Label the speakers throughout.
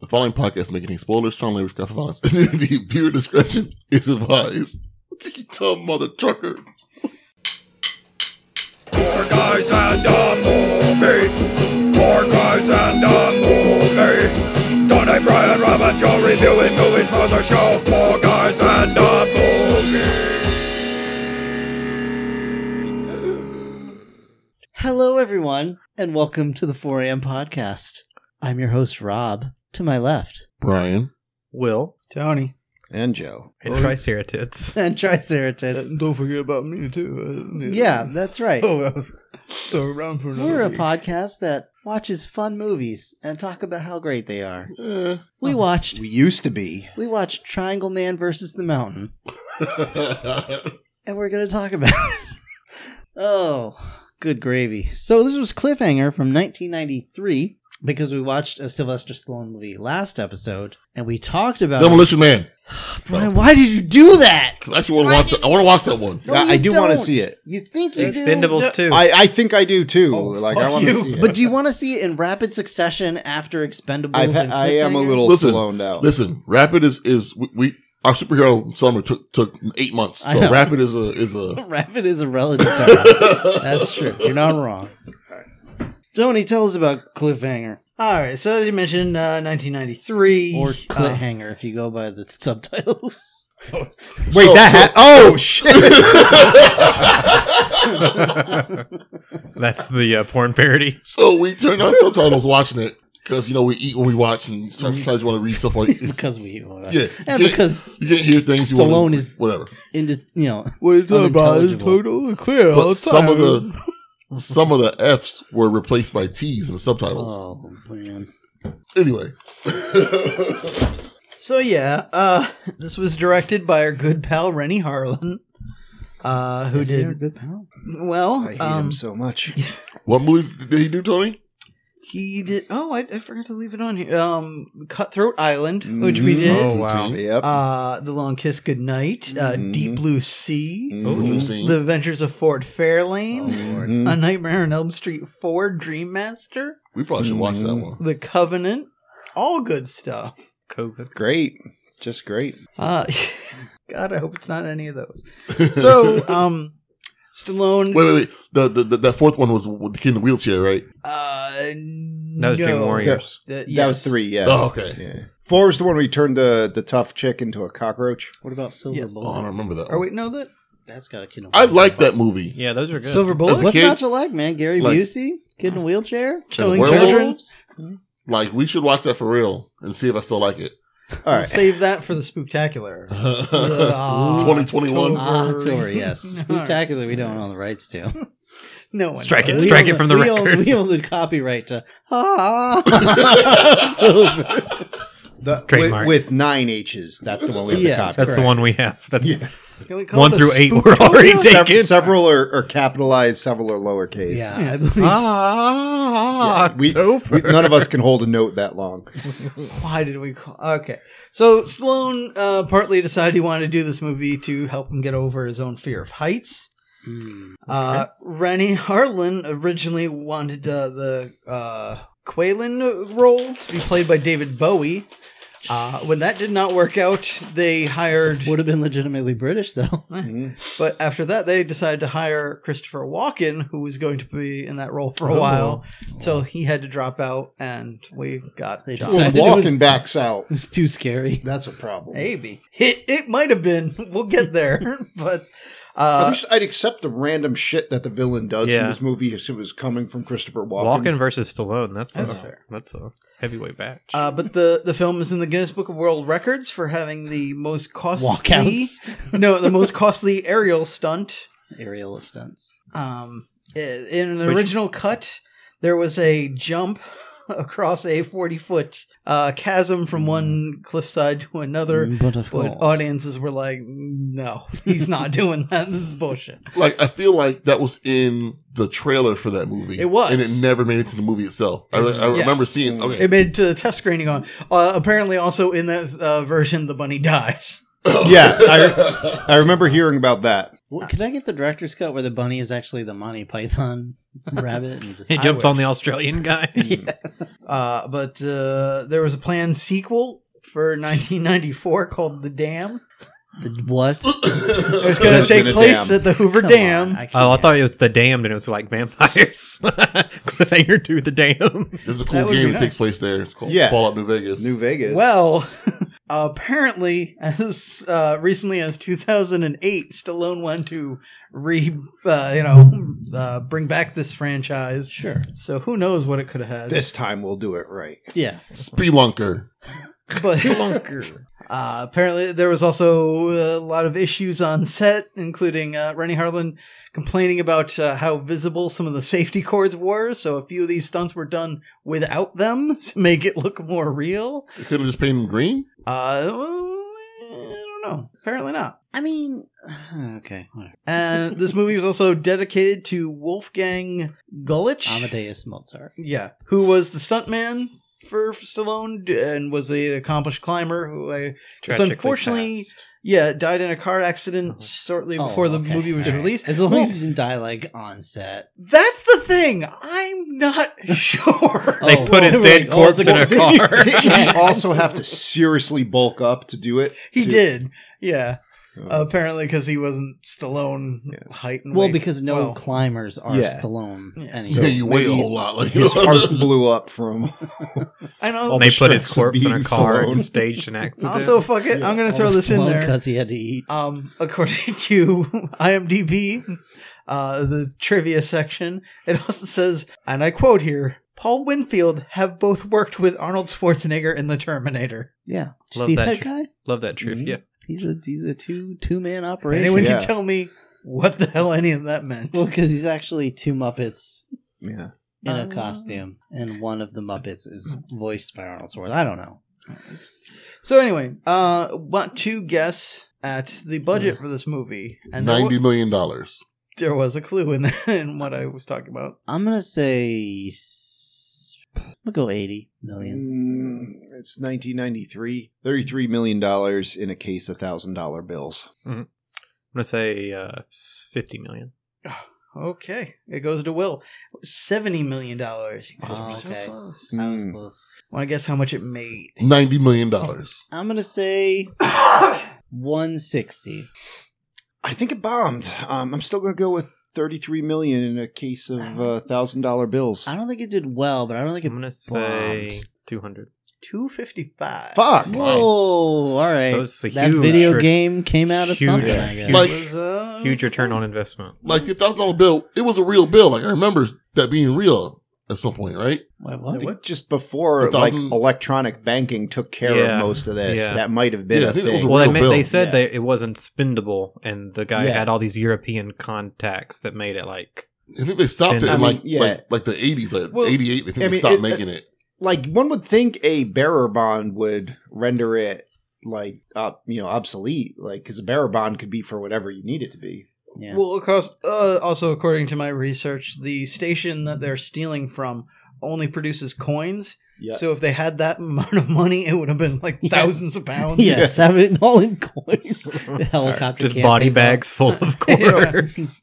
Speaker 1: The following podcast may contain spoilers, strongly language, for violence, and nudity. Viewer discretion is advised. You dumb mother trucker.
Speaker 2: Four guys and a movie. Four guys and a movie. Donnie, Brian, Robert, Joe reviewing movies for the show. Four guys and a movie.
Speaker 3: Hello, everyone, and welcome to the 4 a.m. podcast. I'm your host, Rob, to my left,
Speaker 1: Brian.
Speaker 4: Will,
Speaker 5: Tony.
Speaker 4: and Joe. And
Speaker 5: Oh.
Speaker 4: Triceratops.
Speaker 3: and Triceratops.
Speaker 5: don't forget about me too. Uh,
Speaker 3: Yeah, that's right.
Speaker 5: Oh, that was still around for another
Speaker 3: We're a
Speaker 5: week.
Speaker 3: podcast that watches fun movies and talk about how great they are.
Speaker 1: Eh.
Speaker 5: Uh,
Speaker 3: We
Speaker 5: uh-huh.
Speaker 3: watched
Speaker 4: We used to be.
Speaker 3: we watched Triangle Man versus the Mountain, and we're going to talk about it. Oh, good gravy. So this was Cliffhanger from 1993 because we watched a Sylvester Stallone movie last episode, and we talked about
Speaker 1: Demolition Man.
Speaker 3: Brian, why did you do that?
Speaker 1: 'Cause I actually want to watch. That. I want to watch that one.
Speaker 3: No,
Speaker 4: I- I
Speaker 3: you
Speaker 4: do wanna
Speaker 3: don't.
Speaker 4: see it.
Speaker 3: You think you do?
Speaker 6: Expendables too.
Speaker 4: I, I think I do too.
Speaker 5: Oh,
Speaker 4: like I
Speaker 5: fuck
Speaker 4: want to
Speaker 5: you.
Speaker 4: see it.
Speaker 3: But do you want to see it in rapid succession after Expendables?
Speaker 4: I've ha-
Speaker 3: and
Speaker 4: I am a
Speaker 3: Cliffhanger?
Speaker 4: little
Speaker 1: Listen,
Speaker 4: slowed out.
Speaker 1: Listen, Rapid is is we, we our superhero summer took took eight months.
Speaker 3: I
Speaker 1: So
Speaker 3: know.
Speaker 1: Rapid is a is a.
Speaker 3: rapid is a relative term. That's true. You're not wrong. Tony, tell us about Cliffhanger
Speaker 5: All right, so as you mentioned, uh, 1993.
Speaker 3: or
Speaker 5: Uh,
Speaker 3: Cliffhanger if you go by the subtitles.
Speaker 4: Wait,
Speaker 1: So-
Speaker 4: that.
Speaker 1: so-
Speaker 4: ha- oh shit!
Speaker 6: That's the uh, porn parody.
Speaker 1: So we turned on subtitles watching it because you know we eat when we watch, and sometimes you want to read stuff like
Speaker 3: because we,
Speaker 1: yeah,
Speaker 3: uh, and
Speaker 1: you, can't,
Speaker 3: because
Speaker 1: you can't hear things. You
Speaker 3: Stallone
Speaker 1: want
Speaker 3: is
Speaker 1: whatever.
Speaker 3: into you know
Speaker 5: what are you talking about? It's
Speaker 3: unintelligible.
Speaker 5: totally clear all the
Speaker 1: But some of
Speaker 5: time.
Speaker 1: the some of the Fs were replaced by Ts in the subtitles.
Speaker 3: oh man
Speaker 1: Anyway,
Speaker 5: So yeah, uh, this was directed by our good pal Rennie Harlan, uh, who
Speaker 3: Is he our
Speaker 5: did
Speaker 3: good pal?
Speaker 5: well.
Speaker 4: I hate
Speaker 5: um,
Speaker 4: him so much.
Speaker 1: what movies did he do, Tony?
Speaker 5: He did. Oh, I, I forgot to leave it on here. Um, Cutthroat Island, which we
Speaker 4: Mhm.
Speaker 5: did.
Speaker 6: Oh wow.
Speaker 4: Yep.
Speaker 5: Uh, The Long Kiss Goodnight, uh, Deep
Speaker 4: Mhm.
Speaker 5: Blue Sea,
Speaker 1: Which
Speaker 4: Mhm.
Speaker 3: oh,
Speaker 1: we've seen.
Speaker 5: The Adventures of Ford Fairlane.
Speaker 4: Mhm.
Speaker 6: Mm.
Speaker 3: Uh,
Speaker 5: A Nightmare on Elm Street 4, Dream Master,
Speaker 1: we probably should watch that
Speaker 4: Mhm.
Speaker 1: one.
Speaker 5: The Covenant, all good stuff.
Speaker 6: COVID.
Speaker 4: Great. Just great.
Speaker 5: Uh, God, I hope it's not any of those. So, um, Stallone.
Speaker 1: Wait, wait, wait. The, the, the that fourth one was with the kid in the wheelchair, right?
Speaker 5: Uh,
Speaker 6: That
Speaker 5: no.
Speaker 6: was Dream Warriors.
Speaker 3: Uh,
Speaker 5: That,
Speaker 4: That was three. Yeah.
Speaker 1: Oh, okay.
Speaker 4: Yeah. Four was the one where he turned the the tough chick into a cockroach.
Speaker 3: What about Silver
Speaker 5: Yes.
Speaker 1: Oh, I don't
Speaker 3: Bullet?
Speaker 1: remember that.
Speaker 5: Or
Speaker 1: One.
Speaker 5: wait, no, that.
Speaker 3: That's got a kid. in a
Speaker 1: I
Speaker 3: wheelchair.
Speaker 1: like that movie.
Speaker 6: Yeah, those are good.
Speaker 5: Silver
Speaker 1: That's
Speaker 5: Bullet?
Speaker 3: What's
Speaker 1: Kid-
Speaker 3: not to like, man? Gary
Speaker 1: Like-
Speaker 3: Busey, kid in a wheelchair,
Speaker 5: Killing
Speaker 1: Werewolf?
Speaker 5: Children?
Speaker 1: Like we should watch that for real and see if I still like it.
Speaker 4: All
Speaker 5: We'll
Speaker 4: right.
Speaker 5: Save that for the spooktacular. Uh,
Speaker 1: 2021.
Speaker 3: Ah,
Speaker 5: October.
Speaker 3: October, yes. Spectacular, we don't own the rights to.
Speaker 5: No one.
Speaker 6: Strike it,
Speaker 5: does.
Speaker 6: strike it from the
Speaker 3: we own-
Speaker 6: records.
Speaker 3: we own the copyright to. Ah,
Speaker 4: The, with,
Speaker 6: Trademark.
Speaker 4: with nine H's. That's the one we have
Speaker 3: Yes,
Speaker 4: to copy.
Speaker 6: That's the one we have. That's
Speaker 4: Yeah.
Speaker 5: Can we call
Speaker 6: one
Speaker 5: it a
Speaker 6: through eight.
Speaker 5: spook-
Speaker 6: We're already
Speaker 4: Sev-
Speaker 6: taken.
Speaker 4: several are, are capitalized, several are lowercase.
Speaker 3: yeah, I believe.
Speaker 6: Ah,
Speaker 4: Yeah, we- We- none of us can hold a note that long.
Speaker 5: Why did we call? Okay, so Sloan uh, partly decided he wanted to do this movie to help him get over his own fear of heights.
Speaker 3: Hmm.
Speaker 5: Uh, Rennie Harlan originally wanted uh, the uh, Quaylen role to be played by David Bowie. Uh, when that did not work out, they hired.
Speaker 3: Would have been legitimately British, though.
Speaker 5: But after that, they decided to hire Christopher Walken, who was going to be in that role for a
Speaker 3: Oh.
Speaker 5: while. So he had to drop out, and we got
Speaker 3: They
Speaker 5: John.
Speaker 3: So
Speaker 4: Well,
Speaker 3: decided- I think it
Speaker 4: walking
Speaker 3: was-
Speaker 4: backs out.
Speaker 3: It was too scary.
Speaker 4: That's a problem.
Speaker 5: Maybe it it might have been. We'll get there, but
Speaker 4: At
Speaker 5: uh,
Speaker 4: least I'd accept the random shit that the villain does in
Speaker 6: Yeah.
Speaker 4: this movie if it was coming from Christopher Walken.
Speaker 6: Walken versus Stallone. That's
Speaker 5: That's
Speaker 6: a,
Speaker 5: fair.
Speaker 6: That's a heavyweight match.
Speaker 5: uh, but the the film is in the Guinness Book of World Records for having the most costly
Speaker 3: Walkouts,
Speaker 5: no, the most costly aerial stunt.
Speaker 3: aerial stunts.
Speaker 5: Um, i- in the
Speaker 6: Which-
Speaker 5: original cut, there was a jump across a forty foot uh, chasm from one cliffside to another.
Speaker 3: Mm, But of
Speaker 5: But audiences were like, "No, he's not doing that. This is bullshit."
Speaker 1: Like I feel like that was in the trailer for that movie.
Speaker 5: It was.
Speaker 1: and it never made it to the movie itself. I, I
Speaker 5: Yes.
Speaker 1: remember seeing. Okay,
Speaker 5: It made it to the test screening on. Uh, apparently, also in that uh, version, the bunny dies.
Speaker 4: yeah, I, I remember hearing about that.
Speaker 3: What, could I get the director's cut where the bunny is actually the Monty Python rabbit? And just,
Speaker 6: He
Speaker 5: I
Speaker 6: jumps on
Speaker 5: wish.
Speaker 6: the Australian guy.
Speaker 5: Uh, but uh, there was a planned sequel for 1994 called The Dam.
Speaker 3: the- what?
Speaker 5: It's
Speaker 1: it's
Speaker 5: going to
Speaker 4: It's in
Speaker 5: take
Speaker 4: a
Speaker 5: place
Speaker 4: dam.
Speaker 5: at the Hoover
Speaker 3: Come
Speaker 5: Dam.
Speaker 3: on, I
Speaker 6: Oh, I
Speaker 3: can't.
Speaker 6: thought it was the damned, and it was like vampires. Cliffhanger to the dam.
Speaker 1: This is a
Speaker 5: That
Speaker 1: cool
Speaker 5: would
Speaker 1: game
Speaker 5: be
Speaker 1: that takes place there. It's called
Speaker 4: Yeah.
Speaker 1: Fallout New Vegas.
Speaker 4: New Vegas.
Speaker 5: Well, apparently, as uh, recently as 2008, Stallone wanted to re, uh, you know, uh, bring back this franchise.
Speaker 3: Sure.
Speaker 5: So who knows what it could have had?
Speaker 4: this time we'll do it right.
Speaker 3: Yeah.
Speaker 1: Spelunker.
Speaker 5: but uh, apparently, there was also a lot of issues on set, including uh, Rennie Harlan complaining about uh, how visible some of the safety cords were. So a few of these stunts were done without them to make it look more real.
Speaker 1: They could have just painted him green.
Speaker 5: Uh, I don't know. Apparently not.
Speaker 3: I mean, okay. whatever.
Speaker 5: And this movie was also dedicated to Wolfgang Gulich.
Speaker 3: Amadeus Mozart.
Speaker 5: Yeah, who was the stuntman for Stallone and was an accomplished climber who, uh, it's
Speaker 6: Tragically
Speaker 5: unfortunately,
Speaker 6: passed.
Speaker 5: yeah, died in a car accident shortly
Speaker 3: Oh,
Speaker 5: before the
Speaker 3: okay,
Speaker 5: movie was
Speaker 3: all right.
Speaker 5: released.
Speaker 3: As long
Speaker 5: Well,
Speaker 3: as you didn't die like on set.
Speaker 5: that's the thing. I'm not sure.
Speaker 6: they
Speaker 3: Oh,
Speaker 6: put his
Speaker 3: well,
Speaker 6: dead
Speaker 3: like, oh, it's
Speaker 6: corpse
Speaker 3: a
Speaker 6: in a
Speaker 3: good-
Speaker 6: car.
Speaker 4: Didn't he also have to seriously bulk up to do it?
Speaker 5: he
Speaker 4: Too-
Speaker 5: did. Yeah,
Speaker 4: Oh.
Speaker 5: apparently because he wasn't Stallone height and
Speaker 3: Well,
Speaker 5: weight.
Speaker 3: because no
Speaker 5: Well,
Speaker 3: climbers are
Speaker 4: Yeah.
Speaker 3: Stallone
Speaker 5: Yeah.
Speaker 3: anyway.
Speaker 4: So
Speaker 1: yeah, you weigh a
Speaker 4: maybe
Speaker 1: whole lot. Like,
Speaker 4: His heart blew up from.
Speaker 5: I know.
Speaker 4: All
Speaker 6: they
Speaker 4: the
Speaker 6: put his
Speaker 4: stress of
Speaker 6: corpse in a
Speaker 4: being
Speaker 6: car and
Speaker 4: Stallone.
Speaker 6: staged an accident.
Speaker 5: Also, fuck it. I'm gonna
Speaker 3: All
Speaker 5: throw
Speaker 3: the
Speaker 5: this in
Speaker 3: Stallone
Speaker 5: there.
Speaker 3: cuts he had to eat.
Speaker 5: Um, according to IMDb, uh, the trivia section, it also says, and I quote here: "Paul Winfield have both worked with Arnold Schwarzenegger in The Terminator.
Speaker 3: Yeah. Did you
Speaker 6: Love
Speaker 3: See
Speaker 6: that
Speaker 3: that,
Speaker 6: tr-
Speaker 3: guy?
Speaker 6: love that trivia.
Speaker 3: He's a he's a two two man operation.
Speaker 5: Anyone
Speaker 4: Yeah.
Speaker 5: can tell me what the hell any of that meant?
Speaker 3: Well, because he's actually two Muppets
Speaker 4: Yeah.
Speaker 3: in a
Speaker 5: Uh.
Speaker 3: costume, and one of the Muppets is voiced by Arnold Schwarzenegger. I don't know.
Speaker 5: So anyway, uh, want to guess at the budget for this movie? And there,
Speaker 1: Ninety
Speaker 5: wa-
Speaker 1: million dollars.
Speaker 5: there was a clue in, there in what I was talking about.
Speaker 3: I'm gonna say s- I'm gonna go eighty million.
Speaker 4: Mm, it's 1993. $33 million in a case of $1,000 bills.
Speaker 6: I'm gonna say uh, fifty million.
Speaker 5: Okay, it goes to Will. Seventy million dollars.
Speaker 3: Oh, okay.
Speaker 6: Hmm.
Speaker 3: I was
Speaker 4: Mm.
Speaker 3: close.
Speaker 5: Want to guess how much it made?
Speaker 1: Ninety million dollars.
Speaker 3: I'm gonna say one sixty.
Speaker 4: I think it bombed. Um, I'm still going to go with 33 million in a case of uh, $1,000 bills.
Speaker 3: I don't think it did well, but I don't think
Speaker 6: I'm
Speaker 4: Mm.
Speaker 3: it.
Speaker 6: gonna say two hundred.
Speaker 5: Two fifty-five.
Speaker 4: Fuck.
Speaker 3: Whoa! All right,
Speaker 6: So it's a
Speaker 3: that
Speaker 6: huge
Speaker 3: video
Speaker 6: re-
Speaker 3: game came out of
Speaker 6: huge-
Speaker 3: something.
Speaker 4: yeah,
Speaker 3: I guess.
Speaker 6: huge-
Speaker 1: Like-
Speaker 5: was, uh,
Speaker 6: Huge return on investment.
Speaker 1: Like the thousand dollar bill. It was a real bill. Like I remember that being real at some point, right?
Speaker 3: Wait,
Speaker 4: I
Speaker 3: what?
Speaker 4: think just before
Speaker 1: The
Speaker 4: like
Speaker 1: thousand-
Speaker 4: electronic banking took care
Speaker 6: Yeah.
Speaker 4: of most of this.
Speaker 6: Yeah.
Speaker 4: That might have been
Speaker 1: Yeah,
Speaker 4: a
Speaker 1: I think that
Speaker 4: thing.
Speaker 1: was a
Speaker 6: Well, they,
Speaker 1: real
Speaker 6: ma- they
Speaker 1: bill.
Speaker 6: said
Speaker 4: Yeah.
Speaker 6: they it wasn't spendable, and the guy
Speaker 4: Yeah.
Speaker 6: had all these European contacts that made it like
Speaker 1: I think they stopped
Speaker 6: And-
Speaker 1: it
Speaker 6: I
Speaker 1: in
Speaker 4: mean,
Speaker 1: like,
Speaker 4: yeah.
Speaker 1: like like the eighties, like
Speaker 4: Well,
Speaker 1: eighty eight. They think
Speaker 4: I
Speaker 1: they
Speaker 4: mean,
Speaker 1: stopped
Speaker 4: it-
Speaker 1: making it.
Speaker 4: like one would think a bearer bond would render it like up, you know, obsolete. Like because a bearer bond could be for whatever you need it to be.
Speaker 3: Yeah.
Speaker 5: Well, of course, uh, also according to my research, the station that they're stealing from only produces coins.
Speaker 4: Yeah.
Speaker 5: So if they had that amount of money, it would have been like
Speaker 3: Yes.
Speaker 5: thousands of pounds.
Speaker 3: yeah, seven all in coins. The helicopter
Speaker 6: just
Speaker 3: can't
Speaker 6: body
Speaker 3: take off.
Speaker 6: bags full of
Speaker 5: Yeah.
Speaker 6: quarters.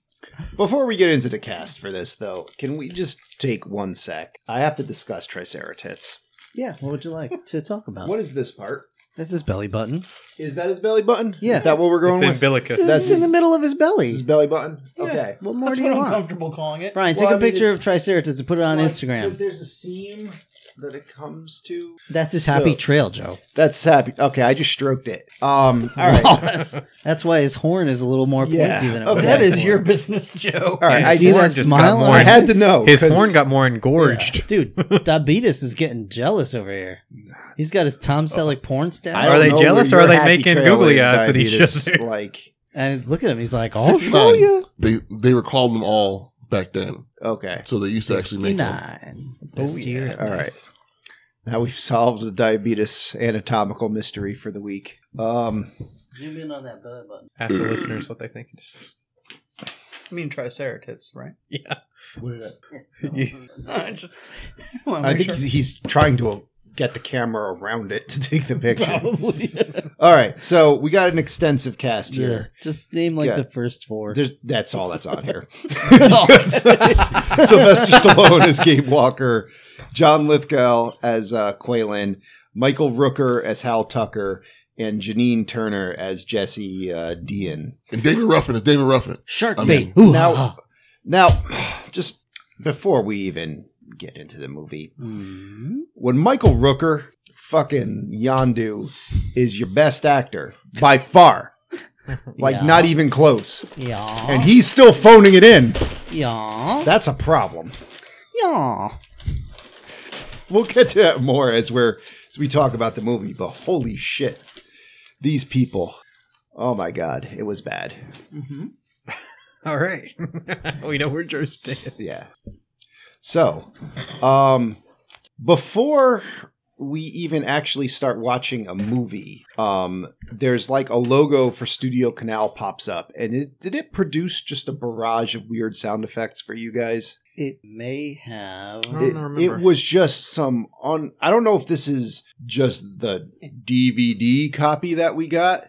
Speaker 4: Before we get into the cast for this, though, can we just take one sec? I have to discuss Triceratops.
Speaker 3: Yeah, what would you like to talk about?
Speaker 4: What is this part?
Speaker 3: That's his belly button.
Speaker 4: Is that his belly button?
Speaker 3: Yeah.
Speaker 4: Is that what we're going
Speaker 6: It's
Speaker 4: with?
Speaker 3: This
Speaker 6: umbilicus.
Speaker 4: That's-
Speaker 3: is in the middle of his
Speaker 4: This
Speaker 3: belly.
Speaker 4: is his belly button.
Speaker 5: Yeah.
Speaker 4: Okay.
Speaker 3: what more
Speaker 5: That's
Speaker 3: do you
Speaker 5: what I'm
Speaker 3: want?
Speaker 5: comfortable calling it.
Speaker 3: Brian, take
Speaker 4: Well, I
Speaker 3: a
Speaker 4: mean,
Speaker 3: picture of
Speaker 4: it's-
Speaker 3: Triceratops and put it on
Speaker 4: Like,
Speaker 3: Instagram.
Speaker 4: 'cause There's a seam that it comes to.
Speaker 3: That's his happy
Speaker 4: So-
Speaker 3: trail, Joe.
Speaker 4: That's happy. Okay, I just stroked it. Um. All right.
Speaker 3: Wow, that's, that's why his horn is a little more pointy
Speaker 4: Yeah.
Speaker 3: than it
Speaker 4: Oh,
Speaker 3: was.
Speaker 5: That is
Speaker 3: before.
Speaker 5: your business, Joe.
Speaker 4: All right.
Speaker 6: His
Speaker 4: I,
Speaker 3: See
Speaker 6: horn
Speaker 3: that
Speaker 4: just,
Speaker 6: just got
Speaker 3: smile?
Speaker 6: more-
Speaker 4: I had to know.
Speaker 6: His
Speaker 4: 'cause-
Speaker 6: horn got more engorged.
Speaker 3: dude. Diabetes is getting jealous over here. He's got his Tom Selleck porn
Speaker 4: Oh. I
Speaker 3: stash.
Speaker 4: don't
Speaker 6: Are they
Speaker 4: know
Speaker 6: jealous
Speaker 4: where
Speaker 6: or are
Speaker 4: your
Speaker 6: they
Speaker 4: happy
Speaker 6: making
Speaker 4: trail
Speaker 6: googly
Speaker 4: is,
Speaker 6: eyes at each
Speaker 4: diabetes.
Speaker 6: other?
Speaker 4: Like,
Speaker 3: And look at him. He's like, "Oh,
Speaker 4: uh,
Speaker 3: I'll show
Speaker 1: 69.
Speaker 3: you.
Speaker 1: They they were calling them all back then,
Speaker 4: okay,
Speaker 1: so they used to actually make them.
Speaker 3: Sixty-nine.
Speaker 5: Oh,
Speaker 3: Best year
Speaker 5: yeah.
Speaker 3: at
Speaker 4: all right.
Speaker 3: least.
Speaker 4: Now we've solved the diabetes anatomical mystery for the week. Um,
Speaker 3: Zoom in on that belly button.
Speaker 6: Ask the listeners what they think. Just-
Speaker 5: I mean, Triceratops, right?
Speaker 6: yeah.
Speaker 5: I just- I wanna
Speaker 4: I
Speaker 5: make
Speaker 4: think
Speaker 5: sure.
Speaker 4: he's he's trying to get the camera around it to take the picture.
Speaker 3: Probably.
Speaker 4: All right, so we got an extensive cast
Speaker 3: yeah.
Speaker 4: here.
Speaker 3: Just name like
Speaker 4: Yeah.
Speaker 3: the first four.
Speaker 4: There's that's all that's on here.
Speaker 3: Oh.
Speaker 4: Sylvester Stallone as Gabe Walker, John Lithgow as uh, Quaylen, Michael Rooker as Hal Tucker, and Janine Turner as Jesse uh, Dean.
Speaker 1: And David Ruffin is David Ruffin.
Speaker 3: Shark
Speaker 1: I'm
Speaker 3: bait.
Speaker 1: in.
Speaker 3: Ooh,
Speaker 4: Now-
Speaker 3: ah.
Speaker 4: Now, just before we even get into the movie,
Speaker 3: Mm.
Speaker 4: when Michael Rooker, fucking Yondu, is your best actor by far, like
Speaker 3: Yeah.
Speaker 4: not even close,
Speaker 3: Yeah.
Speaker 4: and he's still phoning it in,
Speaker 3: yeah.
Speaker 4: that's a problem.
Speaker 3: Yeah.
Speaker 4: We'll get to that more as we're as we talk about the movie, but holy shit, these people. Oh my god, it was bad.
Speaker 3: Mm-hmm.
Speaker 6: All right. we know where Joe stands.
Speaker 4: Yeah. So, um, before we even actually start watching a movie, um, there's like a logo for Studio Canal pops up, and it, did it produce just a barrage of weird sound effects for you guys?
Speaker 3: It may have.
Speaker 6: I don't
Speaker 4: It,
Speaker 6: remember.
Speaker 4: it was just some on. I don't know if this is just the DVD copy that we got,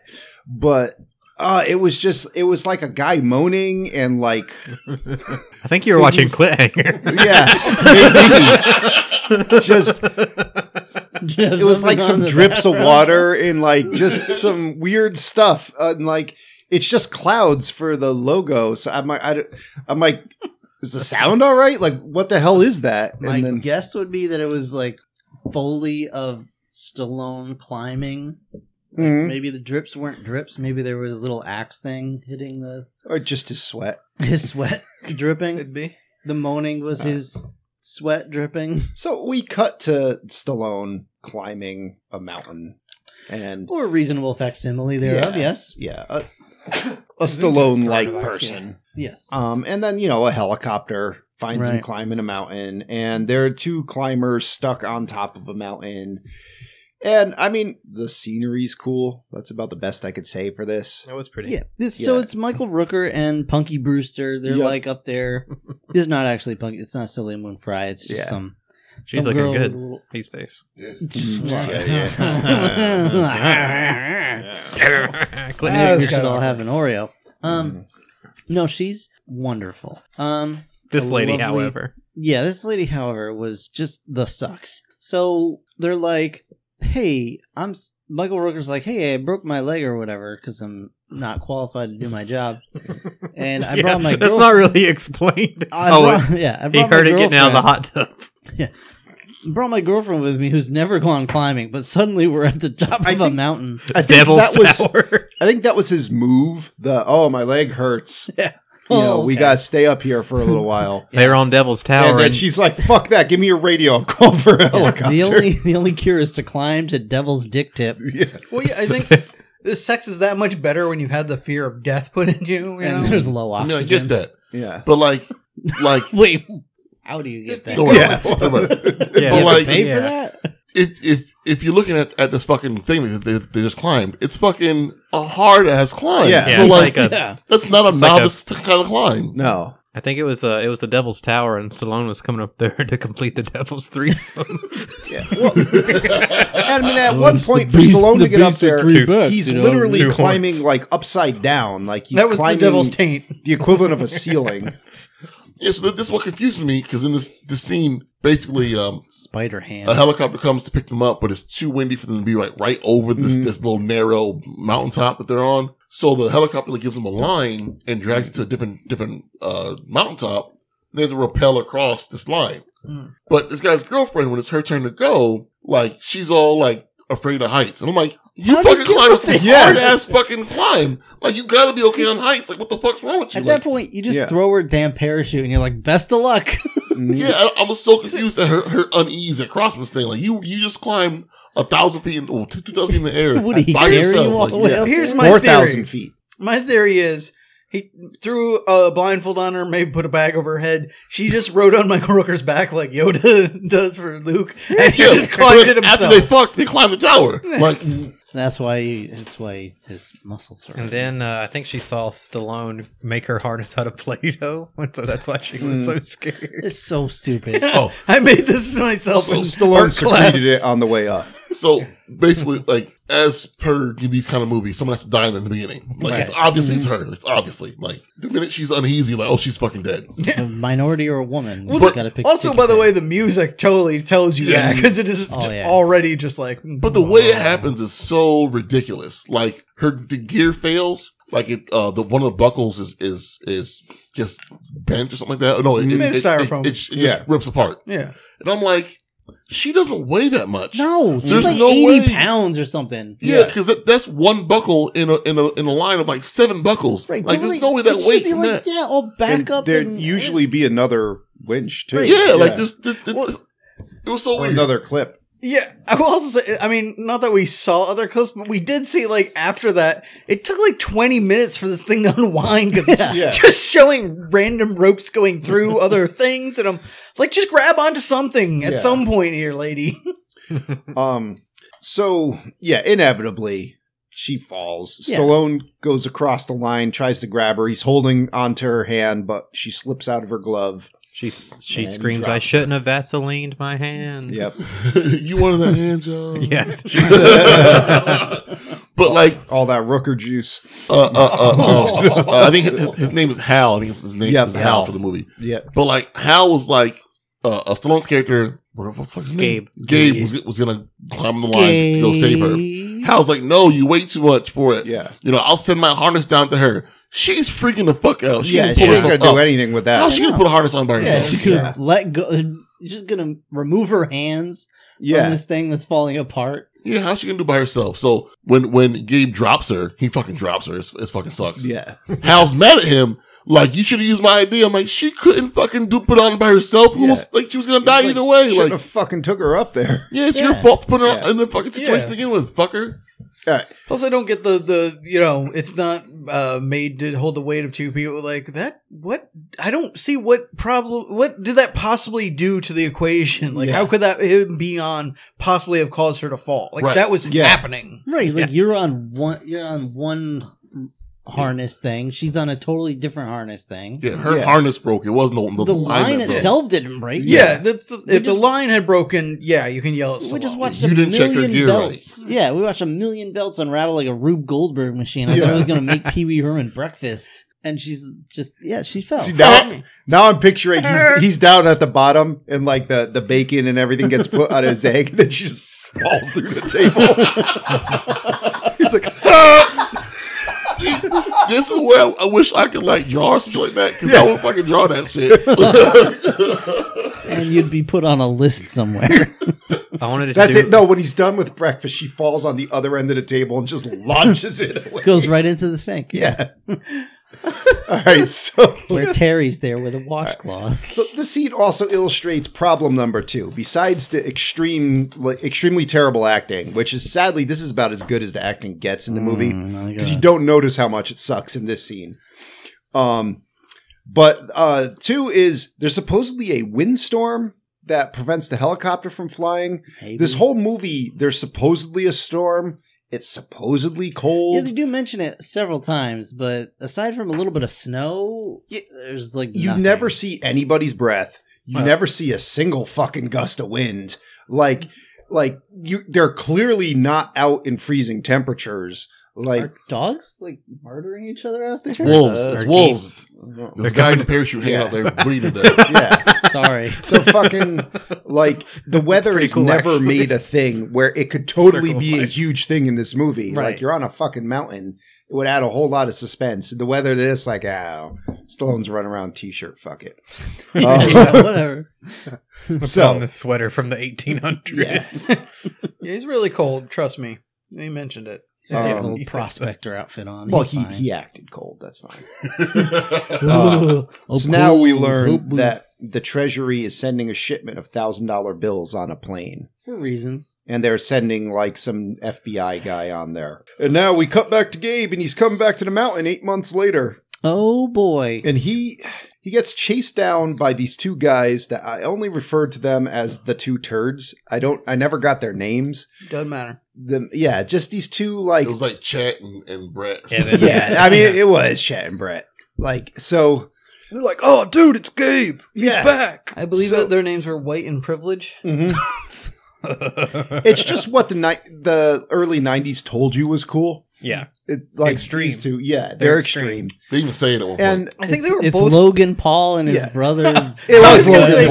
Speaker 4: but. Uh, it was just it was like a guy moaning and like
Speaker 6: I think you were watching Cliffhanger.
Speaker 4: yeah maybe. just it was like some drips of water and like just some weird stuff uh, and like it's just clouds for the logo so i'm like I, don't- i'm like is the sound all right like what the hell is that and
Speaker 3: My
Speaker 4: then
Speaker 3: guess would be that it was like Foley of Stallone climbing.
Speaker 4: Mhm.
Speaker 3: Maybe the drips weren't drips. Maybe there was a little axe thing hitting the
Speaker 4: or just his sweat
Speaker 3: his sweat dripping.
Speaker 5: Could be.
Speaker 3: The moaning was his sweat dripping,
Speaker 4: so we cut to stallone climbing a mountain and
Speaker 3: or a reasonable facsimile thereof.
Speaker 4: Yeah.
Speaker 3: Yes,
Speaker 4: yeah a, a stallone like person
Speaker 3: yes.
Speaker 4: Um, and then you know a helicopter finds him
Speaker 3: Right.
Speaker 4: climbing a mountain, and there are two climbers stuck on top of a mountain. And I mean, the scenery's cool. That's about the best I could say for this.
Speaker 6: That was pretty.
Speaker 3: yeah. This, So
Speaker 4: yeah.
Speaker 3: it's Michael Rooker and Punky Brewster. They're
Speaker 4: Yep.
Speaker 3: like up there. This is not actually Punky. It's not Cillian Moon Fry. It's just
Speaker 4: Yeah.
Speaker 3: some.
Speaker 6: She's
Speaker 3: some
Speaker 6: looking
Speaker 3: girl
Speaker 6: good.
Speaker 3: with a little-
Speaker 6: These days.
Speaker 3: yeah.
Speaker 5: That's
Speaker 3: we should
Speaker 5: kinda
Speaker 3: all
Speaker 5: awkward.
Speaker 3: have an Oreo.
Speaker 6: Mm.
Speaker 3: Um, no, she's wonderful. Um,
Speaker 6: this
Speaker 3: a
Speaker 6: lady,
Speaker 3: lovely-
Speaker 6: however.
Speaker 3: yeah, this lady, however, was just the sucks. So they're like, "Hey, I'm s- Michael Rooker's like, hey, I broke my leg or whatever because I'm not qualified to do my job, and I
Speaker 6: Yeah,
Speaker 3: brought my
Speaker 6: That's
Speaker 3: girl-
Speaker 6: not really explained.
Speaker 3: I
Speaker 6: oh,
Speaker 3: brought- yeah, I
Speaker 6: he
Speaker 3: brought my
Speaker 6: heard it getting out of the
Speaker 3: girlfriend-
Speaker 6: hot tub.
Speaker 3: Brought my girlfriend with me, who's never gone climbing, but suddenly we're at the top
Speaker 4: I
Speaker 3: of a
Speaker 4: think-
Speaker 3: mountain.
Speaker 4: I think
Speaker 6: Devil's
Speaker 4: that was.
Speaker 6: Tower.
Speaker 4: I think that was his move. The oh, my leg hurts. You know,
Speaker 3: Oh,
Speaker 4: we
Speaker 3: okay.
Speaker 4: gotta stay up here for a little while.
Speaker 6: They were on Devil's Tower.
Speaker 4: and then
Speaker 6: and-
Speaker 4: she's like, "Fuck that! Give me your radio. I'll call for a
Speaker 6: Oh,
Speaker 4: helicopter."
Speaker 3: The only the only cure is to climb to Devil's Dick Tip.
Speaker 4: yeah.
Speaker 5: Well, yeah, I think this sex is that much better when you've had the fear of death put in you. you
Speaker 3: and
Speaker 5: know?
Speaker 3: there's low
Speaker 1: No,
Speaker 3: oxygen.
Speaker 1: I get that.
Speaker 4: yeah.
Speaker 1: But like, like,
Speaker 3: Wait, how do you get that?
Speaker 1: don't worry
Speaker 4: Yeah.
Speaker 1: about it. Don't worry about it.
Speaker 6: Yeah.
Speaker 1: But
Speaker 3: You have to
Speaker 1: like,
Speaker 3: pay for
Speaker 6: Yeah.
Speaker 3: that?
Speaker 1: if if if you're looking at, at this fucking thing that they, they just climbed, it's fucking a hard ass climb.
Speaker 4: Yeah.
Speaker 1: So
Speaker 6: Yeah,
Speaker 1: like,
Speaker 6: like a-
Speaker 3: Yeah.
Speaker 1: that's not a
Speaker 6: it's like a-
Speaker 1: novice kind of climb.
Speaker 4: No.
Speaker 6: I think it was uh, it was the Devil's Tower, and Stallone was coming up there to complete the Devil's threesome.
Speaker 4: Yeah. Well, I mean, at one point, for
Speaker 3: beast-
Speaker 4: Stallone
Speaker 3: the
Speaker 4: to get up
Speaker 3: beast with
Speaker 4: there,
Speaker 3: three backs,
Speaker 4: he's
Speaker 3: you know,
Speaker 4: literally
Speaker 6: two
Speaker 4: climbing
Speaker 6: horns.
Speaker 4: like upside down. Like he's
Speaker 5: that was
Speaker 4: climbing
Speaker 5: the devil's taint.
Speaker 4: the equivalent of a ceiling.
Speaker 1: Yeah, so this is what confuses me because in this this scene, basically, um,
Speaker 3: Spider hand.
Speaker 1: a helicopter comes to pick them up, but it's too windy for them to be like right over this
Speaker 3: Mm.
Speaker 4: Mhm.
Speaker 1: this little narrow mountaintop that they're on. So the helicopter like, gives them a line and drags it to a different different uh, mountaintop. There's a rappel across this line.
Speaker 5: Mm.
Speaker 1: But this guy's girlfriend, when it's her turn to go, like she's all like afraid of heights, and I'm like, you
Speaker 3: How do you
Speaker 1: fucking
Speaker 3: get
Speaker 1: climb
Speaker 3: up
Speaker 1: it's a
Speaker 4: there?
Speaker 1: hard ass fucking climb. Like you gotta be okay on heights. Like what the fuck's wrong with you?
Speaker 3: At
Speaker 1: Like,
Speaker 3: that point, you just
Speaker 4: Yeah.
Speaker 3: throw her damn parachute, and you're like, "Best of luck."
Speaker 1: yeah, I, I was so confused at her, her unease at crossing this thing. Like you, you just climbed a thousand feet, in, oh, two thousand feet in the air.
Speaker 3: Would he
Speaker 1: by
Speaker 3: carry
Speaker 1: yourself,
Speaker 3: you all
Speaker 1: like,
Speaker 3: the way
Speaker 1: yeah.
Speaker 3: up?
Speaker 5: Here's my
Speaker 4: Four
Speaker 5: theory.
Speaker 4: thousand feet.
Speaker 5: My theory is he threw a blindfold on her, maybe put a bag over her head. She just rode on Michael Rooker's back like Yoda does for Luke, and he
Speaker 1: Yeah,
Speaker 5: just climbed
Speaker 1: but
Speaker 5: it
Speaker 1: After they
Speaker 5: himself.
Speaker 1: fucked, they climbed the tower. Like
Speaker 3: That's why. That's why his muscles are.
Speaker 6: And then uh, I think she saw Stallone make her harness out of Play-Doh, and so that's why she was
Speaker 3: Hmm.
Speaker 6: so scared.
Speaker 3: It's so stupid.
Speaker 1: Oh,
Speaker 5: I made this myself.
Speaker 1: So
Speaker 5: in
Speaker 4: Stallone
Speaker 5: art class.
Speaker 4: secreted it on the way up.
Speaker 1: so basically, like as per these kind of movies, someone has to die in the beginning. Like it's obviously it's
Speaker 5: Mm-hmm.
Speaker 1: her. It's obviously like the minute she's uneasy, like oh she's fucking dead.
Speaker 3: a minority or a woman.
Speaker 5: Well,
Speaker 3: you
Speaker 5: the-
Speaker 3: gotta pick.
Speaker 5: also,
Speaker 3: pick
Speaker 5: by
Speaker 3: a
Speaker 5: the
Speaker 3: thing.
Speaker 5: way, the music totally tells you
Speaker 1: Yeah.
Speaker 5: that because it is
Speaker 3: Oh, yeah.
Speaker 5: already just like.
Speaker 1: But the way it happens is so ridiculous. Like her the gear fails. Like it, uh, the one of the buckles is is is just bent or something like that. Oh, No, it,
Speaker 5: Made of
Speaker 1: it, it,
Speaker 5: styrofoam.
Speaker 1: it- it just
Speaker 4: Yeah.
Speaker 1: rips apart.
Speaker 5: Yeah.
Speaker 1: And I'm like, she doesn't weigh that much.
Speaker 3: no, she's
Speaker 1: There's
Speaker 3: like
Speaker 1: no
Speaker 3: eighty
Speaker 1: way.
Speaker 3: pounds or something.
Speaker 1: Yeah, because that, that's one buckle in a in a in a line of like seven buckles.
Speaker 3: Right,
Speaker 1: like
Speaker 3: don't
Speaker 1: there's
Speaker 3: worry,
Speaker 1: no way that
Speaker 3: it should
Speaker 1: weight
Speaker 3: be
Speaker 1: from
Speaker 3: like,
Speaker 1: that.
Speaker 3: Yeah, all back
Speaker 4: And
Speaker 3: up.
Speaker 4: There'd
Speaker 3: and-
Speaker 4: usually be another winch too.
Speaker 1: Yeah, like this. this, this-
Speaker 5: Well,
Speaker 1: it was so
Speaker 4: Or
Speaker 1: weird.
Speaker 4: another clip.
Speaker 5: Yeah, I will also say. I mean, not that we saw other clips, but we did see like after that, it took like twenty minutes for this thing to unwind because
Speaker 4: Yeah.
Speaker 5: just showing random ropes going through other things, and I'm like, just grab onto something at
Speaker 4: Yeah.
Speaker 5: some point here, lady.
Speaker 4: Um. So yeah, inevitably she falls.
Speaker 3: Yeah.
Speaker 4: Stallone goes across the line, tries to grab her. He's holding onto her hand, but she slips out of her glove.
Speaker 6: She she
Speaker 4: And
Speaker 6: screams,
Speaker 4: dropped
Speaker 6: "I shouldn't have Vaselined my hands."
Speaker 4: Yep.
Speaker 1: you wanted that hand job.
Speaker 6: Yeah.
Speaker 1: but like,
Speaker 4: All that Rooker juice.
Speaker 1: uh, uh, uh, uh, I think his, his name is Hal. I think his name
Speaker 4: Yeah,
Speaker 1: is Hal
Speaker 4: Hal.
Speaker 1: for the movie.
Speaker 4: Yeah.
Speaker 1: But like, Hal was like uh, a Stallone's character. What the fuck's his name?
Speaker 6: Gabe.
Speaker 1: Gabe was, was gonna climb the line to go save her. Hal's like, no, you wait too much for it.
Speaker 4: Yeah.
Speaker 1: You know, I'll send my harness down to her. She's freaking the fuck out. She
Speaker 4: yeah.
Speaker 1: didn't pull
Speaker 4: She's
Speaker 1: herself
Speaker 4: gonna do
Speaker 1: up.
Speaker 4: anything with that.
Speaker 1: How's she gonna put a harness on by
Speaker 4: Yeah,
Speaker 1: herself?
Speaker 3: she's gonna
Speaker 4: Yeah.
Speaker 3: let go. uh, Just gonna remove her hands from
Speaker 4: yeah.
Speaker 3: this thing that's falling apart.
Speaker 1: Yeah, how's she gonna do by herself? So when when Gabe drops her, he fucking drops her. It's, it's fucking sucks.
Speaker 4: Yeah.
Speaker 1: Hal's mad at him. Like you should have used my idea. I'm like she couldn't fucking do put on by herself. Who
Speaker 4: Yeah.
Speaker 1: was like she was gonna die
Speaker 4: Like,
Speaker 1: either way.
Speaker 4: Shouldn't
Speaker 1: Like
Speaker 4: have fucking took her up there.
Speaker 1: yeah, it's your
Speaker 3: Yeah.
Speaker 1: fault for putting her
Speaker 4: Yeah.
Speaker 1: in the fucking situation to
Speaker 5: Yeah.
Speaker 1: begin with, fucker.
Speaker 5: Plus, I don't get the the you know, it's not uh, made to hold the weight of two people. Like that, what? I don't see what problem. What did that possibly do to the equation? Like, how could that him being on possibly have caused her to fall? Like
Speaker 1: Right.
Speaker 5: that was
Speaker 4: Yeah.
Speaker 5: happening.
Speaker 3: Right, like you're on one. You're on one harness thing. She's on a totally different harness thing.
Speaker 1: Yeah, her
Speaker 4: Yeah.
Speaker 1: harness broke. It wasn't the,
Speaker 3: The,
Speaker 1: the,
Speaker 3: line
Speaker 1: that broke.
Speaker 3: itself didn't break.
Speaker 5: Yeah,
Speaker 4: Yeah.
Speaker 5: that's if the
Speaker 3: just-
Speaker 5: line had broken, yeah, you can yell. At
Speaker 3: We just
Speaker 5: Stallone.
Speaker 3: watched
Speaker 1: You
Speaker 3: a
Speaker 1: didn't check her
Speaker 3: million
Speaker 1: gear right.
Speaker 3: belts. Yeah, we watched a million belts unravel like a Rube Goldberg machine. I thought
Speaker 4: Yeah.
Speaker 3: I was going to make Pee Wee Herman breakfast, and she's just yeah, she fell.
Speaker 4: See, now, now I'm picturing he's, he's down at the bottom and like the, the bacon and everything gets put on his egg and then she just falls through the table. He's like,
Speaker 1: See, this is where I, I wish I could like draw something like that because I won't fucking draw that shit.
Speaker 3: and you'd be put on a list somewhere.
Speaker 6: I wanted to
Speaker 4: that's
Speaker 6: do,
Speaker 4: it. No, when he's done with breakfast, she falls on the other end of the table and just launches it away.
Speaker 3: Goes right into the sink.
Speaker 4: Yeah. All right. So
Speaker 3: where Terry's there with a washcloth.
Speaker 4: So this scene also illustrates problem number two. Besides the extreme, like, extremely terrible acting, which is sadly this is about as good as the acting gets in the movie,
Speaker 3: my
Speaker 4: because you don't notice how much it sucks in this scene. Um, but uh, two is there's supposedly a windstorm that prevents the helicopter from flying.
Speaker 3: Maybe.
Speaker 4: This whole movie, there's supposedly a storm. It's supposedly cold.
Speaker 3: Yeah, they do mention it several times, but aside from a little bit of snow,
Speaker 4: Yeah.
Speaker 3: there's like
Speaker 4: You
Speaker 3: nothing.
Speaker 4: never see anybody's breath. You
Speaker 6: Well-
Speaker 4: never see a single fucking gust of wind. Like, like you, they're clearly not out in freezing temperatures. Like,
Speaker 3: Are dogs like murdering each other out there.
Speaker 1: wolves,
Speaker 3: Uh,
Speaker 1: it's
Speaker 6: or
Speaker 1: wolves. There's a guy in
Speaker 6: coming-
Speaker 1: the parachute hanging
Speaker 4: Yeah.
Speaker 1: out there bleeding to death.
Speaker 4: yeah.
Speaker 3: Sorry,
Speaker 4: So fucking like the weather
Speaker 6: pretty
Speaker 4: is
Speaker 6: cool,
Speaker 4: never
Speaker 6: actually.
Speaker 4: made a thing where it could totally
Speaker 6: Circle of
Speaker 4: be a
Speaker 6: life.
Speaker 4: huge thing in this movie. Like
Speaker 3: Right.
Speaker 4: you're on a fucking mountain. It would add a whole lot of suspense. The weather to this, like, ah, Stallone's running around t-shirt. Fuck it.
Speaker 3: Yeah,
Speaker 4: Uh,
Speaker 3: whatever.
Speaker 6: so on
Speaker 4: so
Speaker 6: the sweater from the 1800s.
Speaker 5: Yeah, he's really cold. Trust me. He mentioned it.
Speaker 3: He's got his
Speaker 4: Um,
Speaker 3: little
Speaker 6: he said so.
Speaker 3: prospector outfit on.
Speaker 4: well,
Speaker 3: He's
Speaker 4: he,
Speaker 3: fine.
Speaker 4: he acted cold. That's fine.
Speaker 3: Uh, oh,
Speaker 4: so now we
Speaker 3: cool. Oh,
Speaker 4: learn
Speaker 3: cool.
Speaker 4: that the Treasury is sending a shipment of thousand dollar bills on a plane,
Speaker 3: for reasons.
Speaker 4: and they're sending like some FBI guy on there. And now we cut back to Gabe, and he's coming back to the mountain eight months later,
Speaker 3: Oh boy,
Speaker 4: and he He gets chased down by these two guys that I only referred to them as the two turds. I don't. I never got their names.
Speaker 5: Doesn't matter.
Speaker 4: The yeah, just these two like
Speaker 1: It was like Chet and, and Brett.
Speaker 6: Evan.
Speaker 4: yeah. I mean, it, was Chet and Brett. Like so.
Speaker 5: They're like, oh, dude, it's Gabe.
Speaker 4: Yeah.
Speaker 5: back. I believe
Speaker 4: So-
Speaker 5: that their names were White and Privilege.
Speaker 4: Mhm. it's just what the ni- the early '90s told you was cool.
Speaker 6: yeah.
Speaker 4: It, like
Speaker 6: Extreme.
Speaker 4: these two, yeah, they're,
Speaker 6: They're
Speaker 4: extreme.
Speaker 6: extreme.
Speaker 1: They even say it at one
Speaker 4: And
Speaker 5: I think they were
Speaker 3: it's
Speaker 5: both.
Speaker 3: Logan Paul and his
Speaker 4: Yeah.
Speaker 3: brother.
Speaker 4: it
Speaker 5: I
Speaker 4: was,
Speaker 5: was gonna
Speaker 4: Logan
Speaker 5: say-
Speaker 4: and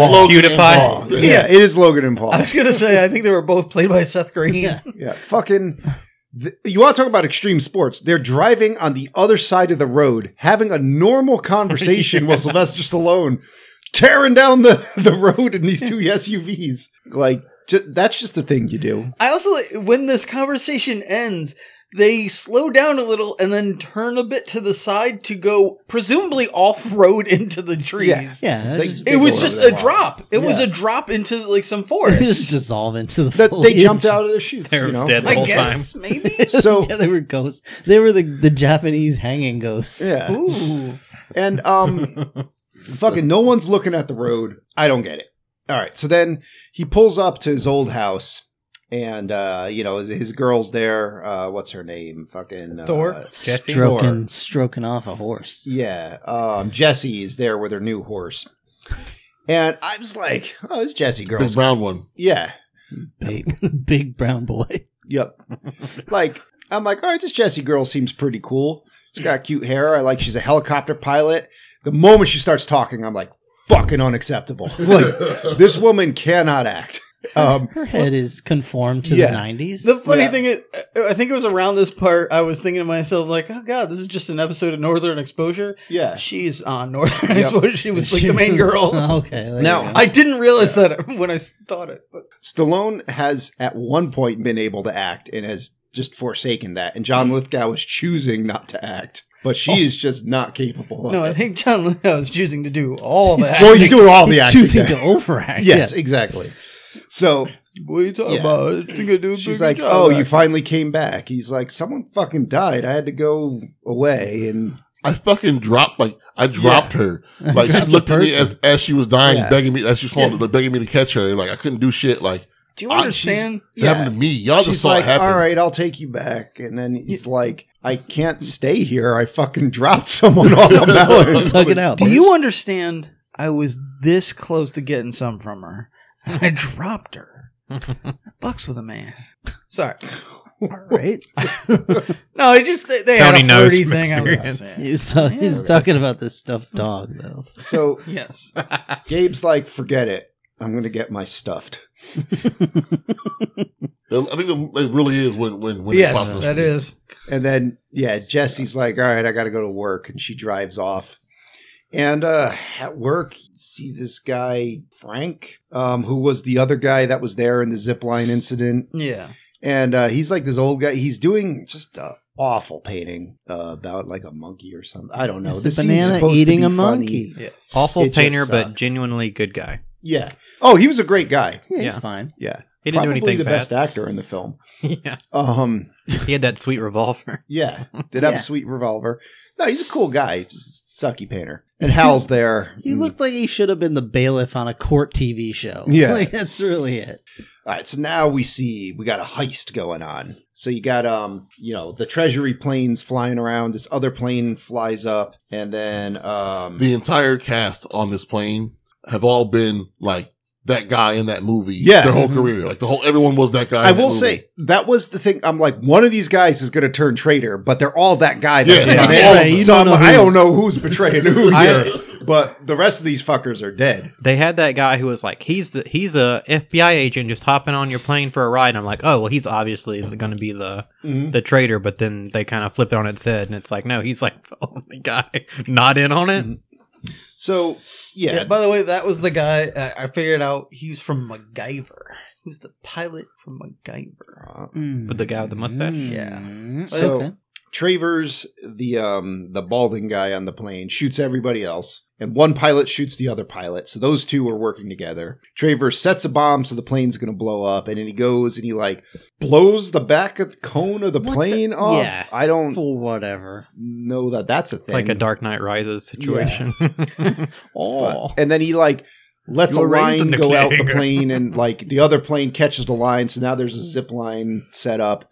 Speaker 1: point.
Speaker 4: Paul.
Speaker 6: PewDiePie.
Speaker 1: Paul.
Speaker 4: Yeah. it is Logan and Paul.
Speaker 5: I was gonna say I think they were both played by Seth Green.
Speaker 3: Yeah.
Speaker 4: Yeah, fucking. th- you want to talk about extreme sports? They're driving on the other side of the road, having a normal conversation with Sylvester Stallone tearing down the, the road in these two SUVs. Like, ju- that's just the thing you do.
Speaker 5: I also like when this conversation ends, they slow down a little and then turn a bit to the side to go presumably off road into the trees.
Speaker 4: Yeah.
Speaker 3: yeah,
Speaker 4: They-
Speaker 3: just-
Speaker 5: It was just a drop. It was
Speaker 4: Yeah.
Speaker 5: a drop into like some
Speaker 3: They just
Speaker 5: forest.
Speaker 3: dissolve into the.
Speaker 4: That they
Speaker 3: foliage.
Speaker 4: jumped out of the shoots.
Speaker 6: They're
Speaker 4: you know?
Speaker 6: dead the
Speaker 5: I
Speaker 6: whole time.
Speaker 5: guess maybe.
Speaker 4: So
Speaker 3: yeah, they were ghosts. They were the the Japanese hanging ghosts.
Speaker 4: yeah,
Speaker 5: Ooh,
Speaker 4: and um, fucking no one's looking at the road. I don't get it. All right, so then he pulls up to his old house, and uh, you know his, his girl's there. Uh, what's her name? Fucking uh,
Speaker 5: Thor?
Speaker 6: Jesse?
Speaker 3: stroking
Speaker 4: Thor.
Speaker 3: stroking off a horse.
Speaker 4: Yeah, um, Jesse is there with her new horse, and I was like, "Oh, this Jesse
Speaker 1: point. Big
Speaker 4: girl's
Speaker 1: brown one.
Speaker 4: yeah,
Speaker 3: Big, big brown boy.
Speaker 4: yep." like I'm like, "All right, this Jesse girl seems pretty cool. She's got cute hair. I like she's a helicopter pilot." The moment she starts talking, I'm like, "Fucking unacceptable!" like this woman cannot act. Um,
Speaker 3: Her head is conformed to
Speaker 4: Yeah.
Speaker 3: the nineties.
Speaker 5: the funny
Speaker 4: Yeah.
Speaker 5: thing is, uh, I think it was around this part. I was thinking to myself, like, oh god, this is just an episode of Northern Exposure.
Speaker 4: yeah.
Speaker 5: She's on Northern
Speaker 4: Yep. Uh-huh.
Speaker 5: Exposure. She was like the main girl.
Speaker 3: okay. there
Speaker 4: Now,
Speaker 3: you go.
Speaker 5: I didn't realize that when I thought it. But
Speaker 4: Stallone has at one point been able to act and has just forsaken that, and John Lithgow is choosing not to act, but she is just not capable. Of
Speaker 5: no, I
Speaker 4: it.
Speaker 5: think John Lithgow is choosing to do all that.
Speaker 4: Well, he's doing all
Speaker 3: he's
Speaker 4: the acting.
Speaker 3: choosing
Speaker 4: yeah.
Speaker 3: to overact.
Speaker 4: yes, exactly. So
Speaker 5: What are you talking
Speaker 4: Yeah.
Speaker 5: about? I think I do a
Speaker 4: she's
Speaker 5: big
Speaker 4: like,
Speaker 5: job
Speaker 4: "Oh,
Speaker 5: at
Speaker 4: you
Speaker 5: it."
Speaker 4: finally came back." He's like, "Someone fucking died. I had to go away." And
Speaker 1: I fucking dropped like I dropped her. Like she
Speaker 3: Dropped the
Speaker 1: looked at me
Speaker 3: person.
Speaker 1: as, as she was dying,
Speaker 4: Yeah.
Speaker 1: begging me as she was falling, begging me to catch her. Like I couldn't do shit. Like
Speaker 5: Do you
Speaker 4: Ah,
Speaker 1: I-
Speaker 5: understand?
Speaker 1: that happened to me. Y'all just
Speaker 4: she's
Speaker 1: saw
Speaker 4: like,
Speaker 1: it happen.
Speaker 4: "All right, I'll take you back." And then he's like, "I can't stay here. I fucking dropped someone off a mountain."
Speaker 3: Tug it out.
Speaker 5: Do you understand? I was this close to getting some from her, and I dropped her. Fucks with a man. Sorry.
Speaker 3: right?
Speaker 5: No, it just they, they had
Speaker 6: Tony
Speaker 5: a
Speaker 6: knows
Speaker 5: flirty
Speaker 6: from
Speaker 5: thing. I was
Speaker 6: experience.
Speaker 3: He was, talk- he was talking about this stuffed dog though.
Speaker 4: So
Speaker 5: Yes.
Speaker 4: Gabe's like, "Forget it. I'm gonna get my stuffed."
Speaker 1: I think it it really is when when when it
Speaker 5: yes,
Speaker 1: pops up.
Speaker 5: that is.
Speaker 4: And then yeah, Jesse's like, "All right, I got to go to work," and she drives off. And uh, at work, you see this guy Frank, um, who was the other guy that was there in the zip line incident,
Speaker 5: Yeah.
Speaker 4: and uh, he's like this old guy. He's doing just a awful painting uh, about like a monkey or something. I don't know.
Speaker 3: It's a
Speaker 4: This scene's
Speaker 3: banana
Speaker 4: supposed to
Speaker 3: eating
Speaker 4: be
Speaker 3: a
Speaker 4: funny.
Speaker 3: monkey.
Speaker 5: Yes.
Speaker 6: Awful
Speaker 4: It just
Speaker 6: painter, but
Speaker 4: sucks.
Speaker 6: genuinely good guy.
Speaker 4: Yeah. Oh, he was a great guy.
Speaker 3: Yeah, he's
Speaker 6: Yeah.
Speaker 3: fine.
Speaker 4: Yeah,
Speaker 6: He didn't
Speaker 4: probably
Speaker 6: do anything
Speaker 4: the
Speaker 6: bad.
Speaker 4: best actor in the film.
Speaker 6: yeah.
Speaker 4: Um,
Speaker 6: He had that sweet revolver.
Speaker 4: Yeah, did have
Speaker 3: Yeah.
Speaker 4: a sweet revolver. No, he's a cool guy. He's just a sucky painter. And Hal's there.
Speaker 3: He looked like he should have been the bailiff on a court TV show.
Speaker 4: Yeah.
Speaker 3: like that's really it.
Speaker 4: Mm. All right, so now we see we got a heist going on. So you got um, you know, the treasury planes flying around. This other plane flies up, and then um,
Speaker 1: The entire cast on this plane have all been like that guy in that movie.
Speaker 4: Yeah. Mm-hmm.
Speaker 1: their whole career. Like the whole everyone was that guy. in
Speaker 4: I
Speaker 1: that
Speaker 4: will
Speaker 1: movie.
Speaker 4: say that was the thing. I'm like, one of these guys is going to turn traitor, but they're all that guy. That's
Speaker 1: Yeah,
Speaker 4: done
Speaker 1: yeah,
Speaker 4: it.
Speaker 1: all of them.
Speaker 4: so I'm
Speaker 3: You don't
Speaker 4: like,
Speaker 3: know
Speaker 4: I
Speaker 3: who-
Speaker 4: don't know who's betraying who
Speaker 6: I-
Speaker 4: here, but the rest of these fuckers are dead.
Speaker 6: They had that guy who was like, he's the he's a FBI agent just hopping on your plane for a ride. And I'm like, oh well, he's obviously going to be the the traitor. But then they kind of flip it on its head, and it's like, no, he's like the only guy not in on it.
Speaker 4: So yeah,
Speaker 5: Yeah, By the way, that was the guy I, I figured out. He's from MacGyver. He was the pilot from MacGyver.
Speaker 4: uh,
Speaker 6: With the guy with the mustache?
Speaker 3: Mm.
Speaker 4: Mm,
Speaker 3: Yeah.
Speaker 4: So Travers, the um the balding guy on the plane, shoots everybody else, and one pilot shoots the other pilot. So those two are working together. Travers sets a bomb so the plane's going to blow up, and then he goes and he like blows the back of the cone of the
Speaker 3: What the-
Speaker 4: plane off.
Speaker 3: Yeah.
Speaker 4: I don't
Speaker 3: For whatever.
Speaker 4: know that that's a thing.
Speaker 6: It's like a Dark Knight Rises situation.
Speaker 4: But- and then he like lets
Speaker 6: You
Speaker 4: a
Speaker 6: were raised
Speaker 4: line
Speaker 6: in the
Speaker 4: go out the
Speaker 6: cliffhanger.
Speaker 4: plane, and like the other plane catches the line. So now there's a zip line set up,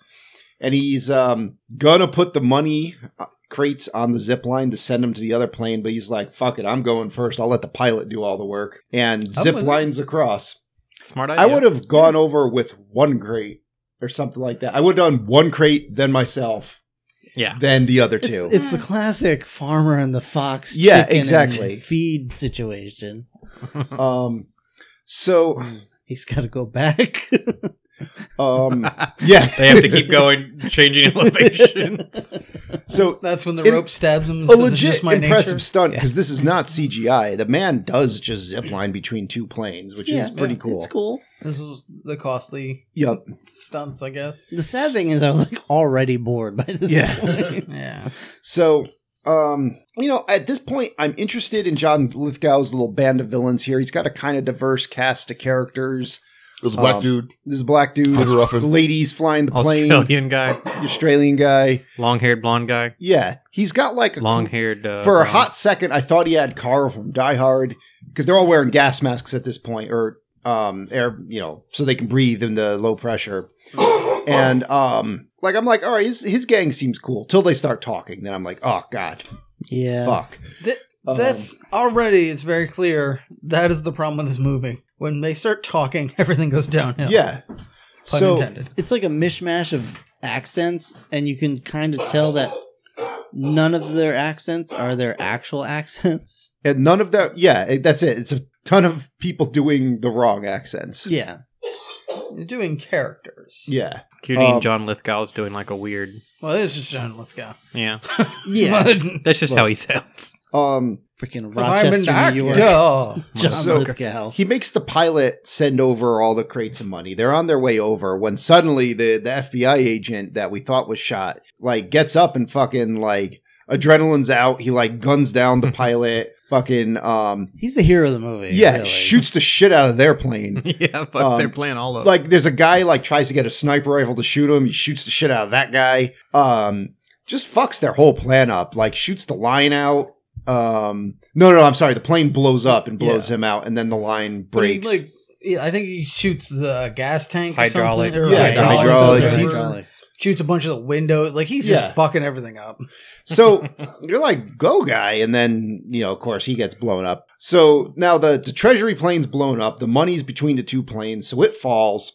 Speaker 4: and he's um gonna put the money uh, crates on the zip line to send them to the other plane. But he's like, "Fuck it, I'm going first. I'll let the pilot do all the work." And
Speaker 6: I'm
Speaker 4: zip
Speaker 6: with it.
Speaker 4: lines across.
Speaker 6: Smart idea.
Speaker 4: I would have gone over with one crate or something like that. I would have done one crate, then myself,
Speaker 6: Yeah.
Speaker 4: then the other two.
Speaker 3: It's, it's the classic farmer and the fox.
Speaker 4: Yeah,
Speaker 3: chicken and
Speaker 4: exactly.
Speaker 3: Feed situation.
Speaker 4: um, so
Speaker 6: Mm.
Speaker 3: He's got to go back.
Speaker 4: um, yeah,
Speaker 6: They have to keep going, changing elevation.
Speaker 4: So
Speaker 5: That's when the
Speaker 4: In-
Speaker 5: rope stabs him. and
Speaker 4: a
Speaker 5: says, "It's
Speaker 4: legit
Speaker 5: just my
Speaker 4: impressive
Speaker 5: nature."
Speaker 4: stunt because this is not CGI. The man does just zip line between two planes, which
Speaker 3: Yeah,
Speaker 4: is pretty
Speaker 5: yeah,
Speaker 4: cool.
Speaker 3: It's cool.
Speaker 5: This was the costly
Speaker 4: Yep.
Speaker 5: stunts, I guess.
Speaker 3: The sad thing is, I was like already bored by this.
Speaker 4: Yeah.
Speaker 3: point.
Speaker 5: Yeah.
Speaker 4: So, um, you know, at this point, I'm interested in John Lithgow's little band of villains here. He's got a kind of diverse cast of characters.
Speaker 1: There's a black
Speaker 4: Um,
Speaker 1: dude.
Speaker 4: This black dude,
Speaker 1: Peter
Speaker 4: the
Speaker 1: Ruffin.
Speaker 4: ladies flying the plane,
Speaker 6: Australian guy,
Speaker 4: the Australian guy.
Speaker 6: long haired blonde guy,
Speaker 4: Yeah, he's got like a
Speaker 6: long haired. Uh,
Speaker 4: For a
Speaker 6: brown-
Speaker 5: Uh-huh.
Speaker 4: hot second, I thought he had Carl from Die Hard because they're all wearing gas masks at this point, or um, air, you know, so they can breathe in the low pressure. and um, like I'm like, all right, his his gang seems cool till they start talking. Then I'm like, oh god,
Speaker 3: yeah.
Speaker 4: fuck.
Speaker 5: Th-
Speaker 4: Um,
Speaker 5: That's already, it's very clear. That is the problem with this movie. When they start talking, everything goes downhill.
Speaker 4: yeah.
Speaker 5: Pun
Speaker 4: so
Speaker 5: intended.
Speaker 3: It's like a mishmash of accents, and you can kind of tell that none of their accents are their actual accents.
Speaker 4: and none of that. Yeah, it, that's it. It's a ton of people doing the wrong accents.
Speaker 3: Yeah.
Speaker 5: You're doing characters.
Speaker 4: Yeah.
Speaker 6: cutie and
Speaker 4: um,
Speaker 6: John Lithgow's doing like a weird.
Speaker 5: Well, it's just John Lithgow.
Speaker 6: Yeah,
Speaker 3: Yeah.
Speaker 6: that's just
Speaker 4: Well,
Speaker 6: how he sounds.
Speaker 4: Um.
Speaker 3: Freaking
Speaker 5: I'm an
Speaker 3: Rochester, New York.
Speaker 5: actor.
Speaker 3: John
Speaker 4: So-
Speaker 3: Lithgow.
Speaker 4: He makes the pilot send over all the crates of money. They're on their way over when suddenly the, the FBI agent that we thought was shot like gets up and fucking like adrenaline's out. He like guns down the pilot. Fucking um
Speaker 3: He's the hero of the movie.
Speaker 4: yeah,
Speaker 3: really.
Speaker 4: shoots the shit out of their plane.
Speaker 6: yeah, fucks
Speaker 4: Um,
Speaker 6: their plan all up.
Speaker 4: like there's a guy like tries to get a sniper rifle to shoot him. He shoots the shit out of that guy. Um just fucks their whole plan up. Like shoots the line out. Um no no, no I'm sorry. The plane blows up and blows him out and then the line
Speaker 5: But he,
Speaker 4: breaks.
Speaker 5: like, yeah, I think he shoots the gas tank, or
Speaker 6: Hydraulic.
Speaker 5: something, or
Speaker 4: Yeah,
Speaker 5: hydraulics or
Speaker 4: hydraulics.
Speaker 5: whatever.
Speaker 3: Hydraulics.
Speaker 5: Shoots a bunch of the windows. Like he's
Speaker 4: Yeah.
Speaker 5: just fucking everything up.
Speaker 4: So you're like, go guy. And then, you know, of course, he gets blown up. So now the, the treasury plane's blown up. The money's between the two planes. So it falls.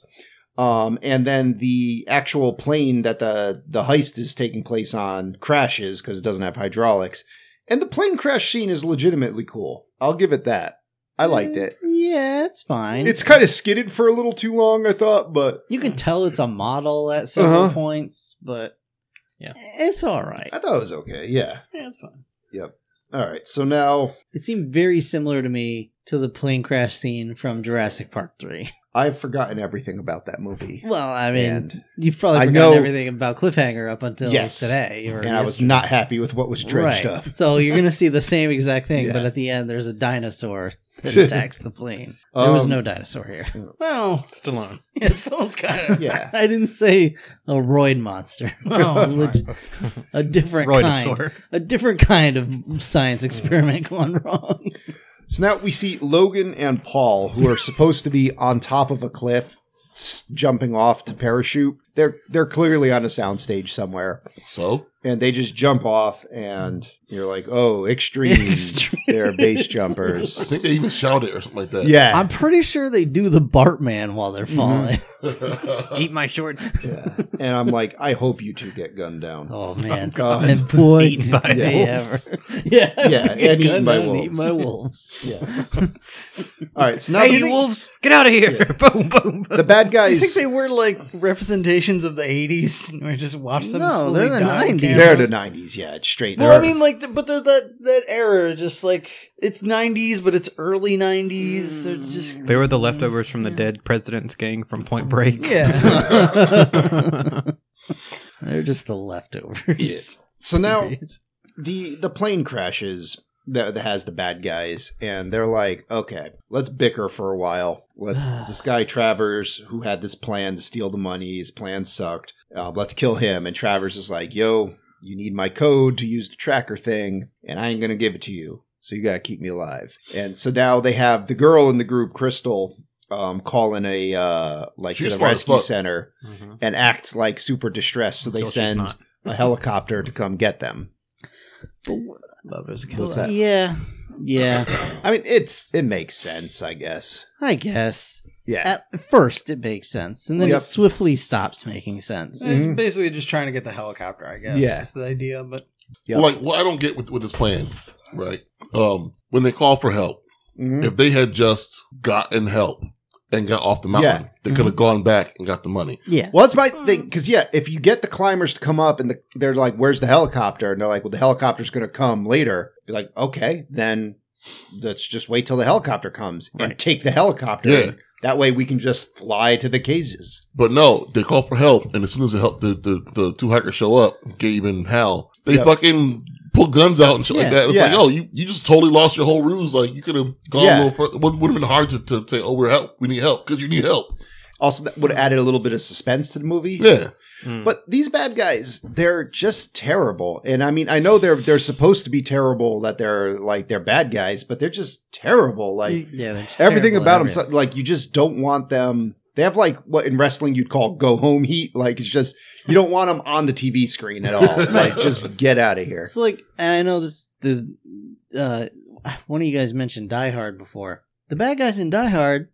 Speaker 4: Um, and then the actual plane that the, the heist is taking place on crashes because it doesn't have hydraulics. And the plane crash scene is legitimately cool. I'll give it that. I liked
Speaker 5: Mm.
Speaker 4: it.
Speaker 3: Yeah, it's fine.
Speaker 4: It's kind of skidded for a little too long, I thought, but
Speaker 3: you can tell it's a model at several
Speaker 4: Uh-huh.
Speaker 3: points, but
Speaker 6: Yeah.
Speaker 3: it's all right.
Speaker 4: I thought it was okay. Yeah.
Speaker 5: Yeah, it's fine.
Speaker 4: All right. So now
Speaker 3: It seemed very similar to me to the plane crash scene from Jurassic Park Three.
Speaker 4: I've forgotten everything about that movie.
Speaker 3: Well, I mean,
Speaker 4: and
Speaker 3: you've probably
Speaker 4: I
Speaker 3: forgotten
Speaker 4: know-
Speaker 3: everything about cliffhanger up until
Speaker 4: Yes.
Speaker 3: today. Or
Speaker 4: and I was
Speaker 3: yesterday.
Speaker 4: not happy with what was dredged
Speaker 3: Right.
Speaker 4: up.
Speaker 3: So you're gonna see the same exact thing,
Speaker 4: Yeah.
Speaker 3: but at the end, there's a dinosaur that attacks the plane. There was
Speaker 4: Um,
Speaker 3: no dinosaur here.
Speaker 5: Well,
Speaker 6: Stallone.
Speaker 5: yeah, Stallone's kind of
Speaker 4: Yeah.
Speaker 3: I didn't say a roid monster.
Speaker 5: Oh,
Speaker 3: Leg- a different kind.
Speaker 6: Roidosaur.
Speaker 3: A different kind of science experiment gone wrong.
Speaker 4: So now we see Logan and Paul, who are supposed to be on top of a cliff, s- jumping off to parachute. They're they're clearly on a soundstage somewhere,
Speaker 1: So
Speaker 4: and they just jump off, and you're like, "Oh, extreme!
Speaker 3: Extreme.
Speaker 4: They're base
Speaker 1: I
Speaker 4: jumpers."
Speaker 1: think they even shouted or something like that.
Speaker 4: yeah.
Speaker 3: I'm pretty sure they do the Bartman while they're falling.
Speaker 6: Mm-hmm. Eat my shorts.
Speaker 4: yeah, and I'm like, "I hope you two get gunned down."
Speaker 3: Oh man,
Speaker 4: God.
Speaker 3: and boy,
Speaker 6: Eaten
Speaker 3: did
Speaker 6: by
Speaker 3: they
Speaker 6: wolves.
Speaker 3: ever! Yeah,
Speaker 4: Yeah,
Speaker 3: Get
Speaker 4: and eaten
Speaker 3: gunned
Speaker 4: by
Speaker 3: down and
Speaker 4: wolves.
Speaker 3: eaten by wolves.
Speaker 4: Yeah. All right. So now
Speaker 6: Hey,
Speaker 4: the,
Speaker 6: you wolves, get out of here! boom, boom, boom.
Speaker 4: the bad
Speaker 5: I
Speaker 4: guys.
Speaker 5: think they were like representations of the '80s, and we just watched them.
Speaker 3: No,
Speaker 5: slowly
Speaker 3: they're the
Speaker 5: die on
Speaker 3: 90s.
Speaker 5: camera.
Speaker 4: They're the '90s. Yeah, it's straight.
Speaker 5: Well, I
Speaker 4: nerd.
Speaker 5: mean, like, th- but they're that that era, just like it's '90s, but it's early '90s. They're just
Speaker 6: They were the leftovers from the dead president's gang from Point Break. Mm,
Speaker 5: yeah.
Speaker 3: They're Mm. just the leftovers.
Speaker 4: So now the the plane crashes. that, that has the bad guys, and they're like, okay, let's bicker for a while. Let's this guy Travers, who had this plan to steal the money, his plan sucked. Uh, let's kill him. And Travers is like, yo, you need my code to use the tracker thing, and I ain't gonna give it to you. So you gotta keep me alive. And so now they have the girl in the group, Crystal, um, calling a uh, like
Speaker 1: She's
Speaker 4: to the
Speaker 1: smart as
Speaker 4: rescue
Speaker 1: fuck.
Speaker 4: center and act like super distressed. So they
Speaker 6: Until she's
Speaker 4: send
Speaker 6: not.
Speaker 4: a helicopter to come get them.
Speaker 5: Lovers
Speaker 4: What's that?
Speaker 3: Yeah. Yeah.
Speaker 4: I mean, it's it makes sense, I guess.
Speaker 3: I guess.
Speaker 4: Yeah,
Speaker 3: At first, it makes sense. And then
Speaker 4: Yep.
Speaker 3: it swiftly stops making sense.
Speaker 4: Mhm.
Speaker 5: Basically, just trying to get the helicopter. I guess.
Speaker 4: Yeah.
Speaker 5: is the idea. But
Speaker 4: Yeah.
Speaker 1: Like what I don't get with, with this plan, right? Um, when they call for help,
Speaker 4: Mhm.
Speaker 1: if they had just gotten help and got off the mountain, they
Speaker 4: Mm-hmm.
Speaker 1: could have gone back and got the money.
Speaker 3: Yeah.
Speaker 4: Well, that's my thing because yeah, if you get the climbers to come up and the, they're like, "Where's the helicopter?" and they're like, "Well, the helicopter's going to come later." You're like, "Okay, then let's just wait till the helicopter comes and take the helicopter.
Speaker 1: Yeah.
Speaker 4: That way we can just fly to the cages."
Speaker 1: But no, they call for help, and as soon as the help, the, the, the two hikers show up, Gabe and Hal, they
Speaker 4: Yeah.
Speaker 1: fucking pull guns out and shit like
Speaker 3: Yeah,
Speaker 1: that. It's like,
Speaker 4: yeah.
Speaker 1: oh, you, you just totally lost your whole ruse. Like you could have gone a
Speaker 4: Yeah.
Speaker 1: little further. Would would have been hard to, to say, oh, we're help. We need help because you need help.
Speaker 4: Also, that would have added a little bit of suspense to the movie.
Speaker 1: Yeah,
Speaker 3: Mm-hmm.
Speaker 4: But these bad guys, they're just terrible. And I mean, I know they're they're supposed to be terrible that they're like they're bad guys, but they're just terrible. Like
Speaker 3: yeah. they're just
Speaker 4: everything
Speaker 3: terrible
Speaker 4: about
Speaker 3: at
Speaker 4: them so, like you just don't want them they have like what in wrestling you'd call go home heat like it's just you don't want them on the tv screen at all like just get out of here
Speaker 3: It's like, and I know this. This uh, one of you guys mentioned Die Hard before. The bad guys in Die Hard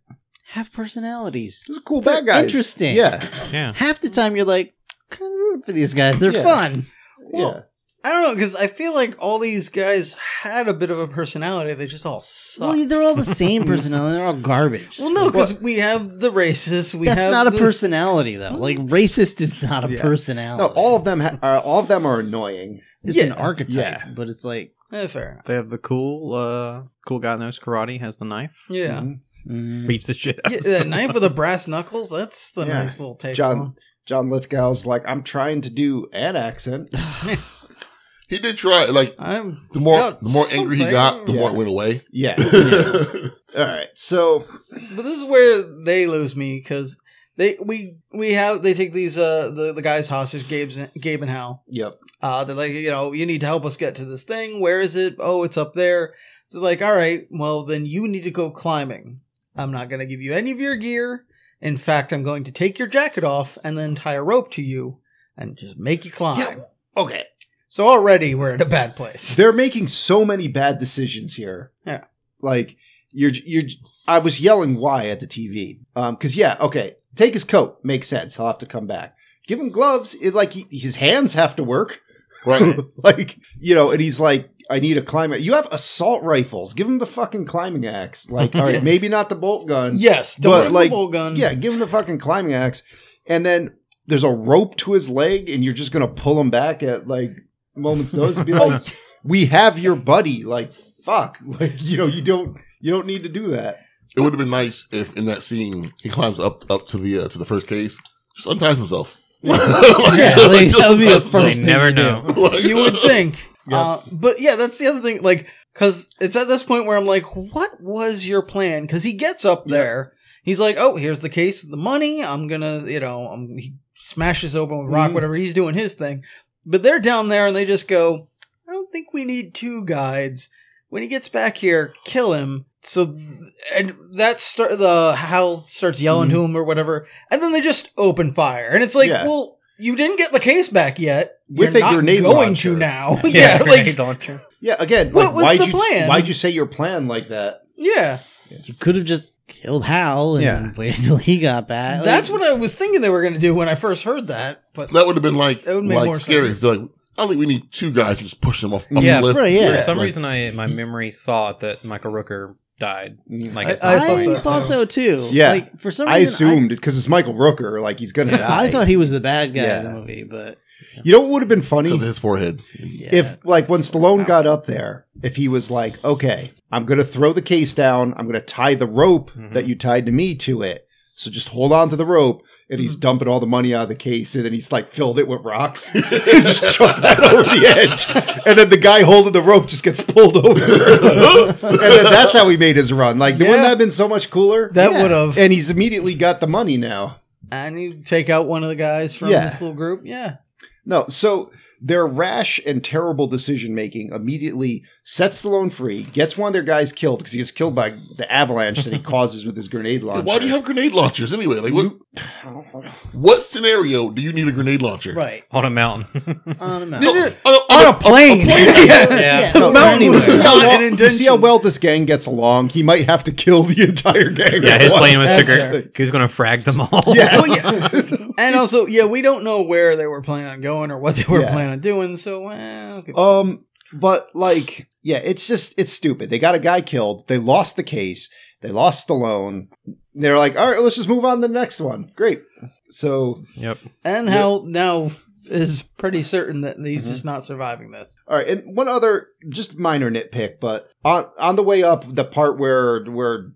Speaker 3: have personalities.
Speaker 4: Those are cool bad guys
Speaker 3: interesting.
Speaker 4: yeah
Speaker 6: Yeah.
Speaker 3: Half the time, you're like, kind of rooting for these guys. They're
Speaker 4: Yeah.
Speaker 3: fun.
Speaker 4: yeah
Speaker 5: I don't know because I feel like all these guys had a bit of a personality. They just all suck.
Speaker 3: Well, they're all the same personality. They're all garbage.
Speaker 5: Well, no, because we have the racists. We
Speaker 3: that's
Speaker 5: have
Speaker 3: not a
Speaker 5: the-
Speaker 3: personality though. Like racist is not a
Speaker 4: Yeah.
Speaker 3: personality.
Speaker 4: no all of them ha- are all of them are annoying
Speaker 3: it's an
Speaker 5: Yeah.
Speaker 3: archetype,
Speaker 4: Yeah.
Speaker 3: but it's like,
Speaker 5: Eh, fair.
Speaker 6: They have the cool, uh, cool guy knows karate, has the knife,
Speaker 5: Yeah.
Speaker 4: Mhm.
Speaker 3: mm,
Speaker 6: beats the shit out
Speaker 5: yeah
Speaker 6: of
Speaker 5: that
Speaker 6: someone.
Speaker 5: knife with the brass knuckles. That's a
Speaker 4: Yeah.
Speaker 5: nice little take.
Speaker 4: john john lithgow's like i'm trying to do an accent
Speaker 1: he did try. Like
Speaker 5: I'm
Speaker 1: the more
Speaker 5: Yeah,
Speaker 1: the more angry he got, the
Speaker 4: something.
Speaker 1: more it went away.
Speaker 4: yeah all right so
Speaker 5: but this is where they lose me because they we we have they take these uh the, the guys hostage Gabe's Gabe and Hal
Speaker 4: yep
Speaker 5: Uh, they're like, you know, you need to help us get to this thing. Where is it? Oh, it's up there. So like, all right, well then you need to go climbing. I'm not going to give you any of your gear. In fact, I'm going to take your jacket off and then tie a rope to you and just make you climb.
Speaker 4: okay
Speaker 5: So already we're at a bad place.
Speaker 4: they're making so many bad decisions here.
Speaker 5: Yeah.
Speaker 4: Like you're you're I was yelling why at the TV. Um cuz yeah, okay. Take his coat, makes sense. He'll have to come back. Give him gloves. It like he, his hands have to work.
Speaker 1: Right?
Speaker 4: like, you know, and he's like I need a climbing. You have assault rifles. Give him the fucking climbing axe. Like, all right, maybe not the bolt gun.
Speaker 5: Yes,
Speaker 4: But,
Speaker 5: don't have
Speaker 4: like,
Speaker 5: a bowl gun.
Speaker 4: Yeah, give him the fucking climbing axe. And then there's a rope to his leg, and you're just gonna pull him back at like moments notice and be like, We have your buddy, like fuck. Like, you know, you don't you don't need to do that.
Speaker 1: it would have been nice if in that scene he climbs up up to the uh, to the first case, just unties himself. Like,
Speaker 3: yeah,
Speaker 1: just-
Speaker 3: like,
Speaker 1: just
Speaker 3: that would be the
Speaker 1: unties himself.
Speaker 3: first
Speaker 6: They
Speaker 3: thing
Speaker 6: never
Speaker 3: you do.
Speaker 6: know.
Speaker 1: Like-
Speaker 5: you would think. Uh, but yeah, that's the other thing. Like, because it's at this point where I'm like, what was your plan? Because he gets up there. He's like, oh, here's the case of the money. I'm going to, you know, um he smashes open with rock,
Speaker 4: Mhm.
Speaker 5: whatever. He's doing his thing. But they're down there and they just go, I don't think we need two guides. When he gets back here, kill him. So, th- and that start the Hal starts yelling to him or whatever, and then they just open fire, and it's like,
Speaker 4: Mhm. Yeah.
Speaker 5: well, you didn't get the case back yet
Speaker 4: With
Speaker 5: you're
Speaker 4: a
Speaker 5: not
Speaker 4: grenade
Speaker 5: going
Speaker 4: launcher.
Speaker 5: to now. yeah, like
Speaker 6: launcher.
Speaker 4: Yeah, again,
Speaker 5: What
Speaker 4: like
Speaker 5: was
Speaker 4: why'd
Speaker 5: the
Speaker 4: you
Speaker 5: plan?
Speaker 4: why'd you say your plan like that?
Speaker 5: yeah.
Speaker 3: You could have just killed Hal and
Speaker 4: Yeah.
Speaker 3: waited till he got back.
Speaker 5: That's
Speaker 3: Like,
Speaker 5: what I was thinking they were going to do when I first heard that. But
Speaker 1: That would have been like,
Speaker 5: That would make
Speaker 1: like
Speaker 5: more
Speaker 1: scary.
Speaker 5: sense.
Speaker 1: They're Like, I don't think we need two guys to just push him off, off
Speaker 6: Yeah,
Speaker 1: the cliff.
Speaker 3: right, yeah.
Speaker 6: For some
Speaker 1: Like-
Speaker 6: reason, I my memory thought that Michael Rooker died. Like
Speaker 5: I-
Speaker 6: it's
Speaker 5: I
Speaker 6: not
Speaker 5: thought
Speaker 6: funny.
Speaker 3: I thought so too.
Speaker 4: Yeah.
Speaker 3: Like for some
Speaker 4: I
Speaker 3: reason,
Speaker 4: assumed because it's Michael Rooker, like he's gonna die.
Speaker 3: I thought he was the bad guy in
Speaker 4: Yeah.
Speaker 3: the movie, but
Speaker 4: you know what would have been funny?
Speaker 1: Because of his forehead.
Speaker 3: yeah.
Speaker 4: If like when Stallone got up there, if he was like, "Okay, I'm going to throw the case down. I'm going to tie the rope
Speaker 5: Mm-hmm.
Speaker 6: Mhm.
Speaker 4: that you tied to me to it." So just hold on to the rope, and
Speaker 5: Mm-hmm.
Speaker 4: he's dumping all the money out of the case, and then he's like filled it with rocks, and just chucked that over the edge, and then the guy holding the rope just gets pulled over, and then that's how he made his run. Like, wouldn't
Speaker 5: Yeah.
Speaker 4: that have been so much cooler?
Speaker 5: That would've.
Speaker 4: and he's immediately got the money now.
Speaker 5: And you take out one of the guys from
Speaker 4: Yeah.
Speaker 5: this little group. Yeah.
Speaker 4: No, so their rash and terrible decision making immediately sets Stallone free, gets one of their guys killed because he gets killed by the avalanche that he causes with his grenade launcher.
Speaker 1: Why do you have grenade launchers anyway? Like, what, what scenario do you need a grenade launcher? Oh,
Speaker 3: Right.
Speaker 6: on a mountain.
Speaker 3: On a mountain.
Speaker 1: No,
Speaker 5: Dude,
Speaker 1: on, a- on a
Speaker 5: plane.
Speaker 6: yeah.
Speaker 4: So,
Speaker 5: Mountain
Speaker 4: you
Speaker 5: was
Speaker 4: see, how
Speaker 5: not
Speaker 4: well, you
Speaker 5: an
Speaker 4: see how
Speaker 5: intention.
Speaker 4: well this gang gets along. He might have to kill the entire gang.
Speaker 6: Yeah,
Speaker 4: at
Speaker 6: his
Speaker 4: once.
Speaker 6: plan was to
Speaker 4: That's
Speaker 6: gr-
Speaker 4: it.
Speaker 6: he was going to frag them all.
Speaker 4: Oh, Yeah.
Speaker 5: And also, yeah, we don't know where they were planning on going or what they were
Speaker 4: Yeah.
Speaker 5: planning on doing. So, well, okay.
Speaker 4: Um, but like, yeah, it's just it's stupid. They got a guy killed. They lost the case. They lost Stallone. They're like, all right, let's just move on to the next one. Great. So,
Speaker 6: Yep.
Speaker 5: and how now is pretty certain that he's
Speaker 4: Mm-hmm.
Speaker 5: just not surviving this.
Speaker 4: all right, and one other just minor nitpick, but on on the way up, the part where where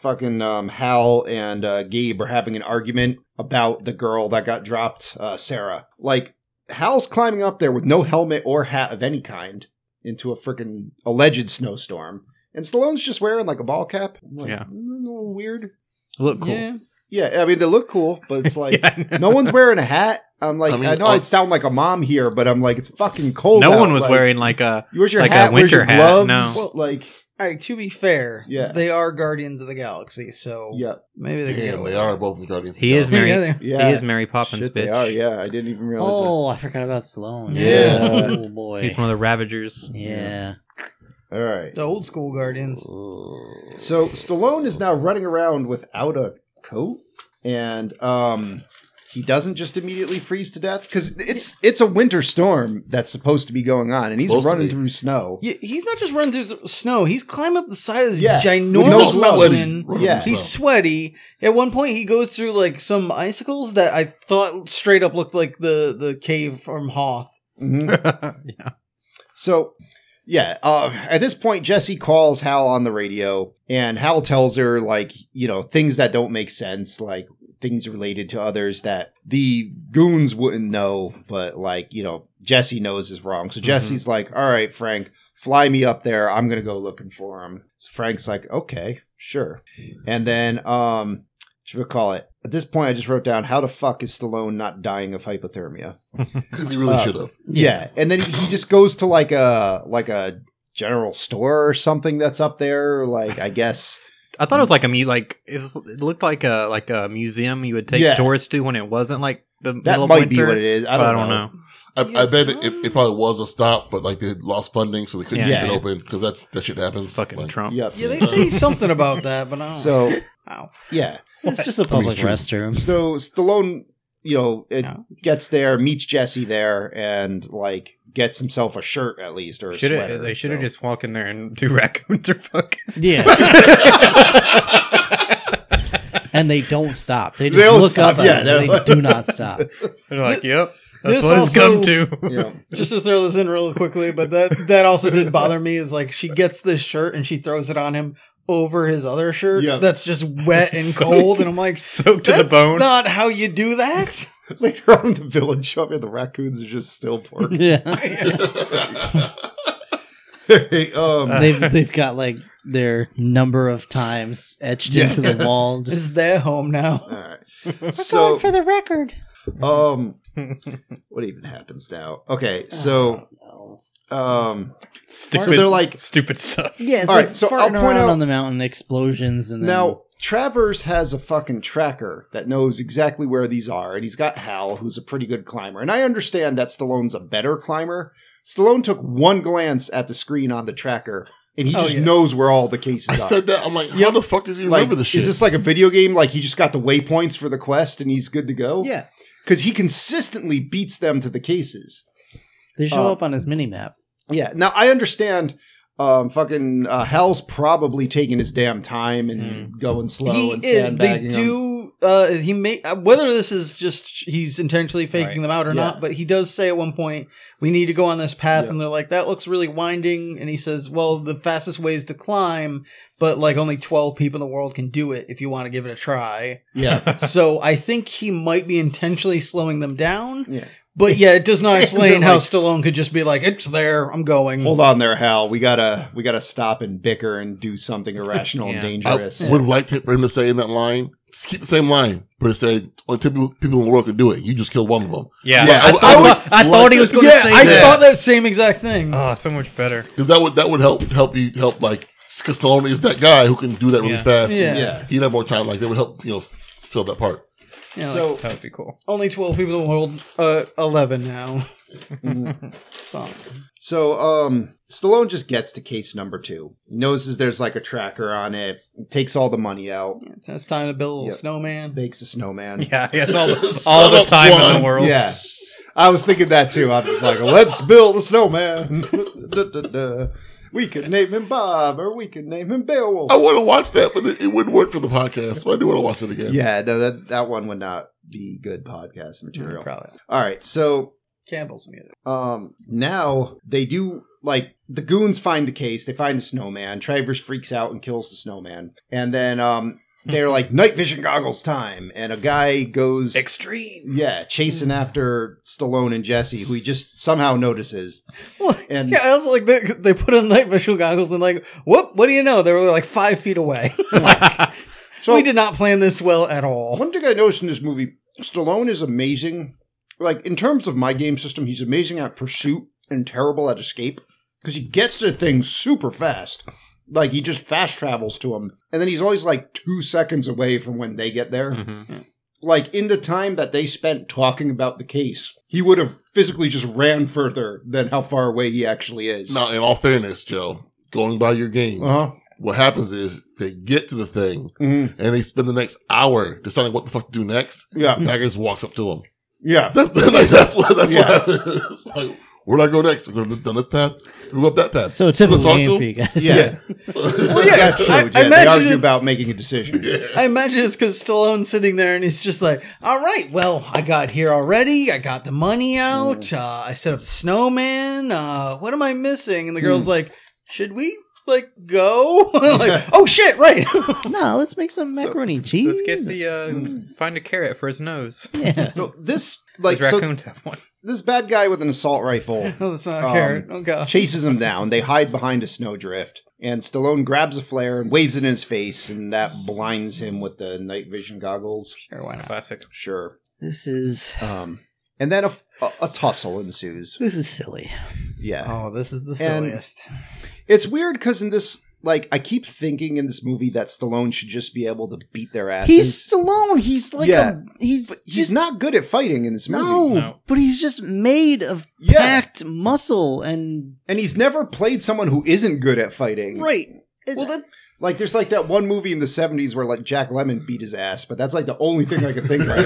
Speaker 4: fucking um, Hal and uh, Gabe are having an argument about the girl that got dropped, uh, Sarah. Like Hal's climbing up there with no helmet or hat of any kind into a freaking alleged snowstorm, and Stallone's just wearing like a ball cap. I'm like,
Speaker 6: Yeah.
Speaker 4: "Mm, a little weird.
Speaker 6: Look cool.
Speaker 5: Yeah.
Speaker 4: Yeah, I mean they look cool, but it's like
Speaker 6: Yeah, I know.
Speaker 4: no one's wearing a hat. I'm like, I,
Speaker 1: I mean,
Speaker 4: know
Speaker 1: uh,
Speaker 4: i sound like a mom here, but I'm like, it's fucking cold.
Speaker 6: No
Speaker 4: out,
Speaker 6: one was
Speaker 4: like-
Speaker 6: wearing like uh, a
Speaker 4: Where's your
Speaker 6: Like a
Speaker 4: hat? Where's
Speaker 6: winter
Speaker 4: your
Speaker 6: hat,
Speaker 4: gloves?
Speaker 6: no.
Speaker 4: Well, like,
Speaker 5: All right. To be fair,
Speaker 4: Yeah.
Speaker 5: they are Guardians of the Galaxy. So
Speaker 4: yeah,
Speaker 5: maybe they can.
Speaker 1: Damn,
Speaker 5: get
Speaker 1: they
Speaker 5: away.
Speaker 1: are both in Guardians. of
Speaker 6: he
Speaker 1: the
Speaker 6: is
Speaker 1: Galaxy.
Speaker 6: Mary.
Speaker 5: Yeah, they are.
Speaker 4: yeah.
Speaker 6: He is Mary Poppins,
Speaker 4: Shit,
Speaker 6: bitch.
Speaker 4: They are. Yeah, I didn't even realize.
Speaker 3: Oh, I forgot about Sloan.
Speaker 4: Yeah.
Speaker 3: Oh boy.
Speaker 6: He's one of the Ravagers.
Speaker 3: yeah.
Speaker 4: that. All right.
Speaker 5: The old school Guardians.
Speaker 4: So Stallone is now running around without a coat, and um, he doesn't just immediately freeze to death because it's it's a winter storm that's supposed to be going on, and he's
Speaker 1: Supposed to
Speaker 4: running
Speaker 1: be.
Speaker 4: through snow.
Speaker 5: Yeah, he's not just running through the snow. He's climbed up the side of this
Speaker 4: Yeah.
Speaker 5: ginormous
Speaker 4: No
Speaker 1: He's all
Speaker 4: gloves.
Speaker 1: sweaty.
Speaker 5: mountain.
Speaker 1: Run
Speaker 4: Yeah.
Speaker 1: through
Speaker 5: He's
Speaker 1: snow.
Speaker 5: sweaty. At one point, he goes through like some icicles that I thought straight up looked like the the cave from Hoth.
Speaker 4: Mhm.
Speaker 6: yeah.
Speaker 4: So, yeah, uh, at this point, Jesse calls Hal on the radio, and Hal tells her, like, you know, things that don't make sense, like things related to others that the goons wouldn't know, but like, you know, Jesse knows is wrong. So Jesse's like, all right, Frank, fly me up there. I'm going to go looking for him. So Frank's like, okay, sure. And then, um, should we call it? At this point, I just wrote down, how the fuck is Stallone not dying of hypothermia?
Speaker 1: Because he really
Speaker 4: Uh,
Speaker 1: should have.
Speaker 4: Yeah, and then he, he just goes to like a like a general store or something that's up there. Like I guess
Speaker 6: I thought it was like a mu- like it was it looked like a like a museum you would take
Speaker 4: Yeah.
Speaker 6: tourists to when it wasn't like the
Speaker 4: that
Speaker 6: middle of
Speaker 4: might be
Speaker 6: winter,
Speaker 4: what it is. I
Speaker 6: but
Speaker 4: don't,
Speaker 6: I don't know.
Speaker 1: I, I
Speaker 5: Yes.
Speaker 1: bet it, it, it probably was a stop, but like they lost funding, so they couldn't
Speaker 6: Yeah.
Speaker 1: keep it open because that that shit happens.
Speaker 6: Fucking
Speaker 1: like,
Speaker 6: Trump.
Speaker 4: Yep.
Speaker 5: Yeah, they say something about that,
Speaker 6: Oh.
Speaker 5: but I don't.
Speaker 4: So
Speaker 5: Wow.
Speaker 4: yeah,
Speaker 3: It's just a
Speaker 1: I mean,
Speaker 3: public
Speaker 1: it's true.
Speaker 3: restroom.
Speaker 4: so Stallone, you know, it
Speaker 5: No.
Speaker 4: gets there, meets Jesse there, and like gets himself a shirt at least or a
Speaker 6: Should
Speaker 4: sweater.
Speaker 6: have they should have
Speaker 4: so.
Speaker 6: just walked in there and two raccoons are fucking.
Speaker 3: Yeah. and they don't stop. They just
Speaker 4: They don't
Speaker 3: look
Speaker 4: stop,
Speaker 3: up. At
Speaker 4: yeah,
Speaker 3: it.
Speaker 4: they're
Speaker 3: They
Speaker 4: like-
Speaker 3: do not stop.
Speaker 6: They're like, yep,
Speaker 5: this
Speaker 6: that's what it's come
Speaker 5: also-
Speaker 6: to.
Speaker 4: You know,
Speaker 5: Just to throw this in real quickly, but that that also did bother me. Is like she gets this shirt and she throws it on him over his other shirt
Speaker 4: Yeah.
Speaker 5: that's just wet and
Speaker 6: So-
Speaker 5: cold, and I'm like,
Speaker 6: Soaked to the
Speaker 5: that's
Speaker 6: bone.
Speaker 5: Not how you do that.
Speaker 4: later on in the village, I mean, the raccoons are just still poor.
Speaker 3: Yeah.
Speaker 4: um,
Speaker 3: They've they've got like their number of times etched
Speaker 4: Yeah.
Speaker 3: into the wall. Just,
Speaker 5: Is their home now?
Speaker 4: all right. So
Speaker 3: the record.
Speaker 4: um, what even happens now? Okay, so um.
Speaker 6: stupid,
Speaker 4: So they're like-
Speaker 6: stupid stuff.
Speaker 3: Yeah, it's
Speaker 4: All
Speaker 3: like
Speaker 4: right, so
Speaker 3: farting
Speaker 4: I'll
Speaker 3: around
Speaker 4: point out-
Speaker 3: on the mountain explosions and then,
Speaker 4: Now, Travers has a fucking tracker that knows exactly where these are, and he's got Hal, who's a pretty good climber. And I understand that Stallone's a better climber. Stallone took one glance at the screen on the tracker, and he
Speaker 5: Oh,
Speaker 4: just
Speaker 5: yeah.
Speaker 4: knows where all the cases
Speaker 1: I
Speaker 4: are.
Speaker 1: said that. I'm like, how
Speaker 5: Yep.
Speaker 1: the fuck does he
Speaker 4: like,
Speaker 1: remember this shit?
Speaker 4: is this like a video game? Like he just got the waypoints for the quest, and he's good to go.
Speaker 3: yeah,
Speaker 4: because he consistently beats them to the cases.
Speaker 3: they show
Speaker 4: uh,
Speaker 3: up on his mini map.
Speaker 4: Yeah. Now I understand. Um, fucking
Speaker 6: Hmm.
Speaker 4: uh, Hal's probably taking his damn time and going slow
Speaker 5: He
Speaker 4: and
Speaker 5: is. They
Speaker 4: sandbagging. him.
Speaker 5: do uh, he may uh, whether this is just he's intentionally faking
Speaker 6: Right.
Speaker 5: them out or
Speaker 4: Yeah.
Speaker 5: not, but he does say at one point we need to go on this path,
Speaker 4: Yeah.
Speaker 5: and they're like that looks really winding, and he says, well, the fastest way is to climb, but like only twelve people in the world can do it if you want to give it a try.
Speaker 4: Yeah.
Speaker 5: so I think he might be intentionally slowing them down.
Speaker 4: Yeah.
Speaker 5: But yeah, it does not explain
Speaker 4: They're
Speaker 5: how
Speaker 4: like-
Speaker 5: Stallone could just be like, "It's there, I'm going."
Speaker 4: Hold on there, Hal. We gotta we gotta stop and bicker and do something irrational
Speaker 6: Yeah. Oh,
Speaker 4: and
Speaker 1: I
Speaker 4: dangerous.
Speaker 1: would have liked it for him to say in that line, just keep the same line, but it said only two people- people in the world can do it. You just killed one of them.
Speaker 6: Yeah,
Speaker 4: Yeah,
Speaker 6: I,
Speaker 4: I-
Speaker 6: thought,
Speaker 4: I
Speaker 6: I,
Speaker 4: was-
Speaker 6: thought he was going to
Speaker 5: yeah,
Speaker 6: say
Speaker 5: I
Speaker 6: that.
Speaker 5: thought that same exact thing.
Speaker 4: Uh,
Speaker 6: Oh, so much better.
Speaker 1: Because that would that would help help you help like because Stallone is that guy who can do that really
Speaker 6: Yeah.
Speaker 1: fast.
Speaker 5: yeah.
Speaker 4: Yeah.
Speaker 1: He'd have more time. Like that would help you know fill that part.
Speaker 5: Yeah, like,
Speaker 4: So
Speaker 6: That would be cool.
Speaker 5: only twelve people in the world. Uh, eleven now.
Speaker 4: Mhm.
Speaker 5: So
Speaker 4: so um Stallone just gets to case number two. He notices there's like a tracker on it, takes all the money out,
Speaker 5: it's, it's time to build a little
Speaker 4: Yep.
Speaker 5: snowman.
Speaker 4: makes a snowman.
Speaker 6: Yeah, yeah, it's all the,
Speaker 1: Shut
Speaker 6: all the
Speaker 1: up,
Speaker 6: time in
Speaker 1: Swan.
Speaker 6: the world.
Speaker 4: Yeah. I was thinking that too. I was just like, let's build a snowman. Duh, duh, duh. We could name him Bob or we could name him Beowulf.
Speaker 1: I want to watch that, but it, it wouldn't work for the podcast. But I do want to watch it again.
Speaker 4: Yeah, no, that, that one would not be good podcast material.
Speaker 5: Probably
Speaker 4: All right, so
Speaker 5: Campbell's music.
Speaker 4: um now they do like the goons find the case they find the snowman travers freaks out and kills the snowman and then um they're like night vision goggles time and a guy goes
Speaker 6: Extreme.
Speaker 4: yeah
Speaker 5: Hmm.
Speaker 4: chasing after stallone and jesse who he just somehow notices
Speaker 5: Well,
Speaker 4: and
Speaker 5: yeah, I was like, they, they put on night vision goggles and like, whoop! What do you know? They were like five feet away.
Speaker 4: so
Speaker 5: we did not plan this well at all.
Speaker 4: one thing i noticed in this movie stallone is amazing like in terms of my game system he's amazing at pursuit and terrible at escape because he gets to things super fast. Like he just fast travels to them, and then he's always like two seconds away from when they get there. Like in the time that they spent talking about the case, he would have physically just ran further than how far away he actually is.
Speaker 1: Now, in all fairness, Joe, going by your games,
Speaker 4: Uh-huh.
Speaker 1: what happens is they get to the thing
Speaker 4: Mhm.
Speaker 1: and they spend the next hour deciding what the fuck to do next.
Speaker 4: Yeah,
Speaker 1: That guy just walks up to him.
Speaker 4: yeah.
Speaker 1: That's, like, that's what that's
Speaker 4: Yeah.
Speaker 1: what happens. It's like, where do I go next? We're going down this path. We go up that path.
Speaker 3: So a typical
Speaker 1: talk
Speaker 3: game
Speaker 1: to
Speaker 3: for you guys.
Speaker 4: Yeah, yeah.
Speaker 5: Well, yeah,
Speaker 4: That's true.
Speaker 5: I- I
Speaker 4: yeah. they
Speaker 5: imagine
Speaker 4: argue
Speaker 5: it's-
Speaker 4: about making a decision.
Speaker 5: I imagine it's because Stallone's sitting there and he's just like, all right, well, I got here already. I got the money out. Uh, I set up the snowman. Uh, what am I missing? And the girl's like, should we like go? like, oh shit, right.
Speaker 3: No, let's make some macaroni and cheese.
Speaker 6: Let's get the uh, let's find a carrot for his nose.
Speaker 3: yeah.
Speaker 4: So this,
Speaker 6: Like
Speaker 4: like, so
Speaker 6: raccoons have one.
Speaker 4: this bad guy with an assault rifle
Speaker 5: oh, that's not a
Speaker 4: Um,
Speaker 5: carrot. Oh gosh.
Speaker 4: chases him down. They hide behind a snowdrift, and Stallone grabs a flare and waves it in his face, and that blinds him with the night vision goggles.
Speaker 5: Sure, why not?
Speaker 6: Classic.
Speaker 4: Sure.
Speaker 3: This is
Speaker 4: Um, and then a, f- a- a tussle ensues.
Speaker 3: this is silly.
Speaker 4: Yeah,
Speaker 5: Oh, this is the
Speaker 4: And-
Speaker 5: silliest.
Speaker 4: it's weird because in this, like, I keep thinking in this movie that Stallone should just be able to beat their asses.
Speaker 3: He's Stallone. He's like
Speaker 4: Yeah.
Speaker 3: a he's
Speaker 4: but he's
Speaker 3: just
Speaker 4: not good at fighting in this movie.
Speaker 3: no,
Speaker 6: No.
Speaker 3: but he's just made of
Speaker 4: Yeah.
Speaker 3: packed muscle and
Speaker 4: and he's never played someone who isn't good at fighting.
Speaker 3: right.
Speaker 5: Well, that,
Speaker 4: Like, there's like that one movie in the '70s where like Jack Lemon beat his ass, but that's like the only thing I could think of.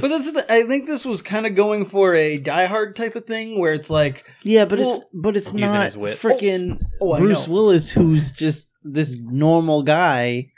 Speaker 5: but that's the, I think this was kind of going for a Die Hard type of thing where it's like,
Speaker 3: yeah, but it's
Speaker 5: Well,
Speaker 3: but it's
Speaker 6: using
Speaker 3: not
Speaker 6: his wit.
Speaker 3: freaking
Speaker 5: Oh, I
Speaker 3: Bruce
Speaker 5: know.
Speaker 3: Willis who's just this normal guy.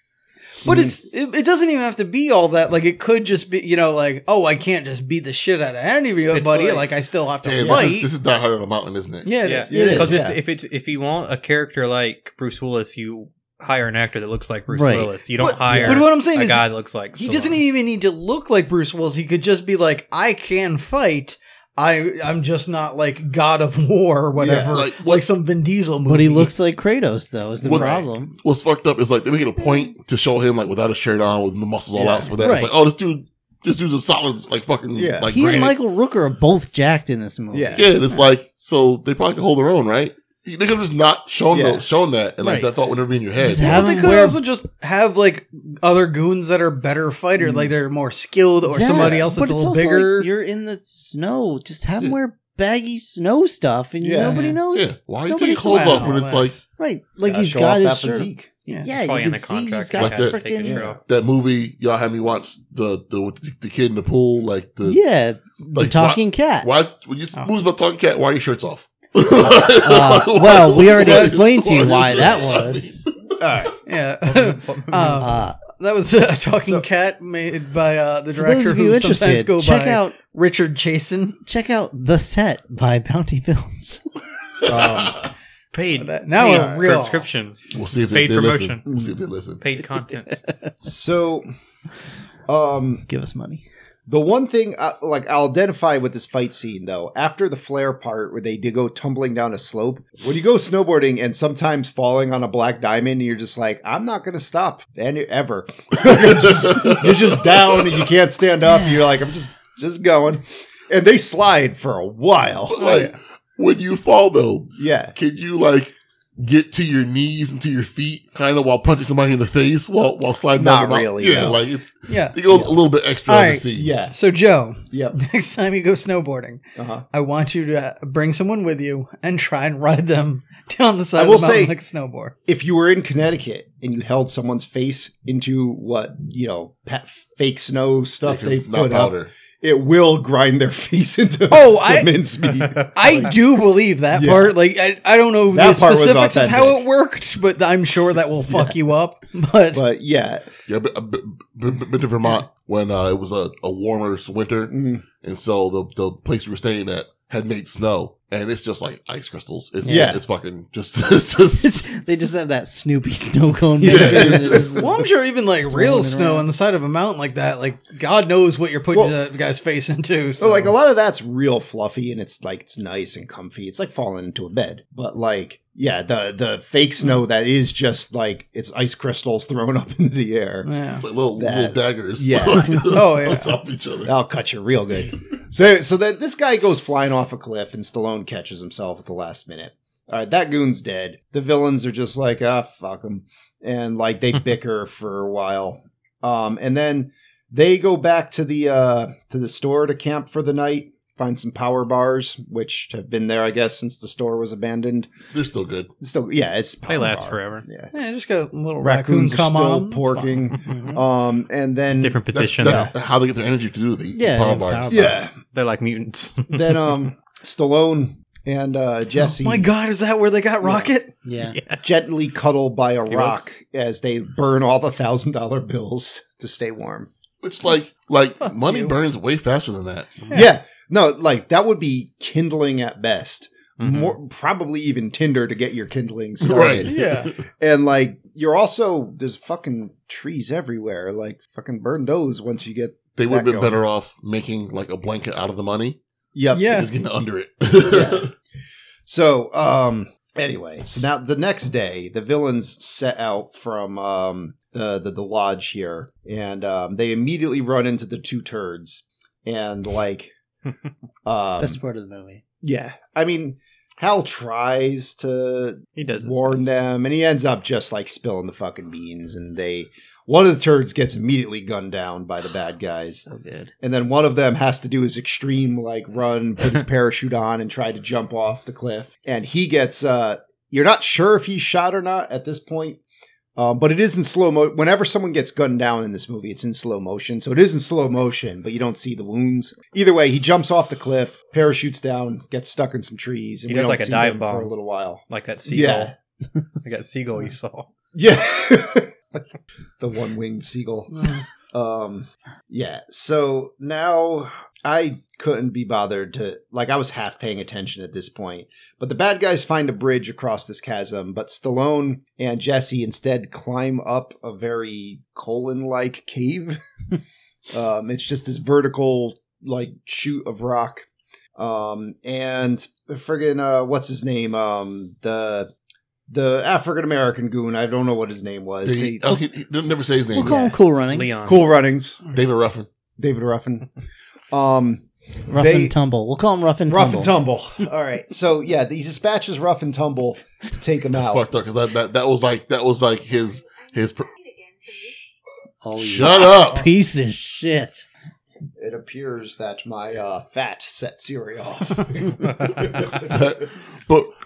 Speaker 5: But it's it, it doesn't even have to be all that. Like it could just be, you know, like oh, I can't just beat the shit out of anybody.
Speaker 6: like-
Speaker 5: Like, I still have to
Speaker 1: Damn,
Speaker 5: fight.
Speaker 1: this, is, this is Die Hard on the Mountain, isn't it?
Speaker 5: yeah, it
Speaker 6: Yeah,
Speaker 5: is.
Speaker 4: it is,
Speaker 6: because it's
Speaker 4: yeah.
Speaker 6: if it's if you want a character like Bruce Willis, you hire an actor that looks like Bruce
Speaker 3: Right.
Speaker 6: Willis. You don't
Speaker 5: But-
Speaker 6: hire
Speaker 5: But what I'm saying
Speaker 6: a
Speaker 5: is,
Speaker 6: guy that looks like.
Speaker 5: he
Speaker 6: Stallone.
Speaker 5: doesn't even need to look like Bruce Willis. He could just be like, I can fight. I I'm just not like God of War or whatever,
Speaker 1: Yeah, like,
Speaker 5: like, some Vin Diesel movie.
Speaker 3: But he looks like Kratos though, is the
Speaker 1: What-
Speaker 3: problem.
Speaker 1: What's fucked up is like they make it a point to show him like without a shirt on, with the muscles all
Speaker 4: Yeah.
Speaker 1: out. So that it's
Speaker 3: Right.
Speaker 1: like, oh, this dude, this dude's a solid like fucking
Speaker 4: Yeah.
Speaker 1: like
Speaker 3: he
Speaker 1: granite.
Speaker 3: and Michael Rooker are both jacked in this movie.
Speaker 4: Yeah.
Speaker 1: Yeah, and it's like so they probably could hold their own, right? They could have just not shown
Speaker 4: Yeah.
Speaker 1: tho- shown that, and like
Speaker 3: Right.
Speaker 1: that thought would never be in your head.
Speaker 3: Just
Speaker 5: But
Speaker 3: have
Speaker 5: they
Speaker 3: him
Speaker 5: could
Speaker 3: wear
Speaker 5: also just have like other goons that are better fighter, like they're more skilled, or
Speaker 3: Mm. Yeah,
Speaker 5: somebody else that's
Speaker 3: but
Speaker 5: a
Speaker 3: it's
Speaker 5: little
Speaker 3: also like
Speaker 5: bigger.
Speaker 3: you're in the snow. Just have him
Speaker 1: Yeah.
Speaker 3: wear baggy snow stuff, and
Speaker 4: Yeah.
Speaker 3: nobody knows.
Speaker 1: yeah, why are you
Speaker 3: Nobody
Speaker 1: taking clothes
Speaker 3: can-
Speaker 1: off when it's like
Speaker 3: Right, like
Speaker 4: Gotta
Speaker 3: he's
Speaker 4: show
Speaker 3: got
Speaker 4: off
Speaker 3: his
Speaker 4: that
Speaker 3: shirt.
Speaker 4: physique.
Speaker 5: yeah.
Speaker 3: Yeah,
Speaker 6: It's probably
Speaker 3: you
Speaker 6: in
Speaker 3: can
Speaker 6: the
Speaker 3: see he's
Speaker 6: contract.
Speaker 3: got
Speaker 1: Like that-
Speaker 6: freaking
Speaker 3: freaking.
Speaker 4: Yeah.
Speaker 1: that movie y'all had me watch the the with the, the kid in the pool, like the
Speaker 3: Yeah, the
Speaker 1: like,
Speaker 3: talking cat.
Speaker 1: why when you
Speaker 5: Oh.
Speaker 1: moves about talking cat, why are your shirts off?
Speaker 3: Uh, well, we already
Speaker 1: Why-
Speaker 3: explained to
Speaker 1: why
Speaker 3: you why
Speaker 1: is
Speaker 3: that
Speaker 1: it-
Speaker 3: was.
Speaker 4: All right.
Speaker 5: yeah.
Speaker 6: What movie was
Speaker 5: Uh,
Speaker 6: it?
Speaker 3: Uh,
Speaker 5: That was a talking
Speaker 4: So-
Speaker 5: cat made by uh, the
Speaker 3: For those
Speaker 5: director
Speaker 3: of you
Speaker 5: who sometimes
Speaker 3: interested,
Speaker 5: go
Speaker 3: check
Speaker 5: by
Speaker 3: out
Speaker 5: Richard Chasen.
Speaker 3: check out the set by Bounty Films.
Speaker 4: Um,
Speaker 6: Paid.
Speaker 5: That- now
Speaker 6: paid
Speaker 5: we're real.
Speaker 6: subscription.
Speaker 1: We'll see if they,
Speaker 6: Paid
Speaker 1: they listen.
Speaker 6: promotion.
Speaker 1: We'll see if they listen.
Speaker 6: Paid content.
Speaker 4: so, um,
Speaker 3: Give us money.
Speaker 4: The one thing, uh, like, I'll identify with this fight scene though. After the flare part, where they did go tumbling down a slope, when you go snowboarding and sometimes falling on a black diamond, you're just like, I'm not gonna stop, and ever. you're, just, you're just down and you can't stand up. You're like, I'm just, just going, and they slide for a while.
Speaker 1: But like when you fall though,
Speaker 4: Yeah,
Speaker 1: can you like get to your knees and to your feet kind of while punching somebody in the face while while sliding down
Speaker 4: Not
Speaker 1: the mountain?
Speaker 4: really,
Speaker 1: Yeah,
Speaker 4: no.
Speaker 1: like it's
Speaker 5: Yeah.
Speaker 1: you go a little bit extra
Speaker 5: All
Speaker 1: on the
Speaker 5: right,
Speaker 1: scene.
Speaker 4: yeah,
Speaker 5: So Joe,
Speaker 4: yep.
Speaker 5: next time you go snowboarding,
Speaker 4: Uh-huh.
Speaker 5: I want you to bring someone with you and try and ride them down the side
Speaker 4: I
Speaker 5: of
Speaker 4: will
Speaker 5: the mountain
Speaker 4: say-
Speaker 5: like a snowboard.
Speaker 4: If you were in Connecticut and you held someone's face into what you know, pa- fake snow stuff
Speaker 1: Because
Speaker 4: they
Speaker 1: it's not
Speaker 4: put out.
Speaker 1: powder.
Speaker 4: it will grind their face into
Speaker 5: Oh,
Speaker 4: to
Speaker 5: I-
Speaker 4: mincemeat.
Speaker 5: I do believe that
Speaker 4: Yeah.
Speaker 5: part. Like I, I don't know
Speaker 4: That
Speaker 5: the
Speaker 4: part was
Speaker 5: specifics of how
Speaker 4: authentic.
Speaker 5: it worked, but I'm sure that will fuck you up. But,
Speaker 4: but yeah,
Speaker 1: Yeah, but a bit, bit, bit- bit to Vermont when uh, it was a, a warmer winter,
Speaker 4: Mm.
Speaker 1: and so the the place we were staying at had made snow, and it's just like ice crystals. It's,
Speaker 4: Yeah.
Speaker 1: it's fucking just it's just
Speaker 3: It's- they just have that Snoopy snow cone.
Speaker 4: Yeah.
Speaker 3: maker and it's just-
Speaker 5: well, I'm sure even like real
Speaker 3: it
Speaker 5: snow
Speaker 3: around.
Speaker 5: on the side of a mountain like that, like God knows what you're putting
Speaker 4: Well-
Speaker 5: that guy's face into. So
Speaker 4: so like a lot of that's real fluffy and it's like it's nice and comfy. It's like falling into a bed, but like yeah, the the fake snow that is just like it's ice crystals thrown up into the air.
Speaker 5: yeah.
Speaker 1: it's like little little
Speaker 4: That-
Speaker 1: daggers.
Speaker 4: yeah.
Speaker 1: like,
Speaker 5: Oh, yeah.
Speaker 1: on top of each other.
Speaker 4: That'll cut you real good. So so that this guy goes flying off a cliff and Stallone catches himself at the last minute. All right, that goon's dead. The villains are just like, ah, fuck him. And like they bicker for a while. Um, and then they go back to the uh to the store to camp for the night, find some power bars, which have been there, I guess, since the store was abandoned.
Speaker 1: They're still good.
Speaker 4: It's still yeah, it's power
Speaker 6: They last
Speaker 4: bar.
Speaker 6: forever.
Speaker 4: Yeah.
Speaker 5: yeah, just got a little raccoon
Speaker 4: Raccoons are
Speaker 5: come
Speaker 4: still
Speaker 5: on
Speaker 4: porking. Um and then
Speaker 6: Different
Speaker 1: That's,
Speaker 6: position.
Speaker 1: that's how they get their energy to do the
Speaker 3: Yeah,
Speaker 1: power
Speaker 3: the
Speaker 1: bars.
Speaker 3: power
Speaker 4: Yeah.
Speaker 6: They're like mutants.
Speaker 4: then um Stallone and uh Jesse
Speaker 5: Oh my God, is that where they got Rocket?
Speaker 3: yeah.
Speaker 4: gently cuddle by a
Speaker 6: He
Speaker 4: rock as they burn all the thousand dollar bills to stay warm.
Speaker 1: Which like like
Speaker 5: Fuck
Speaker 1: money
Speaker 5: you.
Speaker 1: burns way faster than that.
Speaker 4: Yeah. No, like that would be kindling at best.
Speaker 6: Mhm.
Speaker 4: More probably even Tinder to get your kindling started.
Speaker 5: Yeah,
Speaker 4: And like you're also there's fucking trees everywhere. Like fucking burn those once you get
Speaker 1: They would have
Speaker 4: That
Speaker 1: been
Speaker 4: going.
Speaker 1: better off making like a blanket out of the money.
Speaker 4: Yep.
Speaker 1: and
Speaker 5: yeah.
Speaker 1: Just getting under it.
Speaker 4: Yeah. So, um, anyway, so now the next day, the villains set out from um, the, the the lodge here, and um, they immediately run into the two turds, and like, um,
Speaker 3: Best part of the movie.
Speaker 4: yeah, I mean. Hal tries to
Speaker 6: He does his
Speaker 4: warn
Speaker 6: best.
Speaker 4: them, and he ends up just like spilling the fucking beans. And they, one of the turds gets immediately gunned down by the bad guys
Speaker 3: So good.
Speaker 4: and then one of them has to do his extreme like run, put his parachute on, and try to jump off the cliff. And he gets uh you're not sure if he's shot or not at this point. Um, but it is in slow mo. Whenever someone gets gunned down in this movie, it's in slow motion. So it is in slow motion, but you don't see the wounds. Either way, he jumps off the cliff, parachutes down, gets stuck in some trees, and
Speaker 6: He
Speaker 4: we
Speaker 6: does
Speaker 4: don't
Speaker 6: like a
Speaker 4: see
Speaker 6: dive
Speaker 4: him for
Speaker 6: bomb.
Speaker 4: a little while.
Speaker 6: Like that seagull.
Speaker 4: Yeah.
Speaker 6: Like that seagull you saw.
Speaker 4: Yeah. the one winged seagull. Um yeah. So now I couldn't be bothered to like I was half paying attention at this point. But the bad guys find a bridge across this chasm, but Stallone and Jesse instead climb up a very colon like cave. um it's just this vertical like chute of rock. Um and the friggin' uh what's his name? Um the the African American goon, I don't know what his name was.
Speaker 1: They-
Speaker 4: They-
Speaker 1: oh, he, he didn't never say his name.
Speaker 3: We'll call
Speaker 4: Yeah.
Speaker 3: him Cool Runnings.
Speaker 6: Leon.
Speaker 4: cool runnings.
Speaker 1: David Ruffin.
Speaker 4: David Ruffin. Um,
Speaker 3: Rough
Speaker 4: They-
Speaker 3: and tumble. We'll call him Rough and
Speaker 4: rough
Speaker 3: Tumble.
Speaker 4: and tumble. All right. So yeah, he dispatches rough and tumble to take him
Speaker 1: That's
Speaker 4: out.
Speaker 1: fucked up because that, that that was like that was like his his. Pr-
Speaker 3: Oh, you
Speaker 1: Shut up.
Speaker 3: Piece of shit.
Speaker 4: It appears that my uh, fat set Siri off.
Speaker 1: but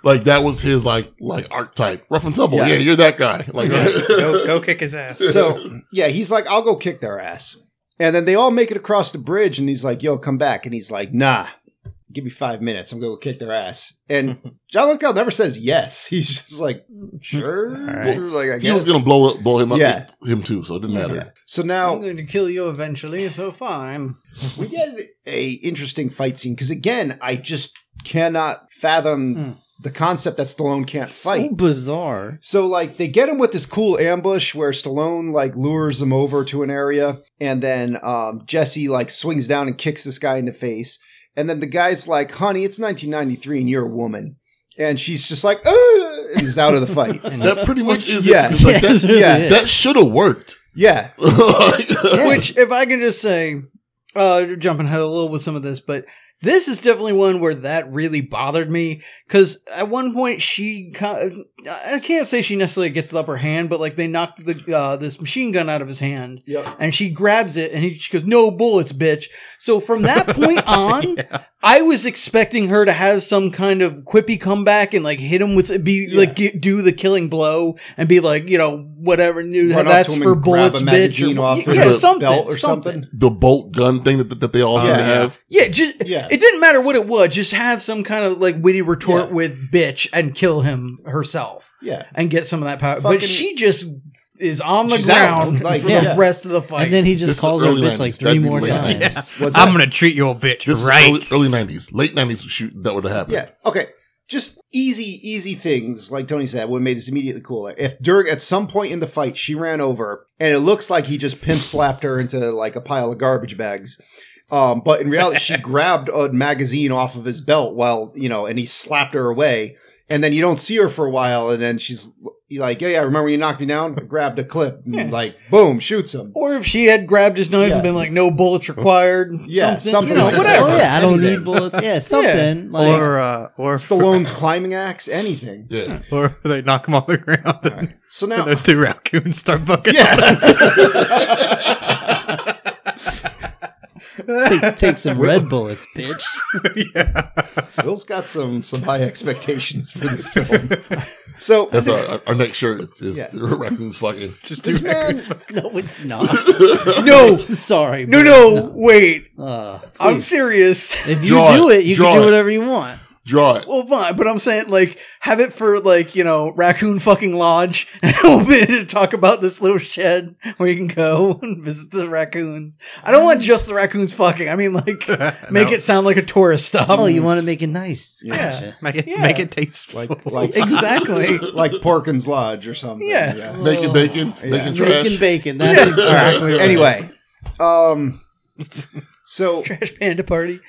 Speaker 1: like that was his like like archetype. Rough and tumble.
Speaker 4: Yeah.
Speaker 1: Yeah, you're that guy. Like
Speaker 6: go, go kick his ass.
Speaker 4: so yeah, he's like, I'll go kick their ass. And then they all make it across the bridge, and he's like, "Yo, come back!" And he's like, "Nah, give me five minutes. I'm gonna go kick their ass." And John Lithgow never says yes. He's just like, Sure.
Speaker 6: right.
Speaker 4: Like I
Speaker 1: He was
Speaker 4: guess.
Speaker 1: gonna blow up, blow him up,
Speaker 4: Yeah.
Speaker 1: him too. So it didn't matter.
Speaker 4: Yeah. So
Speaker 5: I'm
Speaker 4: now
Speaker 5: going to kill you eventually, so fine.
Speaker 4: we get a interesting fight scene because again, I just cannot fathom
Speaker 3: Hmm.
Speaker 4: the concept that Stallone can't fight.
Speaker 3: So bizarre.
Speaker 4: So like they get him with this cool ambush where Stallone like lures him over to an area and then um, Jesse like swings down and kicks this guy in the face. And then the guy's like, honey, it's 1993 and you're a woman. And she's just like, "Ugh," and is out of the fight.
Speaker 1: That pretty much is
Speaker 4: yeah.
Speaker 1: it. 'cause, Like, that
Speaker 4: yeah.
Speaker 1: that should have worked.
Speaker 4: Yeah.
Speaker 5: Which, if I can just say, uh, jumping ahead a little with some of this, but this is definitely one where that really bothered me because at one point she, ki- I can't say she necessarily gets the upper hand, but like they knocked the uh, this machine gun out of his hand, and she grabs it, and he just goes, "No bullets, bitch." So from that point on, I was expecting her to have some kind of quippy comeback and like hit him with be like get, do the killing blow and be like you know whatever new
Speaker 4: Run up to
Speaker 5: that's
Speaker 4: him
Speaker 5: for
Speaker 4: and grab
Speaker 5: bullets
Speaker 4: a
Speaker 5: bitch
Speaker 4: magazine
Speaker 5: or
Speaker 4: off
Speaker 5: yeah,
Speaker 1: his
Speaker 5: something,
Speaker 4: belt or
Speaker 5: something
Speaker 4: something.
Speaker 1: the bolt gun thing that, that they all seem
Speaker 4: Yeah.
Speaker 1: to have.
Speaker 5: yeah just
Speaker 4: Yeah.
Speaker 5: it didn't matter what it was just have some kind of like witty retort
Speaker 4: Yeah.
Speaker 5: with bitch and kill him herself
Speaker 4: Yeah.
Speaker 5: and get some of that power but
Speaker 4: Fucking-
Speaker 5: she just is on the
Speaker 4: She's out,
Speaker 5: ground
Speaker 4: like,
Speaker 5: for
Speaker 4: yeah.
Speaker 5: the rest of the fight
Speaker 3: And then he
Speaker 1: This
Speaker 3: just
Speaker 1: is
Speaker 3: calls her a
Speaker 1: early
Speaker 3: bitch like
Speaker 1: 90s.
Speaker 3: three
Speaker 1: That'd be
Speaker 3: more
Speaker 1: late
Speaker 3: times.
Speaker 1: 90s.
Speaker 4: What's
Speaker 6: I'm
Speaker 4: that?
Speaker 6: gonna treat you a bitch
Speaker 1: This was
Speaker 6: right.
Speaker 1: early nineties, late nineties shoot that would have happened.
Speaker 4: Yeah. Okay. Just easy, easy things like Tony said would have made this immediately cooler. If during at some point in the fight she ran over and it looks like he just pimp slapped her into like a pile of garbage bags, um, but in reality she grabbed a magazine off of his belt while you know, and he slapped her away. And then you don't see her for a while, and then she's you're like, "Yeah, yeah, remember when you knocked me down? I grabbed a clip, and
Speaker 5: Yeah.
Speaker 4: like, boom, shoots him."
Speaker 5: or if she had grabbed his knife
Speaker 4: Yeah.
Speaker 5: and been like no bullets required
Speaker 4: Yeah, something
Speaker 5: you know,
Speaker 4: like that.
Speaker 5: whatever
Speaker 3: Oh yeah, I don't
Speaker 4: Anything.
Speaker 3: need bullets. Yeah, something like
Speaker 6: or uh, or
Speaker 4: Stallone's climbing axe, anything.
Speaker 1: Yeah.
Speaker 6: or they knock him on the ground and,
Speaker 4: So
Speaker 6: and
Speaker 4: now,
Speaker 6: those two raccoons start fucking.
Speaker 3: take, take some red bullets, bitch.
Speaker 6: yeah.
Speaker 4: Will's got some some high expectations for this film. So
Speaker 1: That's our, our- our next shirt is, is
Speaker 4: Yeah.
Speaker 1: raccoons fucking.
Speaker 6: Just two
Speaker 4: this man,
Speaker 3: No, it's not.
Speaker 5: no
Speaker 3: Sorry.
Speaker 5: no
Speaker 3: but
Speaker 5: no wait
Speaker 3: no. Uh,
Speaker 5: i'm
Speaker 3: please.
Speaker 5: serious
Speaker 3: if you
Speaker 1: Draw
Speaker 3: do
Speaker 1: it.
Speaker 3: it, you
Speaker 1: Draw
Speaker 3: can do
Speaker 1: it.
Speaker 3: whatever you want.
Speaker 1: Draw it.
Speaker 5: Well, fine, but I'm saying like have it for like you know raccoon fucking lodge, and we'll be able to talk about this little shed where you can go and visit the raccoons. I don't want just the raccoons fucking. I mean, like make
Speaker 6: No.
Speaker 5: it sound like a tourist stop.
Speaker 3: Oh, you want to make it nice?
Speaker 4: Yeah.
Speaker 3: Gotcha.
Speaker 6: make it
Speaker 5: Yeah.
Speaker 6: make it taste
Speaker 4: like like
Speaker 5: exactly?
Speaker 4: like Porkins Lodge or something.
Speaker 5: Yeah.
Speaker 1: Naked bacon.
Speaker 4: Yeah.
Speaker 1: Naked trash.
Speaker 3: Bacon, bacon. That's
Speaker 4: All
Speaker 3: exactly.
Speaker 4: right. Anyway, um, so
Speaker 5: Trash panda party.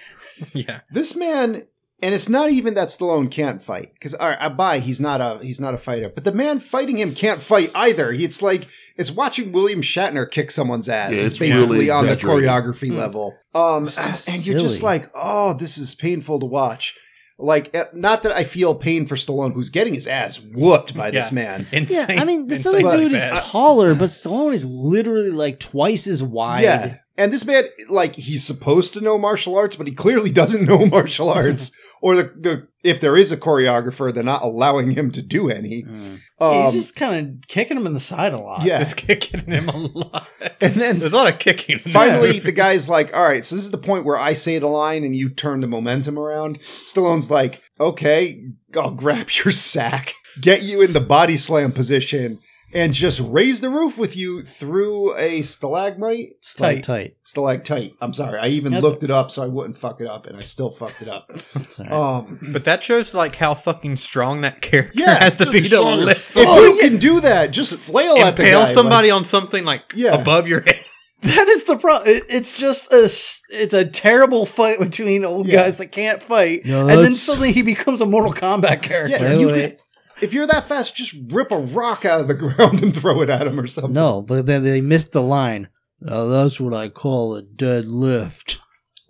Speaker 6: yeah.
Speaker 4: this man, and it's not even that Stallone can't fight because all right, I buy he's not a he's not a fighter, but the man fighting him can't fight either. He- It's like it's watching William Shatner kick someone's ass.
Speaker 1: Yeah,
Speaker 4: it's,
Speaker 1: it's
Speaker 4: basically
Speaker 1: really
Speaker 4: on the
Speaker 1: exaggerated.
Speaker 4: choreography level. Um, and
Speaker 3: Hmm. just
Speaker 4: you're just
Speaker 3: silly.
Speaker 4: like, oh, this is painful to watch. Like, eh, not that I feel pain for Stallone, who's getting his ass whooped by this
Speaker 6: Yeah.
Speaker 4: man.
Speaker 3: Yeah,
Speaker 6: Insane.
Speaker 3: I mean, this
Speaker 6: insane
Speaker 3: other dude is
Speaker 6: bad.
Speaker 3: taller, but Stallone is literally like twice as wide.
Speaker 4: Yeah. And this man, like, he's supposed to know martial arts, but he clearly doesn't know martial arts. or the, the if there is a choreographer, they're not allowing him to do any.
Speaker 3: Mm.
Speaker 4: Um,
Speaker 5: He's just kind of kicking him in the side a lot.
Speaker 4: yeah.
Speaker 6: Just kicking him a lot.
Speaker 4: And then-
Speaker 6: there's a lot of kicking. in this
Speaker 4: Finally,
Speaker 6: movie.
Speaker 4: the guy's like, all right, so this is the point where I say the line and you turn the momentum around. Stallone's like, okay, I'll grab your sack, get you in the body slam position, and just raise the roof with you through a stalagmite.
Speaker 3: It's tight, tight.
Speaker 4: Stalactite. I'm sorry. I even
Speaker 3: That's-
Speaker 4: looked it up so I wouldn't fuck it up, and I still fucked it up.
Speaker 3: It's all right.
Speaker 4: Um,
Speaker 6: but that shows like how fucking strong that character
Speaker 4: Yeah,
Speaker 6: has to be to
Speaker 1: strong as
Speaker 6: lift
Speaker 4: if
Speaker 6: someone-
Speaker 4: you can do that, just flail at the
Speaker 6: impale
Speaker 4: guy.
Speaker 6: somebody on something like
Speaker 4: Yeah.
Speaker 6: above your head.
Speaker 5: That is the problem. It's just a s- it's a terrible fight between old
Speaker 4: Yeah.
Speaker 5: guys that can't fight,
Speaker 3: No,
Speaker 5: and then
Speaker 3: that's-
Speaker 5: suddenly he becomes a Mortal Kombat
Speaker 4: Like,
Speaker 5: character.
Speaker 4: yeah,
Speaker 3: Wait,
Speaker 4: you
Speaker 3: wait.
Speaker 4: could, if you're that fast, just rip a rock out of the ground and throw it at him or something.
Speaker 3: No, but then they missed the line. Now that's what I call a dead lift.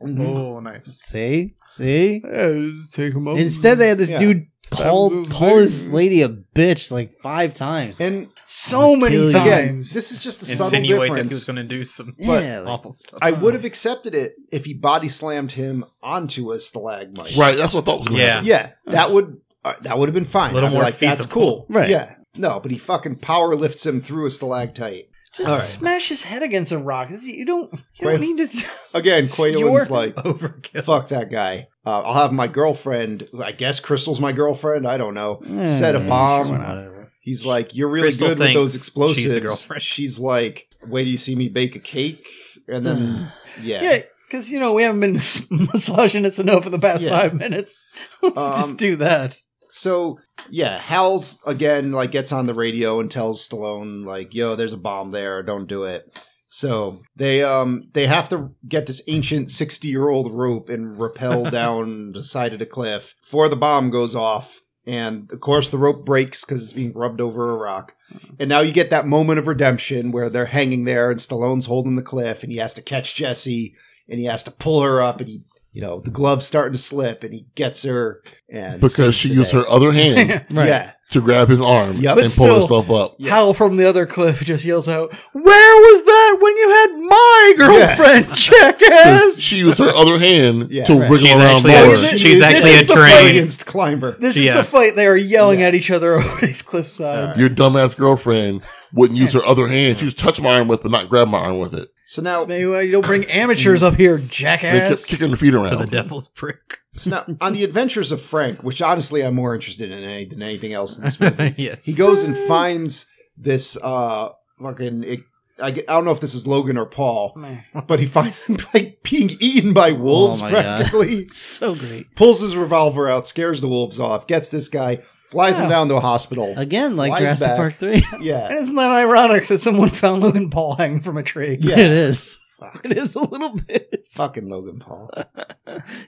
Speaker 4: Mhm.
Speaker 6: Oh, nice.
Speaker 3: See, see.
Speaker 5: Yeah, take him over.
Speaker 3: Instead, they had this
Speaker 4: Yeah.
Speaker 3: dude call
Speaker 5: Sounds
Speaker 3: call this
Speaker 5: amazing.
Speaker 3: lady a bitch like five times.
Speaker 4: And
Speaker 5: so
Speaker 3: kill
Speaker 5: many
Speaker 3: you.
Speaker 4: again,
Speaker 5: times.
Speaker 4: this is just a subtle
Speaker 6: Insinuate that he
Speaker 4: difference.
Speaker 6: was going to do some
Speaker 3: yeah, like,
Speaker 6: awful stuff.
Speaker 4: I would have accepted it if he body slammed him onto a stalagmite.
Speaker 1: Right. That's what I thought was going to
Speaker 6: Yeah.
Speaker 1: happen.
Speaker 4: Yeah, that would uh, that would have been fine.
Speaker 6: A little
Speaker 4: I'd be
Speaker 6: more
Speaker 4: like, That's
Speaker 6: feasible.
Speaker 4: cool.
Speaker 3: Right.
Speaker 4: Yeah. No, but he fucking power lifts him through a stalactite.
Speaker 5: Just
Speaker 4: All right.
Speaker 5: smash his head against a rock. This- You don't. You
Speaker 4: Right.
Speaker 5: don't need to.
Speaker 4: Again, Quaylin's
Speaker 5: You're-
Speaker 4: like,
Speaker 6: Overkill.
Speaker 4: fuck that guy. Uh,
Speaker 5: Hmm.
Speaker 4: I'll have my girlfriend, who I guess Crystal's my girlfriend, I don't know, set a
Speaker 3: eh,
Speaker 4: bomb.
Speaker 3: whatever.
Speaker 4: He's like, "You're really
Speaker 6: Crystal
Speaker 4: good with
Speaker 6: thinks
Speaker 4: those
Speaker 6: she's the
Speaker 4: explosives."
Speaker 6: girlfriend.
Speaker 4: She's like, "Wait, do you see me bake a cake?" And then, yeah,
Speaker 5: Yeah, because you know we haven't been misogynists enough in the past
Speaker 4: Yeah.
Speaker 5: five minutes. Let's
Speaker 4: Um,
Speaker 5: just do that.
Speaker 4: So yeah, Hal's again like gets on the radio and tells Stallone like, "Yo, there's a bomb there. Don't do it." So they um they have to get this ancient sixty year old rope and rappel down the side of the cliff before the bomb goes off. And of course, the rope breaks because it's being rubbed over a rock. And now you get that moment of redemption where they're hanging there and Stallone's holding the cliff and he has to catch Jesse and he has to pull her up and he, you know, the glove's starting to slip and he gets her and
Speaker 1: because
Speaker 4: saves
Speaker 1: she
Speaker 4: the
Speaker 1: used
Speaker 4: day.
Speaker 1: her other hand
Speaker 4: Yeah.
Speaker 1: to grab his arm
Speaker 4: Yep.
Speaker 1: and
Speaker 4: But
Speaker 1: pull
Speaker 5: still-
Speaker 1: herself up.
Speaker 4: Yeah.
Speaker 5: Hal from the other cliff just yells out, "Where was that when you had my girlfriend, jackass?"
Speaker 1: She used her other hand
Speaker 4: Yeah.
Speaker 1: to
Speaker 4: Right.
Speaker 1: wiggle
Speaker 6: She's
Speaker 1: around
Speaker 6: actually-
Speaker 1: more.
Speaker 5: She's
Speaker 4: This
Speaker 5: actually
Speaker 4: is
Speaker 5: a
Speaker 4: the
Speaker 6: train.
Speaker 4: fight against climber.
Speaker 5: This
Speaker 6: Yeah.
Speaker 5: is the fight they are yelling
Speaker 4: Yeah.
Speaker 5: at each other over these cliffsides.
Speaker 1: Your dumbass girlfriend wouldn't use her other hand. She was touch my arm with, but not grab my arm with it.
Speaker 4: So
Speaker 5: That's
Speaker 4: now,
Speaker 5: Maybe why you don't bring amateurs up here,
Speaker 1: They kept
Speaker 5: jackass.
Speaker 1: kicking her feet
Speaker 6: to the
Speaker 1: around.
Speaker 6: devil's brick.
Speaker 4: so now on the adventures of Frank, which honestly I'm more interested in any, than anything else in this movie.
Speaker 6: yes.
Speaker 4: he goes and finds this uh fucking. It, I, get- I don't know if this is Logan or Paul,
Speaker 5: Oh, Man,
Speaker 4: but he finds him like being eaten by wolves
Speaker 3: Oh my God.
Speaker 4: practically.
Speaker 3: so great.
Speaker 4: Pulls his revolver out, scares the wolves off, gets this guy, flies him
Speaker 5: Yeah.
Speaker 4: down to a hospital.
Speaker 3: Again, like
Speaker 4: Flies
Speaker 3: Jurassic
Speaker 4: back.
Speaker 3: Park 3.
Speaker 4: yeah,
Speaker 5: And isn't that ironic that someone found Logan Paul hanging from a tree?
Speaker 4: Yeah.
Speaker 3: It is. It is a little bit.
Speaker 4: fucking Logan Paul.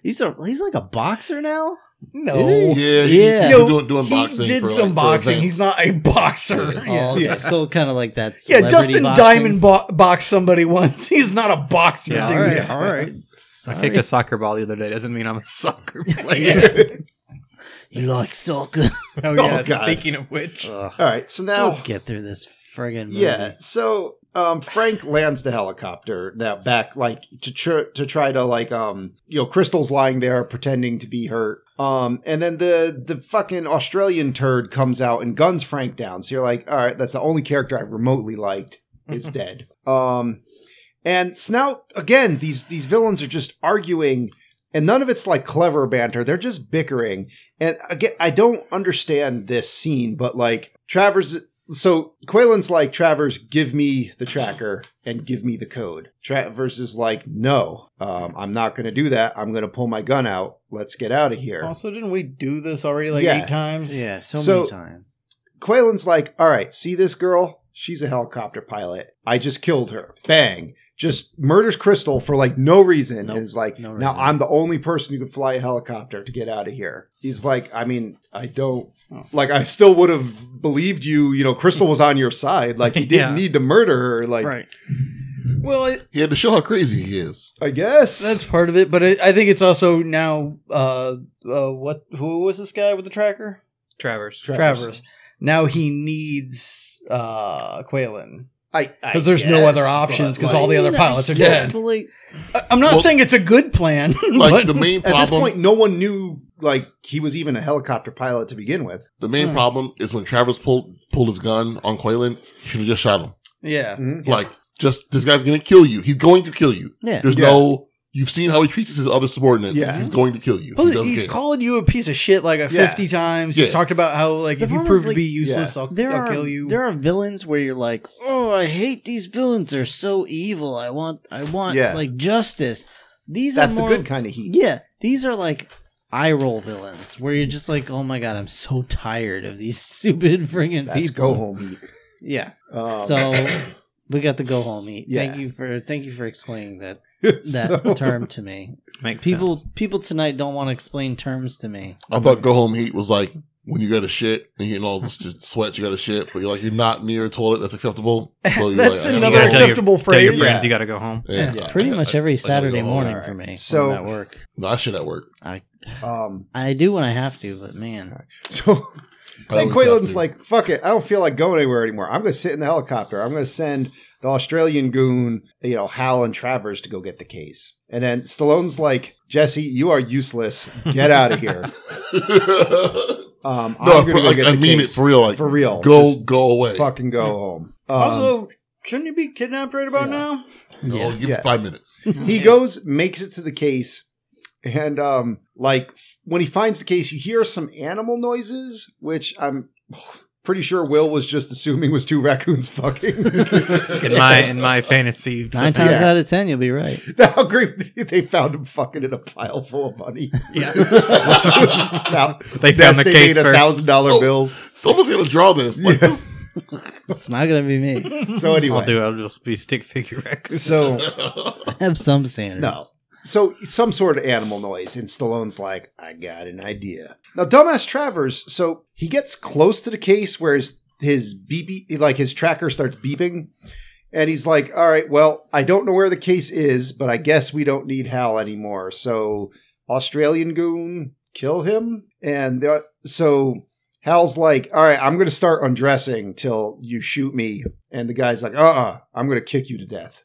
Speaker 3: He's a he's like a boxer now.
Speaker 5: No.
Speaker 1: Yeah, he's
Speaker 3: Yeah.
Speaker 1: been doing, doing
Speaker 5: he
Speaker 1: boxing.
Speaker 5: did
Speaker 1: for, like,
Speaker 5: some
Speaker 1: for
Speaker 5: boxing.
Speaker 1: events.
Speaker 5: He's not a boxer.
Speaker 1: Yeah.
Speaker 5: Yeah.
Speaker 3: Oh, okay.
Speaker 4: Yeah.
Speaker 3: So kind of like that.
Speaker 5: Yeah,
Speaker 3: celebrity
Speaker 5: Dustin
Speaker 3: boxing.
Speaker 5: Diamond bo- boxed somebody once. He's not a boxer,
Speaker 6: Yeah,
Speaker 5: dude.
Speaker 3: All right,
Speaker 4: Yeah.
Speaker 3: all right.
Speaker 6: I
Speaker 3: Sorry.
Speaker 6: kicked a soccer ball the other day. Doesn't mean I'm a soccer player.
Speaker 3: You like soccer?
Speaker 6: Oh,
Speaker 4: yeah,
Speaker 6: Speaking of which,
Speaker 3: Ugh.
Speaker 4: All right, so now
Speaker 3: Let's get through this friggin' movie.
Speaker 4: Yeah. So um, Frank lands the helicopter now back, like to tr- to try to like um you know Crystal's lying there pretending to be hurt. Um, and then the the fucking Australian turd comes out and guns Frank down. So you're like, all right, that's the only character I remotely liked is dead. Um, and Snout again. These these villains are just arguing. And none of it's like clever banter. They're just bickering. And again, I don't understand this scene, but like Travers so Quaylen's like, Travers, give me the tracker and give me the code. Travers is like, no, um, I'm not going to do that. I'm going to pull my gun out. Let's get out of here.
Speaker 5: Also, didn't we do this already like
Speaker 4: Yeah.
Speaker 5: eight times?
Speaker 3: Yeah, so,
Speaker 4: So-
Speaker 3: many times.
Speaker 4: Quaylen's like, all right, see this girl? She's a helicopter pilot. I just killed her. Bang. Just murders Crystal for like no reason.
Speaker 3: Nope.
Speaker 4: And is like,
Speaker 3: No
Speaker 4: now
Speaker 3: reason.
Speaker 4: I'm the only person who could fly a helicopter to get out of here. He's like, I mean, I don't,
Speaker 5: Oh.
Speaker 4: like, I still would have believed you. You know, Crystal was on your side. Like, you didn't
Speaker 6: Yeah.
Speaker 4: need to murder her. Like,
Speaker 5: Well, it,
Speaker 1: He had to show how crazy he is.
Speaker 4: I guess.
Speaker 5: that's part of it, but it, I think it's also now. Uh, uh, what? Who was this guy with the tracker?
Speaker 6: Travers.
Speaker 5: Travers. Now he needs uh Quaylen
Speaker 4: I
Speaker 5: because there's no other options because all the other pilots are
Speaker 1: guess,
Speaker 5: dead. I- I'm not
Speaker 1: Well-
Speaker 5: saying it's a good plan,
Speaker 1: Like
Speaker 5: but
Speaker 1: the main
Speaker 4: at
Speaker 1: problem.
Speaker 4: this point, no one knew like he was even a helicopter pilot to begin with.
Speaker 1: the main
Speaker 5: Hmm.
Speaker 1: problem is when Travers pulled pulled his gun on Quaylen. He should have just shot him.
Speaker 5: yeah,
Speaker 1: Like just this guy's gonna kill you. He's going to kill you.
Speaker 3: Yeah.
Speaker 1: There's
Speaker 4: Yeah.
Speaker 1: no. You've seen how he treats his other subordinates.
Speaker 4: Yeah.
Speaker 1: He's going to kill you.
Speaker 5: Well,
Speaker 1: he doesn't
Speaker 5: he's
Speaker 1: care.
Speaker 5: called you a piece of shit like a
Speaker 4: Yeah.
Speaker 5: 50 times. He's
Speaker 1: Yeah.
Speaker 5: talked about how like
Speaker 3: The
Speaker 5: if you
Speaker 3: problem
Speaker 5: prove
Speaker 3: is,
Speaker 5: to
Speaker 3: like,
Speaker 5: be useless, I'll,
Speaker 3: There
Speaker 5: I'll
Speaker 3: are
Speaker 5: kill you.
Speaker 3: there are villains where you're like, oh, I hate these villains. They're so evil. I want I want
Speaker 4: Yeah.
Speaker 3: like justice. These
Speaker 4: That's
Speaker 3: are
Speaker 4: the
Speaker 3: more
Speaker 4: good kind of heat.
Speaker 3: Yeah, these are like eye roll villains where you're just like, oh my god, I'm so tired of these stupid friggin'
Speaker 4: That's
Speaker 3: people.
Speaker 4: go home heat.
Speaker 3: Yeah,
Speaker 4: Um,
Speaker 3: so we got the go home eat.
Speaker 4: Yeah.
Speaker 3: Thank you for thank you for explaining that that
Speaker 4: so-
Speaker 3: term to me.
Speaker 6: Makes
Speaker 3: People
Speaker 6: sense.
Speaker 3: people tonight don't want to explain terms to me.
Speaker 4: Oh,
Speaker 1: I thought go home heat was like when you got a shit and you getting all this just sweat, you got a shit, but you're like you're not near a toilet. That's acceptable. So you're
Speaker 5: That's
Speaker 1: like, I gotta
Speaker 5: another
Speaker 1: go home.
Speaker 6: tell your-
Speaker 5: acceptable
Speaker 6: Tell your
Speaker 5: phrase.
Speaker 6: friends you got to go home.
Speaker 1: Yeah,
Speaker 3: It's
Speaker 1: so I-
Speaker 3: pretty
Speaker 1: I-
Speaker 3: much
Speaker 1: I- I
Speaker 3: every
Speaker 1: gotta go
Speaker 3: Saturday
Speaker 1: home.
Speaker 3: morning
Speaker 4: Alright.
Speaker 3: for me.
Speaker 4: So-
Speaker 3: So at work,
Speaker 1: No, I shit at work.
Speaker 3: I
Speaker 4: um,
Speaker 3: I do when I have to, but man,
Speaker 4: so
Speaker 1: I always
Speaker 4: then
Speaker 1: have
Speaker 4: Quaylen's
Speaker 1: to.
Speaker 4: like, "Fuck it, I don't feel like going anywhere anymore. I'm going to sit in the helicopter. I'm going to send the Australian goon, you know, Hal and Travers to go get the case." And then Stallone's like, "Jesse, you are useless. Get out of here." Um,
Speaker 1: no,
Speaker 4: I'm
Speaker 1: for,
Speaker 4: going to go
Speaker 1: like,
Speaker 4: get
Speaker 1: I
Speaker 4: the
Speaker 1: mean
Speaker 4: case.
Speaker 1: it for real. Like
Speaker 4: For real.
Speaker 1: go
Speaker 4: Just
Speaker 1: go away.
Speaker 4: Fucking go home. Um,
Speaker 5: Also, shouldn't you be kidnapped right about
Speaker 4: Yeah.
Speaker 5: now?
Speaker 1: Go,
Speaker 4: yeah,
Speaker 1: give
Speaker 4: yeah.
Speaker 1: it five minutes.
Speaker 4: he goes makes it to the case and um like f- when he finds the case you hear some animal noises which i'm pretty sure Will was just assuming was two raccoons fucking.
Speaker 6: in my in my fantasy.
Speaker 3: Nine times out of ten, you'll be right.
Speaker 4: How great they found him fucking in a pile full of money.
Speaker 6: Yeah.
Speaker 4: now,
Speaker 6: They found the case
Speaker 4: a
Speaker 6: first.
Speaker 4: thousand dollar
Speaker 1: Oh.
Speaker 4: bills.
Speaker 1: Someone's gonna draw this. Like,
Speaker 4: Yeah.
Speaker 1: this-
Speaker 3: It's not gonna be me.
Speaker 4: So anyway,
Speaker 6: I'll do. it. I'll just be stick figure raccoons.
Speaker 4: so
Speaker 3: Have some standards.
Speaker 4: No. So some sort of animal noise, and Stallone's like, I got an idea. Now, dumbass Travers, so he gets close to the case where his his beep like his tracker starts beeping, and he's like, All right, well, I don't know where the case is, but I guess we don't need Hal anymore. So Australian goon, kill him. And the, so Hal's like, All right, I'm gonna start undressing till you shoot me. And the guy's like, uh uh, I'm gonna kick you to death.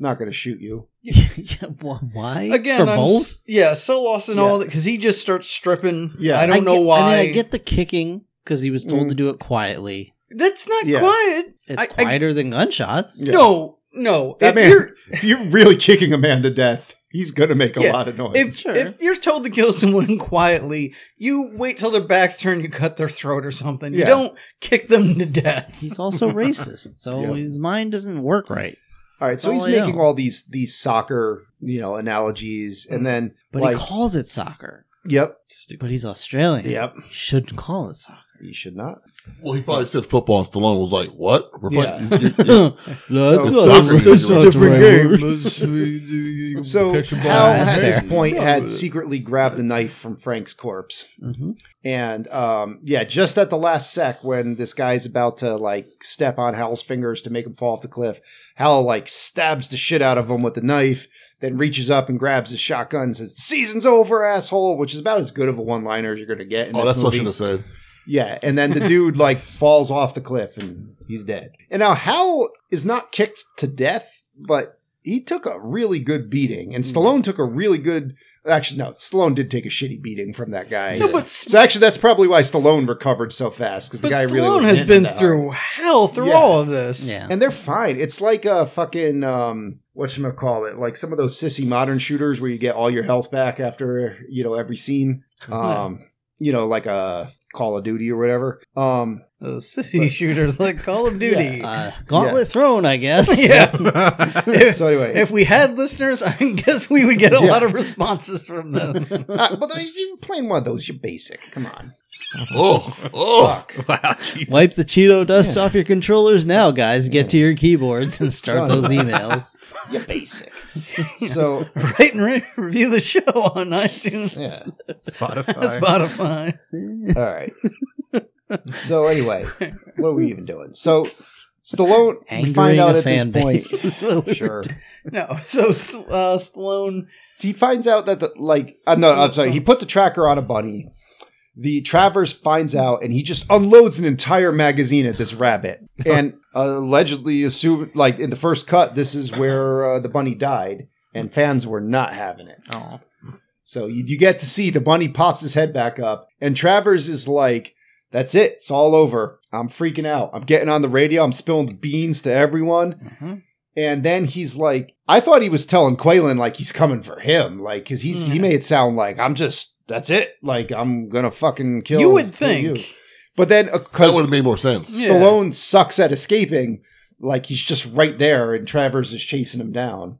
Speaker 4: Not gonna shoot you.
Speaker 3: yeah, wh- why?
Speaker 5: Again,
Speaker 3: For
Speaker 5: I'm
Speaker 3: both?
Speaker 5: s- yeah, so lost in
Speaker 4: Yeah.
Speaker 5: all that because he just starts stripping.
Speaker 4: Yeah.
Speaker 5: Yeah, I don't know
Speaker 3: get,
Speaker 5: why.
Speaker 3: I mean, I get the kicking because he was told to do it quietly.
Speaker 5: that's not
Speaker 4: Yeah.
Speaker 5: quiet.
Speaker 3: It's
Speaker 5: I- I-
Speaker 3: quieter than gunshots.
Speaker 4: Yeah.
Speaker 5: No, no.
Speaker 4: That
Speaker 5: if
Speaker 4: man-
Speaker 5: you're
Speaker 4: if you're really kicking a man to death, he's gonna make a
Speaker 5: Yeah,
Speaker 4: lot of noise.
Speaker 5: if,
Speaker 3: Sure.
Speaker 5: if you're told to kill someone quietly, you wait till their backs turn, you cut their throat or something.
Speaker 4: Yeah.
Speaker 5: You don't kick them to death.
Speaker 3: He's also racist, so
Speaker 4: Yeah.
Speaker 3: his mind doesn't work right.
Speaker 4: all right, so
Speaker 3: That's
Speaker 4: he's
Speaker 3: all I
Speaker 4: making
Speaker 3: know.
Speaker 4: all these these soccer, you know, analogies, and then
Speaker 3: But
Speaker 4: like,
Speaker 3: he calls it soccer.
Speaker 4: yep,
Speaker 3: But he's Australian.
Speaker 4: yep,
Speaker 3: He shouldn't call it soccer.
Speaker 4: you should not.
Speaker 1: well, he probably said football. And Stallone was like, "What? We're playing- you- you-
Speaker 3: No, that's
Speaker 4: So-
Speaker 3: not-
Speaker 1: Soccer is
Speaker 3: that's
Speaker 1: the
Speaker 3: not the right word.
Speaker 5: game.
Speaker 4: So Hal
Speaker 3: ball. That's
Speaker 4: at this
Speaker 3: fair.
Speaker 4: point had secretly grabbed the knife from Frank's corpse,
Speaker 3: Mhm.
Speaker 4: and um, yeah, just at the last sec when this guy's about to like step on Hal's fingers to make him fall off the cliff, Hal like stabs the shit out of him with the knife, then reaches up and grabs his shotgun and says, "Season's over, asshole," which is about as good of a one liner as you're gonna get. In
Speaker 1: oh,
Speaker 4: this
Speaker 1: that's what I
Speaker 4: movie.
Speaker 1: should have said.
Speaker 4: Yeah, and then the dude like falls off the cliff and he's dead. And now Hal is not kicked to death, but he took a really good beating,
Speaker 1: Hmm.
Speaker 4: and Stallone took a really good. Actually, no, Stallone did take a shitty beating from that guy.
Speaker 5: No, but
Speaker 4: so actually, that's probably why Stallone recovered so fast because the
Speaker 5: but
Speaker 4: guy
Speaker 5: Stallone
Speaker 4: really wasn't
Speaker 5: has
Speaker 4: hitting
Speaker 5: been
Speaker 4: that hard.
Speaker 5: through hell through
Speaker 4: Yeah.
Speaker 5: all of this.
Speaker 3: Yeah.
Speaker 4: And they're fine. It's like a fucking um what's gonna call it? Like some of those sissy modern shooters where you get all your health back after you know every scene. Um, you know, like a Call of Duty or whatever. Um,
Speaker 5: Those sissy shooters like Call of Duty. Yeah.
Speaker 3: Uh, gauntlet thrown, I guess.
Speaker 5: if,
Speaker 4: so anyway,
Speaker 5: if we had listeners, I guess we would get a
Speaker 4: uh, Yeah.
Speaker 5: lot of responses from this.
Speaker 4: Uh, but you're playing one of those. You're basic. Come on.
Speaker 1: Oh, oh,
Speaker 4: Fuck.
Speaker 6: wow, Jesus.
Speaker 3: Wipe the Cheeto dust off your controllers now, guys. Get to your keyboards and start
Speaker 4: Son.
Speaker 3: those emails.
Speaker 4: You're basic. So
Speaker 5: Rate and re- review the show on iTunes,
Speaker 4: yeah.
Speaker 6: Spotify.
Speaker 5: Spotify.
Speaker 4: All right. So anyway, what are we even doing? So Stallone. we
Speaker 3: Angering
Speaker 4: find out
Speaker 3: a
Speaker 4: at this
Speaker 3: fan
Speaker 4: point.
Speaker 3: base. is what we were
Speaker 4: Sure.
Speaker 5: No, so St- uh, Stallone.
Speaker 4: He finds out that the like. Uh, no, I'm sorry. He put the tracker on a bunny. The Travers finds out, and he just unloads an entire magazine at this rabbit, and allegedly assume like in the first cut, this is where uh, the bunny died, and fans were not having it.
Speaker 6: Oh.
Speaker 4: So you, you get to see the bunny pops his head back up, and Travers is like, "That's it. It's all over. I'm freaking out. I'm getting on the radio. I'm spilling the beans to everyone."
Speaker 5: Uh-huh.
Speaker 3: Mhm.
Speaker 4: And then he's like, "I thought he was telling Quaylen like he's coming for him, like because he's
Speaker 5: Hmm.
Speaker 4: he made it sound like I'm just that's it. Like I'm gonna fucking kill."
Speaker 5: you would
Speaker 4: kill
Speaker 5: think.
Speaker 4: Oh, you." but then
Speaker 1: that
Speaker 4: uh,
Speaker 1: would have
Speaker 4: because
Speaker 1: made more sense.
Speaker 5: Yeah.
Speaker 4: Stallone sucks at escaping, like he's just right there, and Travers is chasing him down.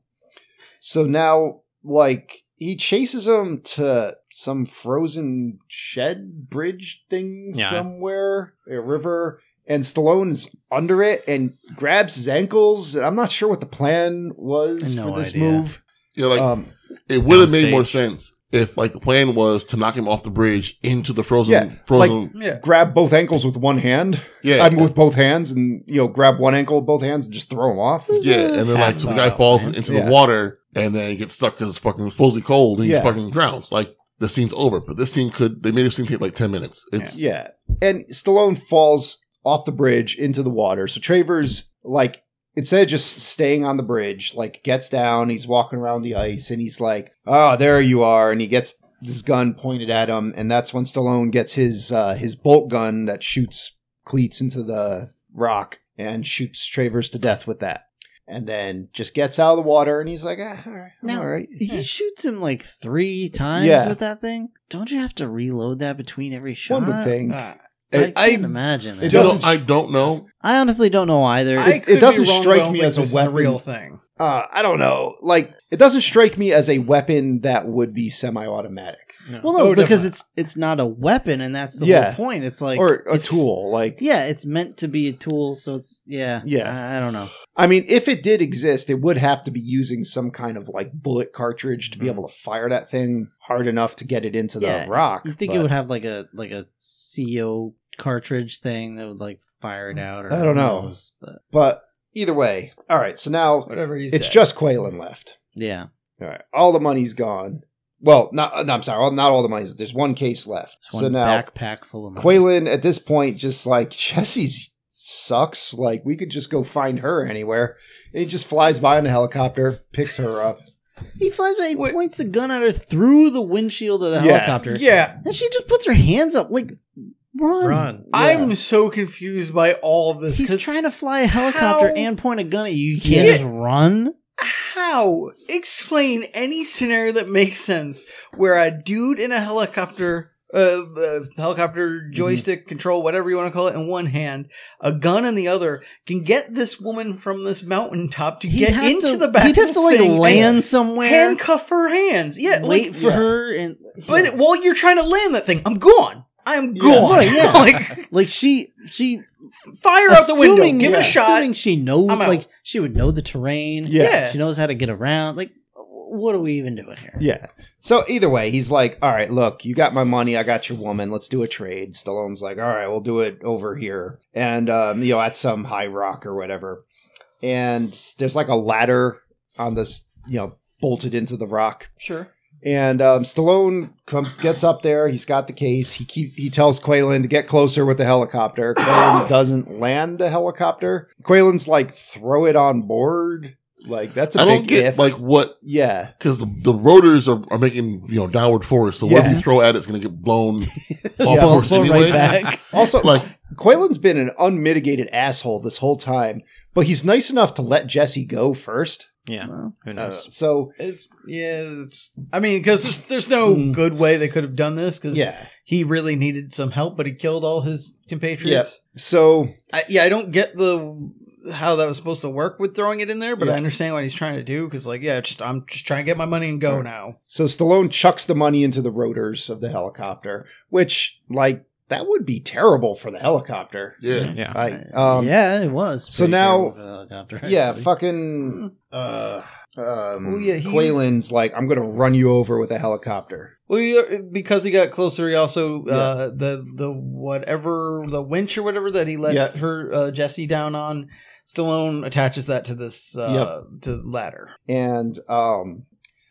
Speaker 4: So now, like, he chases him to some frozen shed bridge thing
Speaker 6: Yeah.
Speaker 4: somewhere, a river, and Stallone's under it and grabs his ankles. And I'm not sure what the plan was
Speaker 3: No
Speaker 4: for this
Speaker 3: idea.
Speaker 4: move.
Speaker 1: Yeah, like
Speaker 4: um,
Speaker 1: it would have
Speaker 6: Soundstage.
Speaker 1: made more sense if like the plan was to knock him off the bridge into the frozen,
Speaker 4: Yeah,
Speaker 1: frozen.
Speaker 5: Yeah.
Speaker 4: grab both ankles with one hand.
Speaker 1: yeah,
Speaker 4: I'd with both hands and, you know, grab one ankle with both hands and just throw him off.
Speaker 1: Yeah, and then like so the guy
Speaker 5: Half
Speaker 1: falls
Speaker 5: mile,
Speaker 1: into
Speaker 4: yeah.
Speaker 1: the water and then gets stuck because it's fucking supposedly cold and he
Speaker 4: Yeah.
Speaker 1: fucking drowns. Like the scene's over, but this scene could they made this scene take like ten minutes. It's
Speaker 4: Yeah. And Stallone falls off the bridge into the water. So Travers, like, instead of just staying on the bridge, like, gets down, he's walking around the ice, and he's like, oh, there you are. And he gets this gun pointed at him, and that's when Stallone gets his uh, his bolt gun that shoots cleats into the rock and shoots Travers to death with that. And then just gets out of the water, and he's like, ah, all right,
Speaker 3: Now,
Speaker 4: all right.
Speaker 3: He shoots him like three times
Speaker 4: Yeah.
Speaker 3: with that thing. Don't you have to reload that between every shot?
Speaker 4: One would think.
Speaker 5: Ah,
Speaker 3: I
Speaker 4: It,
Speaker 5: I-
Speaker 3: can't imagine.
Speaker 4: it
Speaker 3: It.
Speaker 1: You know,
Speaker 4: doesn't-
Speaker 1: I don't know.
Speaker 3: I honestly don't know either.
Speaker 5: I
Speaker 4: it
Speaker 5: could be
Speaker 4: doesn't
Speaker 5: wrong,
Speaker 4: strike
Speaker 5: but I don't
Speaker 4: me
Speaker 5: think
Speaker 4: as a
Speaker 5: this is real
Speaker 4: weapon.
Speaker 5: thing.
Speaker 4: uh, I don't know. Like it doesn't strike me as a weapon that would be semi-automatic
Speaker 3: well, no,
Speaker 5: Oh,
Speaker 3: because
Speaker 5: definitely.
Speaker 3: it's it's not a weapon, and that's the
Speaker 4: Yeah.
Speaker 3: whole point. It's like
Speaker 4: or a
Speaker 3: it's-
Speaker 4: tool. Like
Speaker 3: Yeah, it's meant to be a tool, so it's yeah.
Speaker 4: Yeah.
Speaker 3: I, I don't know.
Speaker 4: I mean, if it did exist, it would have to be using some kind of like bullet cartridge to be able to fire that thing hard enough to get it into the
Speaker 3: Mm-hmm. Yeah,
Speaker 4: rock.
Speaker 3: You think
Speaker 4: but
Speaker 3: it would have like a like a CO cartridge thing that would like fire it out? Or
Speaker 4: I don't
Speaker 3: who
Speaker 4: know.
Speaker 3: knows, but
Speaker 4: But either way, all right. So now
Speaker 5: Whatever he's
Speaker 4: it's
Speaker 5: dead.
Speaker 4: just Quaylen left.
Speaker 3: yeah,
Speaker 4: All right, all the money's gone. Well, not uh, no, I'm sorry, all, not all the money's. There's one case left.
Speaker 3: just
Speaker 4: so
Speaker 3: one
Speaker 4: now
Speaker 3: backpack full of money.
Speaker 4: Quaylen at this point just like Jesse's sucks. Like we could just go find her anywhere. He just flies by in a helicopter, picks her up.
Speaker 3: He flies by, he
Speaker 5: Wait.
Speaker 3: points the gun at her through the windshield of the
Speaker 4: Yeah.
Speaker 3: helicopter.
Speaker 5: yeah.
Speaker 3: And she just puts her hands up like, run.
Speaker 6: Run.
Speaker 5: I'm so confused by all of this.
Speaker 3: He's
Speaker 5: 'cause
Speaker 3: trying to fly a helicopter
Speaker 5: How-
Speaker 3: and point a gun at you. You can't
Speaker 5: Yeah.
Speaker 3: just run.
Speaker 5: how explain any scenario that makes sense where a dude in a helicopter uh, uh, helicopter joystick control whatever you want to call it in one hand a gun in the other can get this woman from this mountaintop to
Speaker 3: He'd
Speaker 5: get
Speaker 3: have
Speaker 5: into
Speaker 3: to-
Speaker 5: the back
Speaker 3: He'd have to like
Speaker 5: thing and
Speaker 3: land somewhere,
Speaker 5: handcuff her hands yeah
Speaker 3: wait
Speaker 5: like
Speaker 3: for
Speaker 4: yeah.
Speaker 3: her, and
Speaker 5: but while you're trying to land that thing i'm gone i'm gone
Speaker 3: Right, yeah.
Speaker 5: like
Speaker 3: like she she
Speaker 5: fire out the window give it
Speaker 3: yeah,
Speaker 5: a shot
Speaker 3: Assuming she knows,
Speaker 5: I'm out.
Speaker 3: like she would know the terrain.
Speaker 4: Yeah.
Speaker 5: Yeah.
Speaker 3: she knows how to get around. Like, what are we even doing here?
Speaker 4: Yeah. So either way, he's like, "All right, look, you got my money, I got your woman. Let's do a trade." Stallone's like, "All right, we'll do it over here, and um, you know, at some high rock or whatever." And there's like a ladder on this, you know, bolted into the rock,
Speaker 5: sure
Speaker 4: and um, Stallone come, gets up there. He's got the case. He keep, he tells Quaylen to get closer with the helicopter. Quaylen doesn't land the helicopter. Quaylen's like, "Throw it on board." Like that's a
Speaker 1: I
Speaker 4: big
Speaker 1: don't get
Speaker 4: if.
Speaker 1: like what
Speaker 4: yeah.
Speaker 1: because the, the rotors are, are making you know downward force. So whatever
Speaker 4: Yeah.
Speaker 1: you throw at it, it's going to get blown off
Speaker 4: Yeah.
Speaker 1: course
Speaker 3: Blown
Speaker 1: anyway.
Speaker 3: right back.
Speaker 4: Also,
Speaker 1: Like
Speaker 4: Quaylen's been an unmitigated asshole this whole time, but he's nice enough to let Jesse go first.
Speaker 6: Yeah.
Speaker 3: Well,
Speaker 6: Who
Speaker 4: Uh,
Speaker 6: knows?
Speaker 4: so
Speaker 5: It's yeah. It's I mean because there's there's no
Speaker 3: Hmm.
Speaker 4: Mm.
Speaker 5: good way they could have done this because
Speaker 4: yeah,
Speaker 5: he really needed some help, but he killed all his compatriots.
Speaker 4: so
Speaker 5: I, yeah, I don't get the how that was supposed to work with throwing it in there, but
Speaker 4: Yeah.
Speaker 5: I understand what he's trying to do because like yeah, it's just I'm just trying to get my money and go now.
Speaker 4: so Stallone chucks the money into the rotors of the helicopter, which like that would be terrible for the helicopter.
Speaker 1: yeah,
Speaker 6: yeah.
Speaker 4: I, um, yeah,
Speaker 3: yeah, it was.
Speaker 4: so
Speaker 3: pretty
Speaker 4: now-
Speaker 3: terrible for the helicopter, actually.
Speaker 4: fucking. Uh, um,
Speaker 5: Oh, yeah, he-
Speaker 4: Quaylen's like, I'm gonna run you over with a helicopter.
Speaker 5: Well, he, because he got closer, he also uh, the the whatever the winch or whatever that he let
Speaker 4: Yeah.
Speaker 5: her uh, Jesse down on. Stallone attaches that to this uh, to ladder.
Speaker 4: And um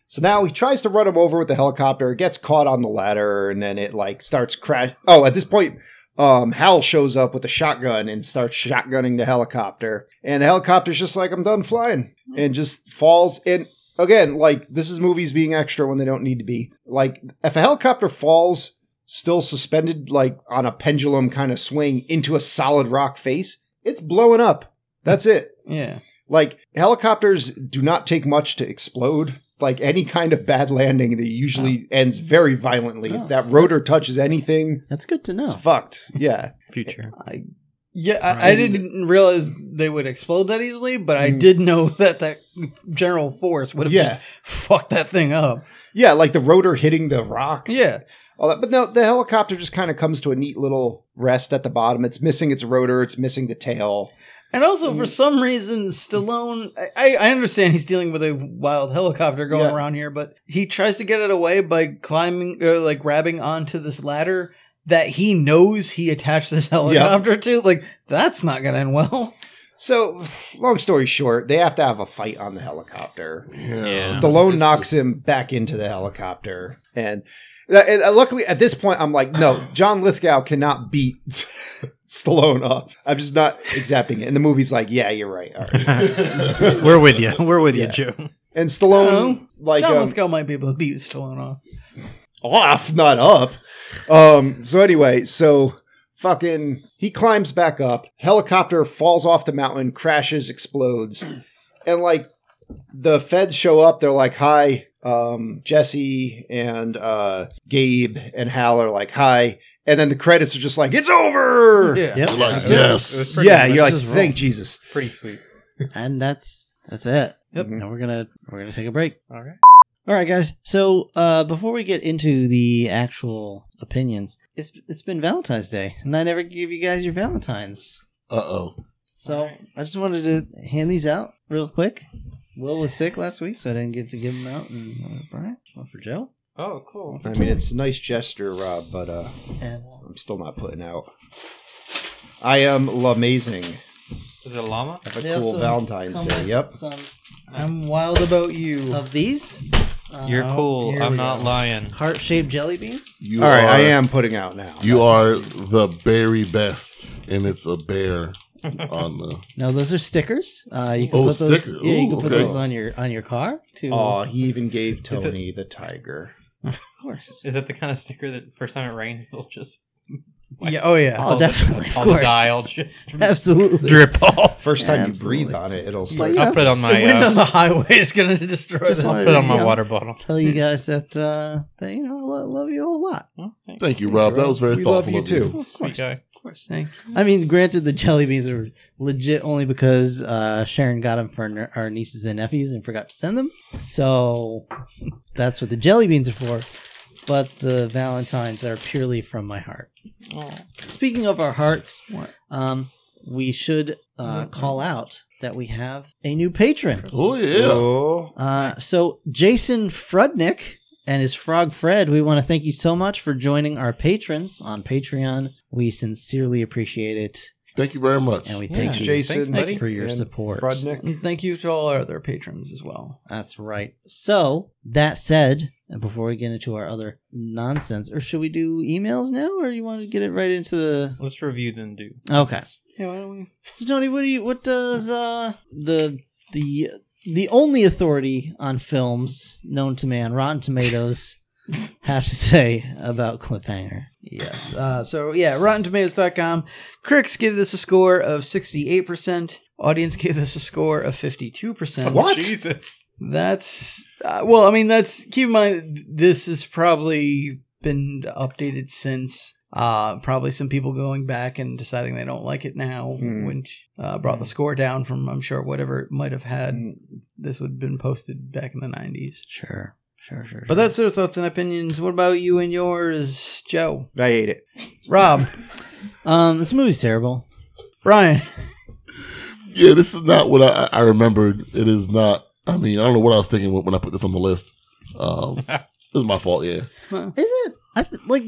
Speaker 4: so now he tries to run him over with the helicopter, gets caught on the ladder, and then it like starts crash. Oh, at this point, um Hal shows up with a shotgun and starts shotgunning the helicopter. And the helicopter's just like, I'm done flying, and just falls. And again, like this is movies being extra when they don't need to be. Like if a helicopter falls still suspended like on a pendulum kind of swing into a solid rock face, it's blowing up. That's it.
Speaker 5: Yeah,
Speaker 4: Like helicopters do not take much to explode. Like any kind of bad landing that usually ends very violently.
Speaker 3: Oh.
Speaker 4: If that rotor touches anything,
Speaker 3: that's good to
Speaker 4: it's
Speaker 3: know.
Speaker 4: fucked. Yeah.
Speaker 6: Future.
Speaker 5: Yeah, I, I
Speaker 6: Right.
Speaker 5: didn't realize they would explode that easily, but I
Speaker 4: Mm.
Speaker 5: did know that that general force would have
Speaker 4: Yeah.
Speaker 5: just fucked that thing up.
Speaker 4: Yeah, like the rotor hitting the rock.
Speaker 5: Yeah,
Speaker 4: All that. But no, the helicopter just kind of comes to a neat little rest at the bottom. It's missing its rotor, it's missing the tail.
Speaker 5: and also
Speaker 4: Mm.
Speaker 5: for some reason, Stallone. I- I, I understand he's dealing with a wild helicopter going
Speaker 4: Yeah.
Speaker 5: around here, but he tries to get it away by climbing, or like grabbing onto this ladder that he knows he attached this helicopter to. Like that's not gonna end well.
Speaker 4: So, long story short, they have to have a fight on the helicopter.
Speaker 1: yeah.
Speaker 6: Yeah.
Speaker 4: Stallone
Speaker 1: It's
Speaker 4: knocks
Speaker 1: just-
Speaker 4: him back into the helicopter, and, and, uh, luckily at this point I'm like, no, John Lithgow cannot beat Stallone up. I'm just not exacting it. And the movie's like, yeah, you're right. All right.
Speaker 6: We're with you. We're with
Speaker 4: Yeah.
Speaker 6: you, Joe.
Speaker 4: And
Speaker 5: Oh.
Speaker 4: Stallone like
Speaker 5: John
Speaker 4: um,
Speaker 5: Lithgow might be able to beat Stallone off.
Speaker 4: off, not up. Um, so anyway, so fucking he climbs back up, helicopter falls off the mountain, crashes, explodes, and like the feds show up, they're like, Hi, um, Jesse and uh, Gabe and Hal are like, hi. And then the credits are just like, it's over. Yeah.
Speaker 3: Yep.
Speaker 1: You're like,
Speaker 5: Yeah.
Speaker 1: yes.
Speaker 4: you're like,
Speaker 3: This is
Speaker 4: thank
Speaker 3: wrong.
Speaker 4: Jesus.
Speaker 6: Pretty sweet.
Speaker 3: and that's that's it.
Speaker 5: Yep.
Speaker 4: Mm-hmm.
Speaker 3: Now we're gonna we're gonna take a break.
Speaker 6: All right.
Speaker 3: All right, guys. So uh, before we get into the actual opinions, it's it's been Valentine's Day, and I never give you guys your Valentines.
Speaker 1: Uh oh.
Speaker 3: So I just wanted to hand these out real quick. Will was sick last week, so I didn't get to give them out. And uh, Brian, one for Joe,
Speaker 6: Oh, cool.
Speaker 4: I mean, it's a nice gesture, Rob, but uh,
Speaker 3: and
Speaker 4: I'm still not putting out. I am lamazing.
Speaker 6: Is it a llama?
Speaker 4: Have a
Speaker 3: They
Speaker 4: cool
Speaker 3: also
Speaker 4: Valentine's
Speaker 3: come
Speaker 4: Day.
Speaker 3: with
Speaker 4: Yep.
Speaker 3: some
Speaker 5: I'm wild about you.
Speaker 3: of these. Uh,
Speaker 6: You're
Speaker 5: Oh,
Speaker 6: cool.
Speaker 5: here
Speaker 6: I'm
Speaker 5: we
Speaker 6: not
Speaker 5: go.
Speaker 6: lying.
Speaker 3: heart-shaped jelly beans.
Speaker 1: You
Speaker 4: All right,
Speaker 1: are,
Speaker 4: I am putting out now.
Speaker 1: You are the berry best, and it's a bear on the.
Speaker 3: No, those are stickers. Uh, you can
Speaker 1: Oh,
Speaker 3: put those.
Speaker 1: sticker.
Speaker 3: Yeah, you can
Speaker 1: Ooh,
Speaker 3: put
Speaker 1: okay.
Speaker 3: those on your on your car to.
Speaker 4: Aw, Oh, he even gave Tony the tiger.
Speaker 3: of course.
Speaker 6: Is that the kind of sticker that the first time it rains, it'll just
Speaker 5: Yeah. Oh yeah.
Speaker 3: Oh,
Speaker 6: all the-
Speaker 3: definitely. Of
Speaker 6: all the
Speaker 3: course.
Speaker 6: dial just
Speaker 3: Absolutely.
Speaker 6: drip off?
Speaker 4: First time
Speaker 3: Absolutely.
Speaker 4: you breathe on it, it'll
Speaker 3: But,
Speaker 4: start.
Speaker 3: you
Speaker 6: I'll
Speaker 3: know,
Speaker 6: put it on
Speaker 5: The
Speaker 6: my
Speaker 5: wind on
Speaker 6: uh,
Speaker 5: the highway is gonna destroy
Speaker 3: Just
Speaker 5: this.
Speaker 3: wanted to,
Speaker 6: I'll put it on
Speaker 3: you
Speaker 6: my
Speaker 3: know,
Speaker 6: water bottle.
Speaker 3: Tell you guys that uh, that you know I lo- love you a whole lot.
Speaker 6: Well, thanks.
Speaker 1: Thank you, Rob. That was very
Speaker 4: We love
Speaker 1: thoughtful.
Speaker 4: you
Speaker 1: of
Speaker 4: too.
Speaker 3: Of
Speaker 6: Sweet guy.
Speaker 3: of course.
Speaker 5: Thank
Speaker 3: I mean, granted, the jelly beans are legit only because uh, Sharon got them for n- our nieces and nephews and forgot to send them. So that's what the jelly beans are for. But the Valentines are purely from my heart.
Speaker 5: Oh.
Speaker 3: Speaking of our hearts,
Speaker 5: What?
Speaker 3: um, we should uh, call out that we have a new patron.
Speaker 1: Oh yeah.
Speaker 4: Oh,
Speaker 3: Uh, so Jason Frudnick and his frog Fred, we want to thank you so much for joining our patrons on Patreon. We sincerely appreciate it,
Speaker 1: Thank you very much.
Speaker 3: and we
Speaker 6: Yeah.
Speaker 3: thank
Speaker 4: thanks,
Speaker 3: you
Speaker 4: Jason,
Speaker 6: Thanks,
Speaker 4: buddy,
Speaker 3: for your
Speaker 4: and
Speaker 3: support.
Speaker 4: Frudnick.
Speaker 5: And thank you to all our other patrons as well.
Speaker 3: That's right. So that said, and before we get into our other nonsense, or should we do emails now, or you want to get it right into the?
Speaker 6: Let's review then, do.
Speaker 3: Okay.
Speaker 5: Yeah. Why don't we?
Speaker 3: So Tony, what do you? What does uh the the the only authority on films known to man, Rotten Tomatoes, have to say uh, about Cliffhanger?
Speaker 5: Yes. Uh, so yeah, RottenTomatoes.com. Critics give this a score of 68%. Audience gave this a score of 52%.
Speaker 4: What?
Speaker 6: Jesus.
Speaker 5: That's uh, well, I mean, that's keep in mind this has probably been updated since uh probably some people going back and deciding they don't like it now
Speaker 4: Hmm. Hmm.
Speaker 5: which uh, brought the score down from I'm sure whatever it might have had this would have been posted back in the 90s.
Speaker 3: Sure, sure, sure.
Speaker 5: But that's their thoughts and opinions. What about you and yours, Joe?
Speaker 4: I ate it.
Speaker 5: Rob,
Speaker 3: um, this movie's terrible.
Speaker 5: Brian.
Speaker 1: Yeah, this is not what I, I remembered. It is not. I mean, I don't know what I was thinking when when I put this on the list. Um, this is my fault. Yeah.
Speaker 3: Is it? I f- like.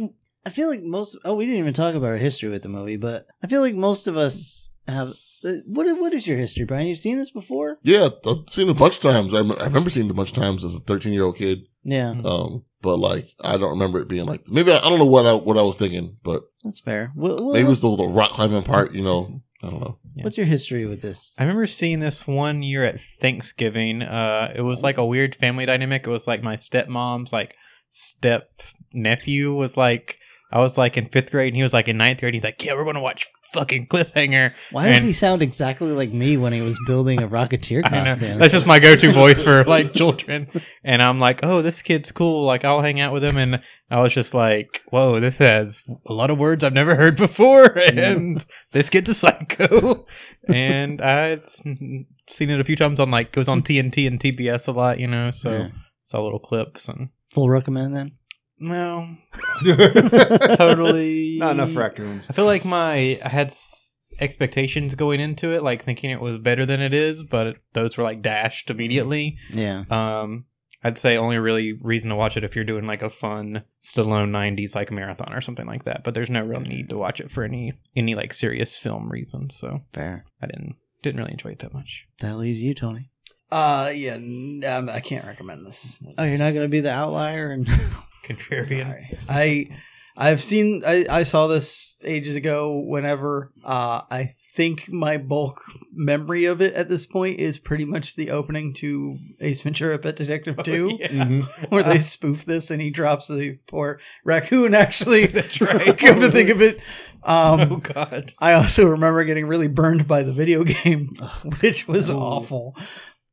Speaker 3: I feel like most. Oh, we didn't even talk about our history with the movie, but I feel like most of us have. uh, What i- What is your history, Brian? You've seen this before?
Speaker 1: Yeah, I've seen it a bunch of times. I, rem- I remember seeing it a bunch of times as a 13 year old kid.
Speaker 3: Yeah,
Speaker 1: Um, but like, I don't remember it being like. Maybe I, I don't know what I what I was thinking, but
Speaker 3: that's fair. What, what,
Speaker 1: maybe it was the little rock climbing part. You know, I don't know.
Speaker 3: what's your history with this?
Speaker 6: I remember seeing this one year at Thanksgiving. Uh, it was like a weird family dynamic. It was like my stepmom's like step nephew was like I was like in fifth grade and he was like in ninth grade. He's like, yeah, we're gonna watch fucking Cliffhanger.
Speaker 3: Why does
Speaker 6: And-
Speaker 3: he sound exactly like me when he was building a Rocketeer
Speaker 4: Oh,
Speaker 6: I know.
Speaker 3: costume?
Speaker 6: That's just my go-to voice for like children. And I'm like, oh, this kid's cool. Like I'll hang out with him. And I was just like, whoa, this has a lot of words I've never heard before. And this kid's a psycho. and I've s- seen it a few times on like goes on TNT and TBS a lot, you know. So
Speaker 3: Yeah.
Speaker 6: saw little clips and
Speaker 3: Full recommend then.
Speaker 6: no,
Speaker 4: Not
Speaker 6: totally
Speaker 4: enough raccoons.
Speaker 6: I feel like my I had s- expectations going into it, like thinking it was better than it is, but those were like dashed immediately.
Speaker 3: Yeah.
Speaker 6: Um, I'd say only really reason to watch it if you're doing like a fun Stallone '90s like marathon or something like that. But there's no real need to watch it for any any like serious film reason. So
Speaker 3: Fair.
Speaker 6: I didn't didn't really enjoy it that much.
Speaker 3: That leaves you, Tony.
Speaker 5: Uh, yeah, n- um, I can't recommend this.
Speaker 3: Oh, you're not going to be the outlier and
Speaker 6: Contrarian.
Speaker 5: Sorry. I I've seen I, I saw this ages ago whenever uh I think my bulk memory of it at this point is pretty much the opening to Ace Ventura Pet Detective
Speaker 6: Oh,
Speaker 3: Oh,
Speaker 5: 2
Speaker 4: Mm-hmm.
Speaker 5: where they spoof this and he drops the poor raccoon actually
Speaker 6: That's right.
Speaker 5: come to think of it
Speaker 6: Oh
Speaker 5: um
Speaker 6: God.
Speaker 5: I also remember getting really burned by the video game which was awful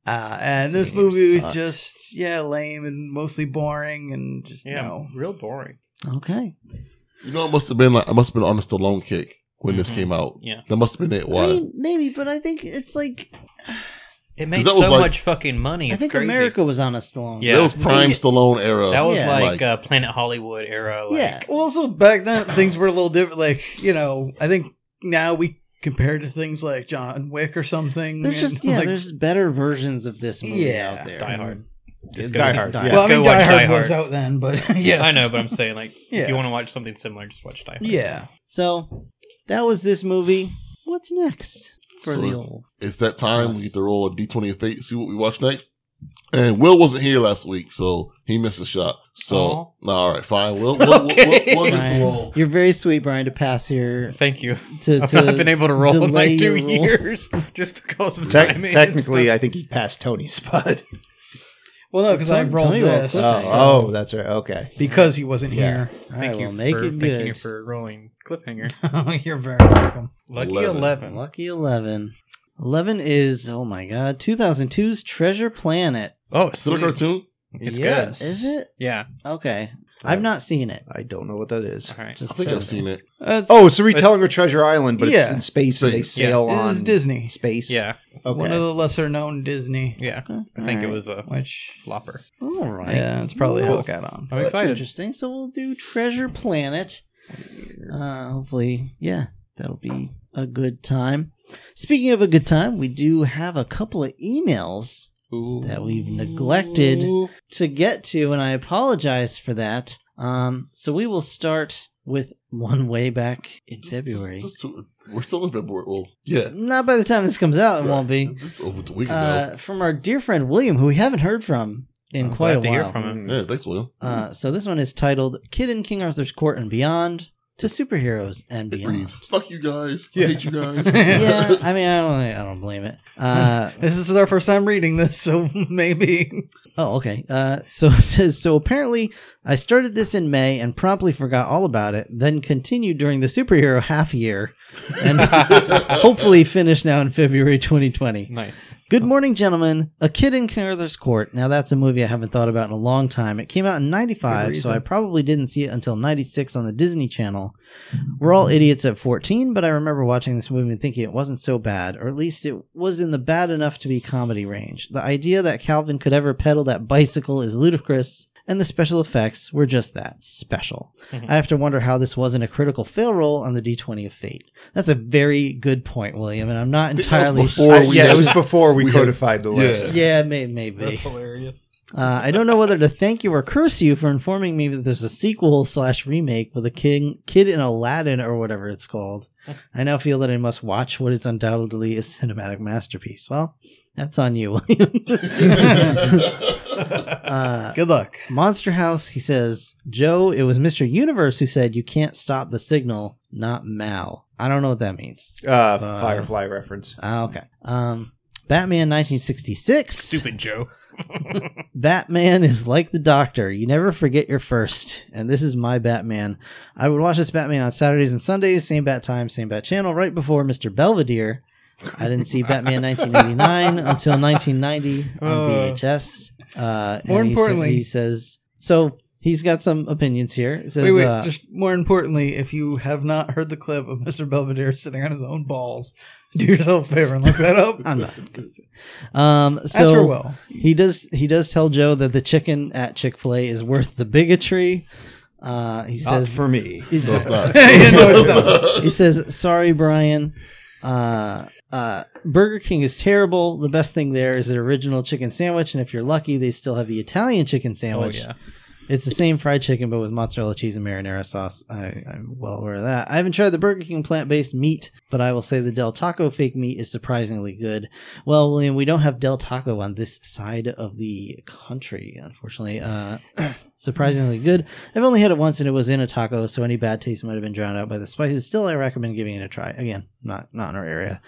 Speaker 5: Uh, and this
Speaker 7: It
Speaker 5: movie was
Speaker 7: sucked.
Speaker 5: just yeah lame and mostly boring and just
Speaker 7: Yeah,
Speaker 5: no.
Speaker 7: real boring.
Speaker 3: Okay.
Speaker 1: You know, it must have been like I must have been on the Stallone kick when this
Speaker 7: Mhm.
Speaker 1: came out.
Speaker 6: Mm-hmm. Yeah.
Speaker 1: that must have been it.
Speaker 3: I
Speaker 1: Why?
Speaker 3: mean, maybe, but I think it's like
Speaker 6: It made
Speaker 1: that was
Speaker 6: so
Speaker 1: like-
Speaker 6: much fucking money.
Speaker 3: I
Speaker 6: It's
Speaker 3: think
Speaker 6: crazy.
Speaker 3: America was on us long.
Speaker 6: Yeah.
Speaker 1: That was prime Stallone era.
Speaker 6: that was
Speaker 3: Yeah.
Speaker 6: like,
Speaker 1: Like-
Speaker 6: uh, Planet Hollywood era. Like,
Speaker 3: yeah.
Speaker 5: Well, also back then things were a little different. Like you know, I think now we compare to things like John Wick or something.
Speaker 3: There's
Speaker 5: and,
Speaker 3: just yeah,
Speaker 5: like,
Speaker 3: there's better versions of this movie
Speaker 5: Yeah.
Speaker 3: out there.
Speaker 6: Die Hard. Just
Speaker 4: Just
Speaker 6: go
Speaker 4: Die
Speaker 6: with-
Speaker 4: Hard,
Speaker 6: just
Speaker 4: yeah.
Speaker 5: well, I
Speaker 6: go
Speaker 5: mean,
Speaker 6: watch
Speaker 5: Die Mm. Hard, was out then, but yes.
Speaker 6: I know, but I'm saying like
Speaker 5: Yeah.
Speaker 6: if you want to watch something similar, just watch Die Hard.
Speaker 5: yeah,
Speaker 3: So that was this movie. What's next for
Speaker 1: So-
Speaker 3: the old?
Speaker 1: It's that time we get to roll a D twenty of fate, see what we watch next. And Will wasn't here last week, so he missed a shot. So nah, all right, fine. Will, Will,
Speaker 6: Okay.
Speaker 1: Will, Will, Will gets
Speaker 3: Brian,
Speaker 1: to roll.
Speaker 3: You're very sweet, Brian, to pass here
Speaker 6: Thank you.
Speaker 3: to,
Speaker 6: I've
Speaker 3: to
Speaker 6: not been able to roll in
Speaker 3: delay
Speaker 6: like two
Speaker 3: your roll.
Speaker 6: years just because of
Speaker 4: Tec-
Speaker 6: timing. and
Speaker 4: technically,
Speaker 6: stuff.
Speaker 4: I think he passed Tony's spot.
Speaker 5: well, no, because I
Speaker 3: Tony-
Speaker 5: rolled
Speaker 3: Tony rolled
Speaker 5: this
Speaker 3: quick.
Speaker 4: oh, oh, that's right. Okay.
Speaker 5: because he wasn't
Speaker 4: Yeah.
Speaker 5: here.
Speaker 3: All
Speaker 6: Thank
Speaker 3: right,
Speaker 6: you
Speaker 3: well, make
Speaker 6: for
Speaker 3: it
Speaker 6: thanking you
Speaker 3: good.
Speaker 6: for rolling cliffhanger.
Speaker 5: You're very welcome.
Speaker 6: Lucky
Speaker 1: Eleven.
Speaker 6: eleven.
Speaker 3: Lucky 11. 11 is, oh my god, 2002's Treasure Planet.
Speaker 6: Oh,
Speaker 1: Still a
Speaker 6: sweet.
Speaker 1: cartoon?
Speaker 6: It's
Speaker 5: Yeah,
Speaker 6: good.
Speaker 3: Is it?
Speaker 6: Yeah.
Speaker 3: Okay.
Speaker 6: Uh,
Speaker 3: I've not seen it.
Speaker 4: I don't know what that is.
Speaker 6: All right.
Speaker 1: I
Speaker 3: Just
Speaker 1: think I've
Speaker 3: says
Speaker 1: seen it.
Speaker 5: That's,
Speaker 4: Oh, it's a retelling
Speaker 6: It's-
Speaker 4: of Treasure Island, but it's
Speaker 5: Yeah.
Speaker 4: in space and they
Speaker 1: Space,
Speaker 4: sail
Speaker 5: it is
Speaker 4: on
Speaker 5: Disney.
Speaker 4: space.
Speaker 6: Yeah.
Speaker 5: One
Speaker 4: Okay.
Speaker 5: of the lesser known Disney.
Speaker 6: Yeah.
Speaker 3: Okay.
Speaker 6: I think
Speaker 3: All
Speaker 6: it
Speaker 3: right.
Speaker 6: was a
Speaker 5: Which,
Speaker 6: flopper.
Speaker 3: All right.
Speaker 5: yeah, it's probably how it
Speaker 3: Nice.
Speaker 5: got on.
Speaker 6: I'm
Speaker 3: That's
Speaker 6: excited.
Speaker 3: interesting. So we'll do Treasure Planet. Uh, hopefully, yeah, that'll be a good time. Speaking of a good time, we do have a couple of emails that we've neglected to get to, and I apologize for that. Um, so we will start with one way back in February.
Speaker 1: We're still in February. Well, yeah,
Speaker 3: Not by the time this comes out, it won't be.
Speaker 1: just over the week ago.
Speaker 3: Uh, from our dear friend William, who we haven't heard from in
Speaker 6: I'm
Speaker 3: quite a
Speaker 6: glad to
Speaker 3: while.
Speaker 6: hear from him.
Speaker 1: Yeah, thanks, Will.
Speaker 3: Uh, so this one is titled "Kid in King Arthur's Court and Beyond to Superheroes and
Speaker 1: It
Speaker 3: Beyond."
Speaker 1: reads, "Fuck you guys, I
Speaker 4: Yeah.
Speaker 1: hate you guys."
Speaker 3: yeah, I mean, I don't, I don't blame it. Uh,
Speaker 5: This is our first time reading this, so maybe.
Speaker 3: oh, okay. Uh, so it says, so apparently, I started this in May and promptly forgot all about it. Then continued during the superhero half year, and hopefully finished now in February 2020.
Speaker 6: Nice.
Speaker 3: Good morning, gentlemen. A Kid in Carruthers Court. Now, that's a movie I haven't thought about in a long time. It came out in 95, so I probably didn't see it until 96 on the Disney Channel. We're all idiots at 14, but I remember watching this movie and thinking it wasn't so bad, or at least it was in the bad enough to be comedy range. The idea that Calvin could ever pedal that bicycle is ludicrous, and the special effects were just that special. I have to wonder how this wasn't a critical fail roll on the D20 of Fate. That's a very good point, William, and I'm
Speaker 1: That
Speaker 3: not
Speaker 1: was
Speaker 3: entirely
Speaker 1: before
Speaker 4: I-
Speaker 1: we
Speaker 4: Oh, yeah,
Speaker 1: had-
Speaker 4: it was before we,
Speaker 1: we had-
Speaker 4: codified the
Speaker 1: yeah.
Speaker 4: list.
Speaker 3: yeah, may, maybe.
Speaker 6: hilarious.
Speaker 3: Uh, I don't know whether to thank you or curse you for informing me that there's a sequel slash remake with a king kid in Aladdin or whatever it's called. I now feel that I must watch what is undoubtedly a cinematic masterpiece. Well, that's on you, William. uh,
Speaker 5: Good luck.
Speaker 3: Monster House, he says, Joe, it was Mr. Universe who said you can't stop the signal, not Mal. I don't know what that means.
Speaker 4: Uh, Firefly reference.
Speaker 3: Ah, okay. Um, Batman 1966.
Speaker 6: Stupid Joe.
Speaker 3: Batman is like the doctor. You never forget your first. And this is my Batman. I would watch this Batman on Saturdays and Sundays, same bat time, same bat channel, right before Mr. Belvedere. I didn't see Batman 1989 until 1990 on VHS. Uh,
Speaker 5: Oh. More
Speaker 3: and he said-
Speaker 5: importantly-
Speaker 3: he says, so he's got some opinions here. It says,
Speaker 5: Wait, wait.
Speaker 3: uh,
Speaker 5: just more importantly, if you have not heard the clip of Mr. Belvedere sitting on his own balls, do yourself a favor and look that up.
Speaker 3: I'm not. Um, so
Speaker 5: That's for Will.
Speaker 3: He does. He does tell Joe that the chicken at Chick Fil A is worth the bigotry. Uh, he
Speaker 4: Not
Speaker 3: says
Speaker 4: for me.
Speaker 3: He's-
Speaker 1: No, it's not.
Speaker 5: Yeah, no, it's
Speaker 3: he says, "Sorry, Brian. Uh, uh, Burger King is terrible. The best thing there is their original chicken sandwich, and if you're lucky, they still have the Italian chicken
Speaker 6: Oh
Speaker 3: sandwich.
Speaker 6: yeah.
Speaker 3: It's the same fried chicken, but with mozzarella cheese and marinara sauce. I, I'm well aware of that. I haven't tried the Burger King plant-based meat, but I will say the Del Taco fake meat is surprisingly good. Well, William, we don't have Del Taco on this side of the country, unfortunately. Uh, surprisingly good. I've only had it once, and it was in a taco, so any bad taste might have been drowned out by the spices. Still, I recommend giving it a try. Again, not not in our area.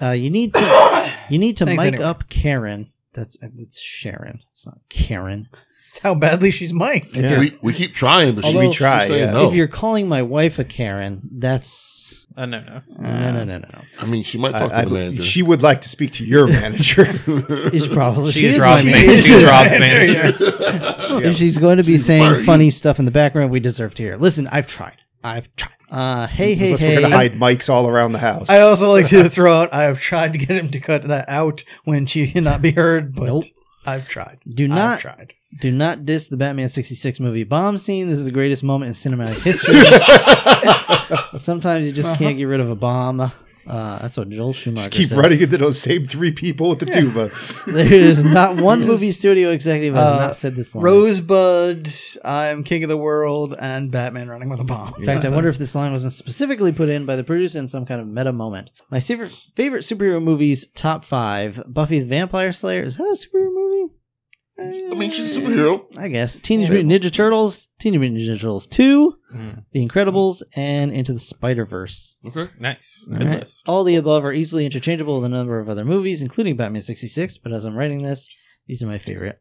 Speaker 3: Uh, you need to you need to
Speaker 5: Thanks
Speaker 3: mic
Speaker 5: anyway.
Speaker 3: up Karen. That's that's Sharon. It's not Karen.
Speaker 5: That's how badly she's mic'd.
Speaker 4: Yeah.
Speaker 1: We, we keep trying, but she
Speaker 4: Although-
Speaker 1: keeps
Speaker 4: We try,
Speaker 1: saying
Speaker 4: yeah.
Speaker 1: no.
Speaker 3: if you're calling my wife a Karen, that's
Speaker 6: Uh, no, no.
Speaker 3: No, no, no, no, no.
Speaker 1: I mean, she might talk to
Speaker 4: I- I
Speaker 1: the
Speaker 4: believe
Speaker 1: manager.
Speaker 4: she would like to speak to your manager.
Speaker 3: She's probably
Speaker 6: She,
Speaker 3: she is
Speaker 6: drops
Speaker 3: my
Speaker 6: me. She
Speaker 3: manager.
Speaker 6: drops me.
Speaker 3: If she's going to be
Speaker 1: She's
Speaker 3: saying
Speaker 1: fired.
Speaker 3: funny stuff in the background, we deserve to hear. Listen, I've tried. I've tried. Uh, hey, hey,
Speaker 4: Unless
Speaker 3: hey.
Speaker 4: we're gonna hide mics all around the house.
Speaker 5: I also like to throw out. I have tried to get him to cut that out when she cannot be heard, but
Speaker 3: Nope.
Speaker 5: I've tried.
Speaker 3: Do
Speaker 5: I've
Speaker 3: not
Speaker 5: tried.
Speaker 3: do not diss the Batman 66 movie bomb scene. This is the greatest moment in cinematic history. Sometimes you just can't get rid of a bomb. Uh, that's what Joel Schumacher
Speaker 4: Just keep
Speaker 3: said.
Speaker 4: running into those same three people with the tuba.
Speaker 3: There's not one movie studio executive that has
Speaker 5: Uh,
Speaker 3: not said this line.
Speaker 5: Rosebud, I'm king of the world, and Batman running with a bomb.
Speaker 3: In fact, I wonder if this line wasn't specifically put in by the producer in some kind of meta moment. My favorite favorite superhero movies top five: Buffy the Vampire Slayer. Is that a superhero movie? Eh,
Speaker 1: I mean, she's a superhero.
Speaker 3: I guess. Teenage Mutant Ninja Turtles, Teenage Mutant Ninja Turtles Two,
Speaker 1: Hmm.
Speaker 6: Mm.
Speaker 3: The Incredibles, and Into the Spider Verse.
Speaker 1: Okay.
Speaker 6: Nice.
Speaker 3: All
Speaker 6: Good
Speaker 3: right.
Speaker 6: list.
Speaker 3: All the above are easily interchangeable with a number of other movies, including Batman 66, but as I'm writing this, these are my favorite.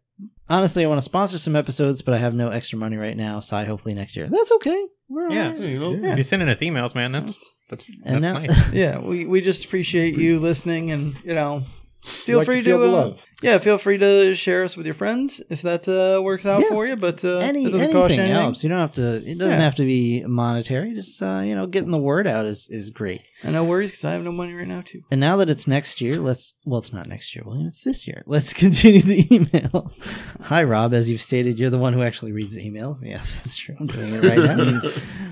Speaker 3: Honestly, I want to sponsor some episodes, but I have no extra money right now, sigh, hopefully next year. That's okay. We're all
Speaker 6: Yeah.
Speaker 3: right.
Speaker 1: Yeah, you know.
Speaker 6: You're sending us emails, man. That's that's,
Speaker 3: And
Speaker 6: that's
Speaker 3: now-
Speaker 6: nice.
Speaker 5: Yeah, we, we just appreciate you listening, and you know, feel
Speaker 4: Like to
Speaker 5: free to,
Speaker 4: feel the
Speaker 5: uh,
Speaker 4: love.
Speaker 5: yeah, feel free to share us with your friends if that uh, works out
Speaker 3: Yeah.
Speaker 5: for you. But uh,
Speaker 3: Any,
Speaker 5: it doesn't
Speaker 3: anything,
Speaker 5: cost you anything.
Speaker 3: helps. You don't have to. It doesn't
Speaker 5: Yeah.
Speaker 3: have to be monetary. Just uh, you know, getting the word out is is great.
Speaker 5: And no worries because I have no money right now too.
Speaker 3: And now that it's next year, let's well, it's not next year, William. It's this year. Let's continue the email. Hi, Rob. As you've stated, you're the one who actually reads the emails. Yes, that's true. I'm doing it right now.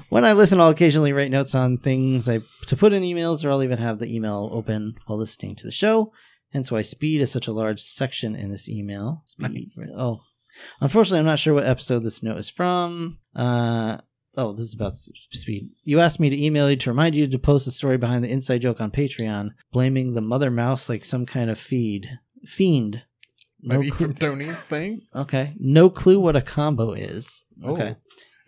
Speaker 3: when I listen, I'll occasionally write notes on things I to put in emails, or I'll even have the email open while listening to the show. Hence why speed is such a large section in this email. Speed. Oh, unfortunately, I'm not sure what episode this note is from. Uh, oh, this is about s- speed. You asked me to email you to remind you to post the story behind the inside joke on Patreon, blaming the mother mouse like some kind of feed fiend. No clue.
Speaker 7: Tony's thing. Oh.
Speaker 3: Okay, no clue what a combo is. Okay.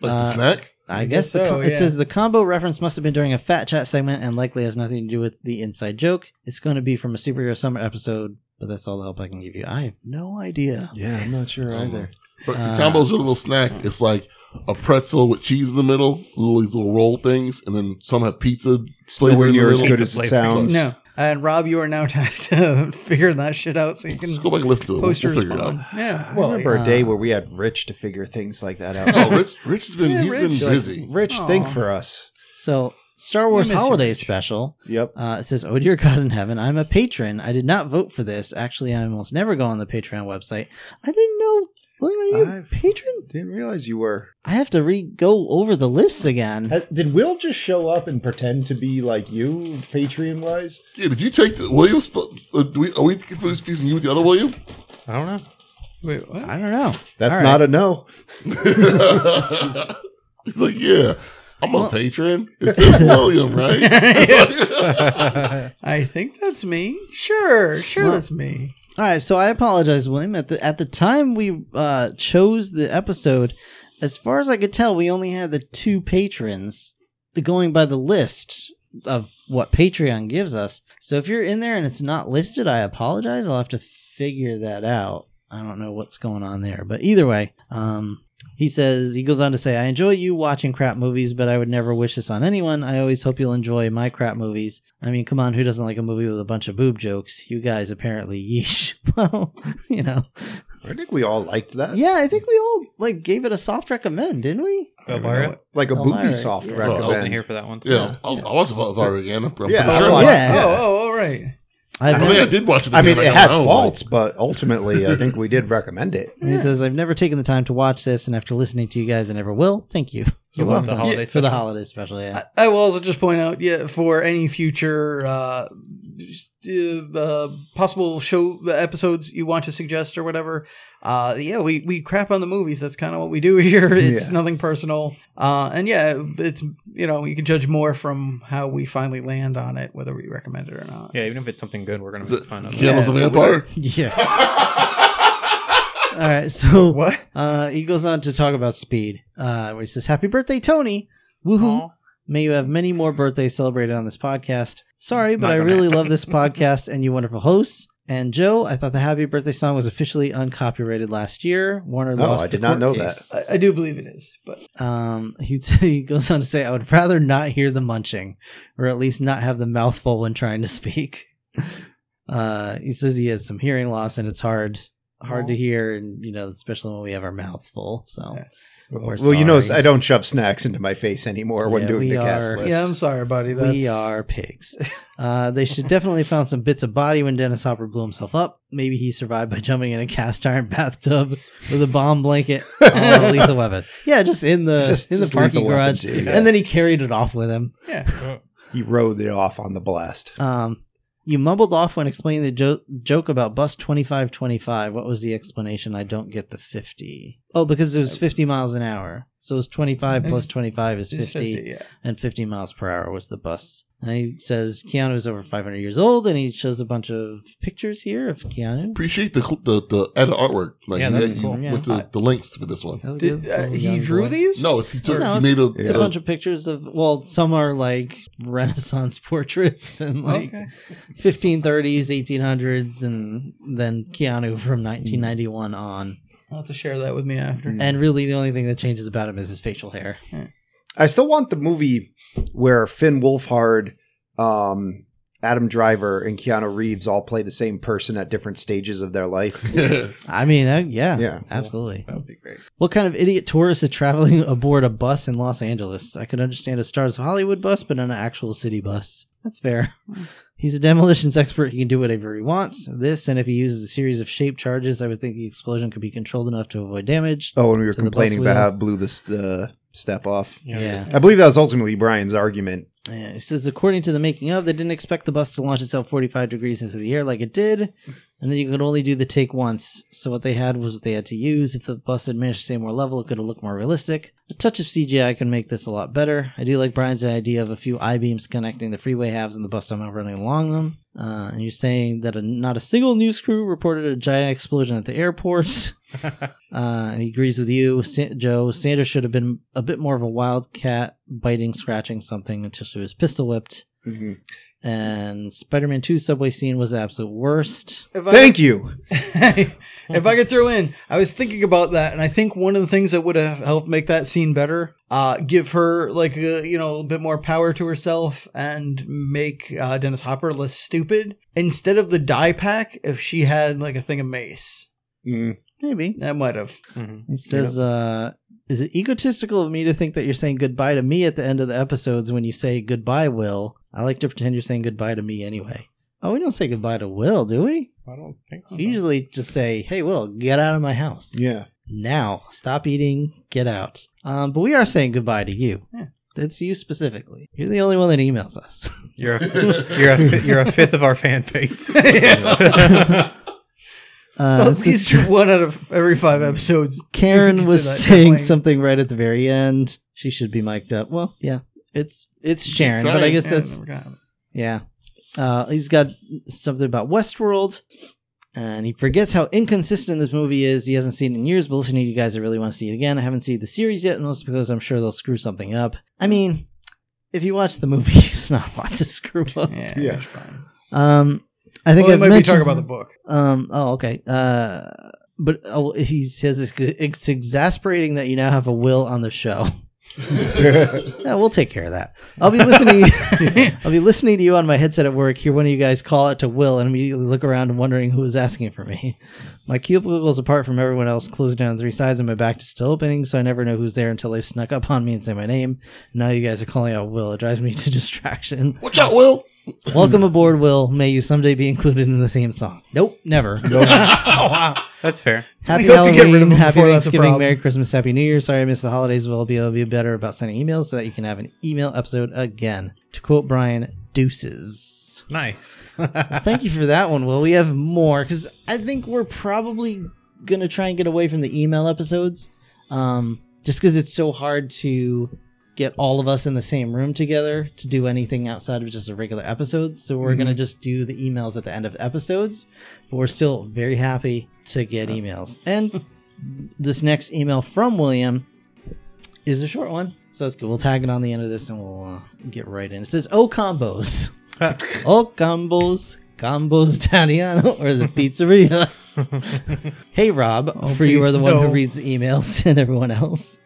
Speaker 1: Like the
Speaker 3: Uh,
Speaker 1: snack.
Speaker 3: I guess,
Speaker 5: guess
Speaker 3: the com-
Speaker 5: so,
Speaker 3: it
Speaker 5: yeah.
Speaker 3: says the combo reference must have been during a fat chat segment and likely has nothing to do with the inside joke. It's going to be from a superhero summer episode, but that's all the help I can give you. I have no idea.
Speaker 4: Yeah, I'm not sure either.
Speaker 1: Um, But
Speaker 3: Uh,
Speaker 1: the combos are a little snack. It's like a pretzel with cheese in the middle, little these little roll things, and then some have pizza flavor
Speaker 4: Nowhere
Speaker 1: in the
Speaker 4: near as
Speaker 1: middle.
Speaker 4: good as it
Speaker 6: Pizza
Speaker 4: sounds.
Speaker 5: No, and Rob, you are now time to figure that shit out so you can
Speaker 1: Just go back and listen to it. We'll,
Speaker 5: post your
Speaker 1: we'll figure it out.
Speaker 5: response. Yeah,
Speaker 4: I remember a day
Speaker 3: uh,
Speaker 4: where we had Rich to figure things like that out.
Speaker 1: Oh, Rich, Rich has been
Speaker 5: Yeah,
Speaker 1: he's
Speaker 5: Rich.
Speaker 1: been busy.
Speaker 4: Rich,
Speaker 5: Aw.
Speaker 4: think for us.
Speaker 3: So, Star Wars
Speaker 5: miss you,
Speaker 3: Holiday
Speaker 5: Rich.
Speaker 3: Special.
Speaker 4: Yep.
Speaker 3: Uh, it says, Oh dear God in heaven, I'm a patron. I did not vote for this. Actually, I almost never go on the Patreon website. I didn't know. William, are you a
Speaker 4: I've-
Speaker 3: patron?
Speaker 4: Didn't realize you were.
Speaker 3: I have to re go over the list again.
Speaker 4: Did Will just show up and pretend to be like you, Patreon wise?
Speaker 1: Yeah, did you take the William? sp- uh, do we, are we confusing you with the other William?
Speaker 6: I don't know.
Speaker 5: Wait, what?
Speaker 3: I don't know.
Speaker 4: That's
Speaker 3: All
Speaker 4: not a no.
Speaker 1: He's like, yeah, I'm a patron. It's this William, right?
Speaker 5: I think that's me. Sure, sure,
Speaker 3: Well-
Speaker 5: that's me.
Speaker 3: All right, so I apologize, William. At the at the time we uh, chose the episode, as far as I could tell, we only had the two patrons the- going by the list of what Patreon gives us. So if you're in there and it's not listed, I apologize. I'll have to figure that out. I don't know what's going on there, but either way, um, he says he goes on to say, "I enjoy you watching crap movies, but I would never wish this on anyone. I always hope you'll enjoy my crap movies. I mean, come on, who doesn't like a movie with a bunch of boob jokes? You guys apparently, yeesh. well, you know,
Speaker 4: I think we all liked that.
Speaker 3: yeah, I think we all like gave it a soft recommend, didn't we?
Speaker 6: Elvira?
Speaker 4: Like a
Speaker 3: Oh,
Speaker 4: booby
Speaker 3: Larry.
Speaker 4: soft
Speaker 3: Yeah.
Speaker 6: I wasn't
Speaker 4: recommend.
Speaker 6: here for that one.
Speaker 1: yeah, I, I watched Elvira again. I'm pretty
Speaker 4: Yeah, I
Speaker 1: sure.
Speaker 4: watched-
Speaker 3: Yeah.
Speaker 5: Oh, oh, all right.
Speaker 3: I've
Speaker 1: I mean, I
Speaker 3: never,
Speaker 1: did watch it.
Speaker 4: I mean,
Speaker 1: again,
Speaker 4: it
Speaker 1: like,
Speaker 4: had
Speaker 1: don't know,
Speaker 4: faults, but ultimately, I think we did recommend it.
Speaker 3: he says, I've never taken the time to watch this, and after listening to you guys, I never will. Thank you. You're
Speaker 6: what,
Speaker 3: welcome.
Speaker 6: the holiday
Speaker 3: for the
Speaker 6: special?
Speaker 3: holiday special, yeah.
Speaker 5: I, I will also just point out, yeah, for any future uh, just, uh, uh, possible show episodes you want to suggest or whatever, uh, yeah, we, we crap on the movies. That's kind of what we do here. It's
Speaker 4: Yeah.
Speaker 5: nothing personal, uh, and yeah, it's you know you can judge more from how we finally land on it, whether we recommend it or not.
Speaker 6: Yeah, even if it's something good, we're gonna
Speaker 1: Is
Speaker 6: make
Speaker 1: it
Speaker 6: fun of it.
Speaker 1: Channels of Empire.
Speaker 3: yeah. All right, so what? Uh, he goes on to talk about speed, uh, where he says, "Happy birthday, Tony! Woohoo! May you have many more birthdays celebrated on this podcast. Sorry, but
Speaker 6: Not
Speaker 3: I
Speaker 6: gonna
Speaker 3: really
Speaker 6: happen.
Speaker 3: love this podcast and you wonderful hosts. And Joe, I thought the Happy Birthday song was officially uncopyrighted last year. Warner
Speaker 4: Oh,
Speaker 3: lost.
Speaker 4: I
Speaker 3: the
Speaker 4: did
Speaker 3: court
Speaker 4: not know
Speaker 3: case.
Speaker 4: that.
Speaker 5: I, I do believe it is, but
Speaker 3: Um, he he goes on to say, "I would rather not hear the munching, or at least not have the mouthful when trying to speak." Uh, he says he has some hearing loss and it's hard hard to hear, and you know, especially when we have our mouths full. So
Speaker 5: Yeah.
Speaker 3: We're
Speaker 4: Well, you know,
Speaker 3: sorry.
Speaker 4: I don't shove snacks into my face anymore when
Speaker 3: Yeah, we
Speaker 4: doing the cast
Speaker 3: are-
Speaker 4: list.
Speaker 5: yeah, I'm sorry, buddy. That's,
Speaker 3: we are pigs. Uh, they should definitely have found some bits of body when Dennis Hopper blew himself up. Maybe he survived by jumping in a cast iron bathtub with a bomb blanket on a lethal weapon. Yeah, just in the
Speaker 4: Just-
Speaker 3: uh, in
Speaker 4: just
Speaker 3: the parking
Speaker 4: Lethal Weapon
Speaker 3: garage,
Speaker 4: too, yeah.
Speaker 3: and then he carried it off with him.
Speaker 5: Yeah.
Speaker 4: He rode it off on the blast.
Speaker 3: Um, you mumbled off when explaining the jo- joke about bus 2525. What was the explanation? I don't get the 50. Oh, because it was 50 miles an hour. So it's 25 plus 25 is 50,
Speaker 5: Yeah.
Speaker 3: and 50 miles per hour was the bus. And he says Keanu is over 500 years old, and he shows a bunch of pictures here of Keanu.
Speaker 1: Appreciate the cl- the the edit artwork. Like
Speaker 6: Yeah,
Speaker 1: you-
Speaker 6: that's
Speaker 1: you
Speaker 6: cool.
Speaker 1: went to the links for this one.
Speaker 3: That was
Speaker 5: Did,
Speaker 3: good.
Speaker 5: uh,
Speaker 3: Little
Speaker 5: he
Speaker 3: young
Speaker 5: drew
Speaker 3: boy.
Speaker 5: these?
Speaker 1: No, it's, he took
Speaker 3: No,
Speaker 1: he made a,
Speaker 3: It's a
Speaker 4: Yeah.
Speaker 3: bunch of pictures of well, some are like Renaissance portraits and like
Speaker 5: Okay.
Speaker 3: 1530s, 1800s, and then Keanu from 1991 on.
Speaker 5: I'll have to share that with me after.
Speaker 3: And really, the only thing that changes about him is his facial hair.
Speaker 4: I still want the movie where Finn Wolfhard, um, Adam Driver, and Keanu Reeves all play the same person at different stages of their life.
Speaker 1: yeah.
Speaker 3: I mean, uh, yeah,
Speaker 4: Yeah.
Speaker 3: absolutely.
Speaker 5: That would be great.
Speaker 3: What kind of idiot tourist is traveling aboard a bus in Los Angeles? I could understand a Stars of Hollywood bus, but not an actual city bus. That's fair. He's a demolitions expert. He can do whatever he wants. This, and if he uses a series of shape charges, I would think the explosion could be controlled enough to avoid damage.
Speaker 4: Oh, and we were
Speaker 3: To the
Speaker 4: complaining
Speaker 3: bus
Speaker 4: about
Speaker 3: wheel.
Speaker 4: how it blew this the step off.
Speaker 3: yeah.
Speaker 4: I believe that was ultimately Brian's argument.
Speaker 3: Yeah, it says, according to the making of, they didn't expect the bus to launch itself 45 degrees into the air like it did, and then you could only do the take once. So what they had was what they had to use. If the bus had managed to stay more level, it could have looked more realistic. A touch of CGI can make this a lot better. I do like Brian's idea of a few I beams connecting the freeway halves and the bus somehow running along them. Uh, and you're saying that a, not a single news crew reported a giant explosion at the airport. Uh, and he agrees with you, Sa- Joe. Sandra should have been a bit more of a wildcat, biting, scratching something until she was pistol whipped.
Speaker 6: Mm-hmm.
Speaker 3: And Spider Man 2 subway scene was the absolute worst.
Speaker 5: If I-
Speaker 4: Thank you.
Speaker 5: if I could throw in, I was thinking about that, and I think one of the things that would have helped make that scene better, uh, give her like a, you know a bit more power to herself, and make uh, Dennis Hopper less stupid. Instead of the die pack, if she had like a thing of mace,
Speaker 6: Mm-hmm.
Speaker 4: Mm.
Speaker 3: Maybe.
Speaker 5: that might have.
Speaker 3: He says, uh, Is it egotistical of me to think that you're saying goodbye to me at the end of the episodes when you say goodbye, Will? I like to pretend you're saying goodbye to me anyway. Oh, we don't say goodbye to Will, do we?
Speaker 6: I don't think
Speaker 3: We usually just say, Hey, Will, get out of my house.
Speaker 4: Yeah.
Speaker 3: now. Stop eating. Get out. Um, but we are saying goodbye to you.
Speaker 5: Yeah.
Speaker 3: It's you specifically. You're the only one that emails us.
Speaker 6: You're a, you're a, you're a fifth of our fan base.
Speaker 3: Uh,
Speaker 5: so
Speaker 3: this
Speaker 5: at
Speaker 3: is-
Speaker 5: least one out of every five episodes.
Speaker 3: Karen
Speaker 5: Consider
Speaker 3: was
Speaker 5: that
Speaker 3: saying
Speaker 5: complaint.
Speaker 3: something right at the very end. She should be mic'd up. Well, yeah, it's it's Sharon, but I
Speaker 1: trying.
Speaker 3: guess
Speaker 5: Yeah,
Speaker 3: that's
Speaker 5: never got it.
Speaker 3: Yeah. Uh, he's got something about Westworld, and he forgets how inconsistent this movie is. He hasn't seen it in years, but listening to you guys, I really want to see it again. I haven't seen the series yet, mostly because I'm sure they'll screw something up. I mean, if you watch the movie, it's not a lot to screw up.
Speaker 5: Yeah,
Speaker 4: Yeah.
Speaker 5: it's fine.
Speaker 3: Um, I think
Speaker 5: well,
Speaker 3: I've
Speaker 5: it might be
Speaker 3: mentioned,
Speaker 5: talking about the book.
Speaker 3: Um, oh, okay. Uh, but oh, he says it's, it's exasperating that you now have a will on the show. Yeah, we'll take care of that. I'll be listening. I'll be listening to you on my headset at work. Hear one of you guys call out to Will, and immediately look around and wondering who is asking for me. My cubicle is apart from everyone else, closed down three sides, and my back is still opening, so I never know who's there until they snuck up on me and say my name. Now you guys are calling out Will. It drives me to distraction.
Speaker 1: Watch out, Will.
Speaker 3: Welcome aboard, Will. May you someday be included in the theme song. Nope, never.
Speaker 6: That's fair.
Speaker 3: Happy
Speaker 5: We hope to
Speaker 3: Halloween,
Speaker 5: get rid of them
Speaker 3: happy
Speaker 5: before that's a
Speaker 3: Thanksgiving,
Speaker 5: problem.
Speaker 3: Merry Christmas, Happy New Year. Sorry I missed the holidays. We'll be, I'll be better about sending emails so that you can have an email episode again. To quote Brian, deuces.
Speaker 6: Nice.
Speaker 3: Thank you for that one, Will. We have more because I think we're probably going to try and get away from the email episodes um, just because it's so hard to get all of us in the same room together to do anything outside of just a regular episode. So we're going to just do the emails at the end of episodes, but we're still very happy to get emails. And this next email from William is a short one. So that's good. We'll tag it on the end of this and we'll uh, get right in. It says, Oh, combos. Oh, combos, Combos Italiano or the pizzeria? hey, Rob, for you
Speaker 5: Oh, please,
Speaker 3: are the one
Speaker 5: no.
Speaker 3: who reads the emails and everyone else.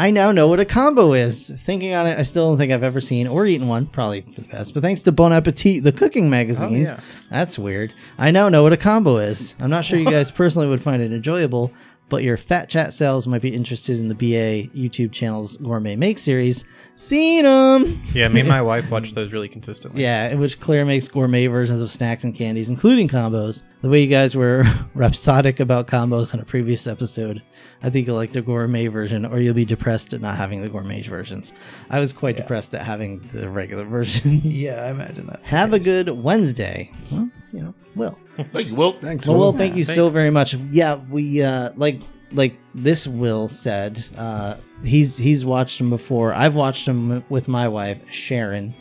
Speaker 3: I now know what a combo is. Thinking on it, I still don't think I've ever seen or eaten one, probably for the best. But thanks to Bon Appetit, the cooking magazine,
Speaker 5: Oh, yeah.
Speaker 3: that's weird. I now know what a combo is. I'm not sure you guys personally would find it enjoyable, but your fat chat cells might be interested in the BA YouTube channel's gourmet make series. Seen 'em.
Speaker 6: Yeah, me and my wife watch those really consistently.
Speaker 3: Yeah, in which Claire makes gourmet versions of snacks and candies, including combos. The way you guys were rhapsodic about combos on a previous episode, I think you'll like the gourmet version, or you'll be depressed at not having the gourmet versions. I was quite depressed at having the regular version.
Speaker 5: Yeah, I imagine that.
Speaker 3: Have a good Wednesday. Well, you know, Will.
Speaker 1: Thank you, Will.
Speaker 4: Thanks.
Speaker 3: Well, Will,
Speaker 4: Will.
Speaker 3: thank you so very much. Yeah, we uh, like like this. Will said uh, he's he's watched him before. I've watched him with my wife Sharon,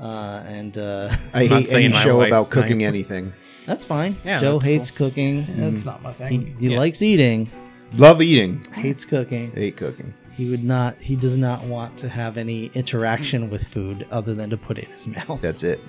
Speaker 3: uh, and uh,
Speaker 4: I
Speaker 6: not
Speaker 4: hate
Speaker 6: saying
Speaker 4: any
Speaker 6: my
Speaker 4: show
Speaker 6: wife's
Speaker 4: about cooking
Speaker 6: name.
Speaker 4: anything.
Speaker 3: that's fine.
Speaker 6: Yeah,
Speaker 3: Joe
Speaker 6: that's Mm.
Speaker 3: hates cooking.
Speaker 5: That's not my
Speaker 3: He,
Speaker 5: thing.
Speaker 3: he
Speaker 6: Yeah.
Speaker 3: likes eating,
Speaker 4: Love eating.
Speaker 3: hates cooking.
Speaker 4: Hate cooking.
Speaker 3: He would not. He does not want to have any interaction with food other than to put it in his mouth.
Speaker 4: That's it.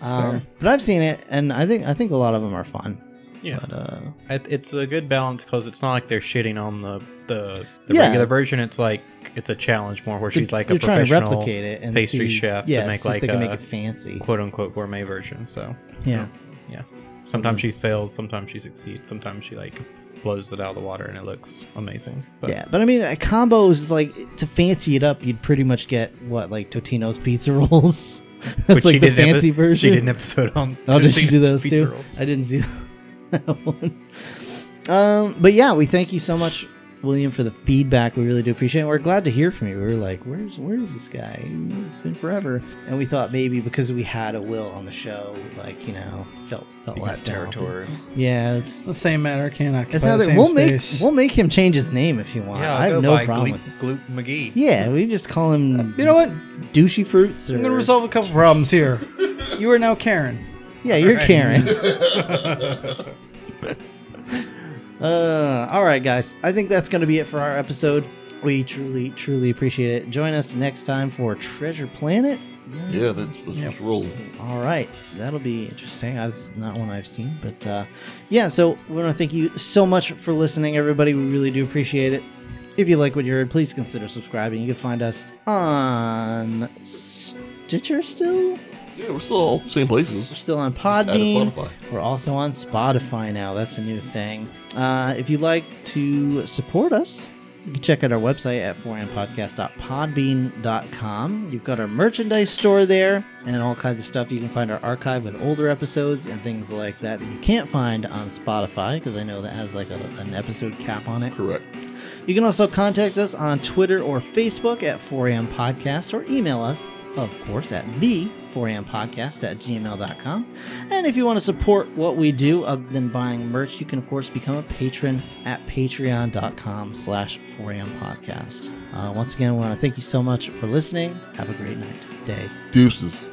Speaker 3: Um, but I've seen it, and I think I think a lot of them are fun.
Speaker 6: Yeah.
Speaker 3: But uh,
Speaker 6: It, it's a good balance because it's not like they're shitting on the the, the
Speaker 3: Yeah.
Speaker 6: regular version. It's like it's a challenge more where she's
Speaker 3: they're-
Speaker 6: like a
Speaker 3: they're trying to
Speaker 6: professional
Speaker 3: replicate it and
Speaker 6: pastry
Speaker 3: see-
Speaker 6: chef to
Speaker 3: Yeah,
Speaker 6: make
Speaker 3: see if
Speaker 6: like
Speaker 3: they can
Speaker 6: a
Speaker 3: make it fancy.
Speaker 6: quote unquote gourmet version. So
Speaker 3: Yeah.
Speaker 6: yeah, sometimes
Speaker 5: Mm-hmm.
Speaker 6: she fails, sometimes she succeeds, sometimes she like blows it out of the water and it looks amazing. But
Speaker 3: yeah, but I mean, uh, combos is like to fancy it up, you'd pretty much get what like Totino's pizza rolls. That's
Speaker 6: which she
Speaker 3: like the
Speaker 6: did an epi-
Speaker 3: fancy version.
Speaker 6: She did an episode on.
Speaker 3: Oh, did she
Speaker 6: Tennessee
Speaker 3: do those
Speaker 6: pizza
Speaker 3: too?
Speaker 6: rolls.
Speaker 3: I didn't see that one. Um, but yeah, we thank you so much, William, for the feedback. We really do appreciate it. We're glad to hear from you. We were like, "Where's Where's this guy? It's been forever." And we thought maybe because we had a Will on the show, like you know, felt felt left territory. Yeah, it's.
Speaker 5: It's the same matter can't occupy
Speaker 3: It's not that
Speaker 5: the same
Speaker 3: we'll make
Speaker 5: space.
Speaker 3: we'll make him change his name if you want.
Speaker 6: Yeah, I'll
Speaker 3: I
Speaker 6: go
Speaker 3: have no
Speaker 6: by
Speaker 3: problem
Speaker 6: Gloop,
Speaker 3: with it.
Speaker 6: Gloop McGee.
Speaker 3: Yeah, we just call him
Speaker 5: you know what?
Speaker 3: douchey fruits or
Speaker 5: I'm gonna resolve a couple problems here. You are now Karen.
Speaker 3: Yeah, you're
Speaker 6: Right.
Speaker 3: Karen. uh, all right, guys. I think that's going to be it for our episode. We truly, truly appreciate it. Join us next time for Treasure Planet.
Speaker 1: Yeah, that's, that's
Speaker 5: Yep.
Speaker 1: roll.
Speaker 3: All right, that'll be interesting. That's not one I've seen, but uh, yeah. So we want to thank you so much for listening, everybody. We really do appreciate it. If you like what you heard, please consider subscribing. You can find us on Stitcher still.
Speaker 1: Yeah, we're still all the same
Speaker 3: We're
Speaker 1: places.
Speaker 3: still on
Speaker 1: Add us
Speaker 3: Podbean.
Speaker 1: Spotify.
Speaker 3: We're also on Spotify now. That's a new thing. Uh, if you'd like to support us, you can check out our website at 4ampodcast.podbean.com. You've got our merchandise store there and all kinds of stuff. You can find our archive with older episodes and things like that that you can't find on Spotify because I know that has like a, an episode cap on it.
Speaker 1: Correct.
Speaker 3: You can also contact us on Twitter or Facebook at 4am Podcast or email us, of course, at the 4am Podcast at gmail.com. And if you want to support what we do other than buying merch, you can, of course, become a patron at patreon.com slash 4am Podcast. Uh, once again, we want to thank you so much for listening. Have a great night, day.
Speaker 1: Deuces.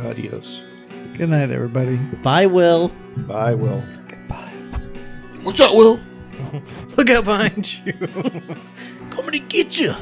Speaker 4: Adios.
Speaker 5: Good night, everybody.
Speaker 3: Bye, Will.
Speaker 4: Bye, Will.
Speaker 1: Watch out, Will.
Speaker 6: Look out behind you.
Speaker 3: Coming to get you.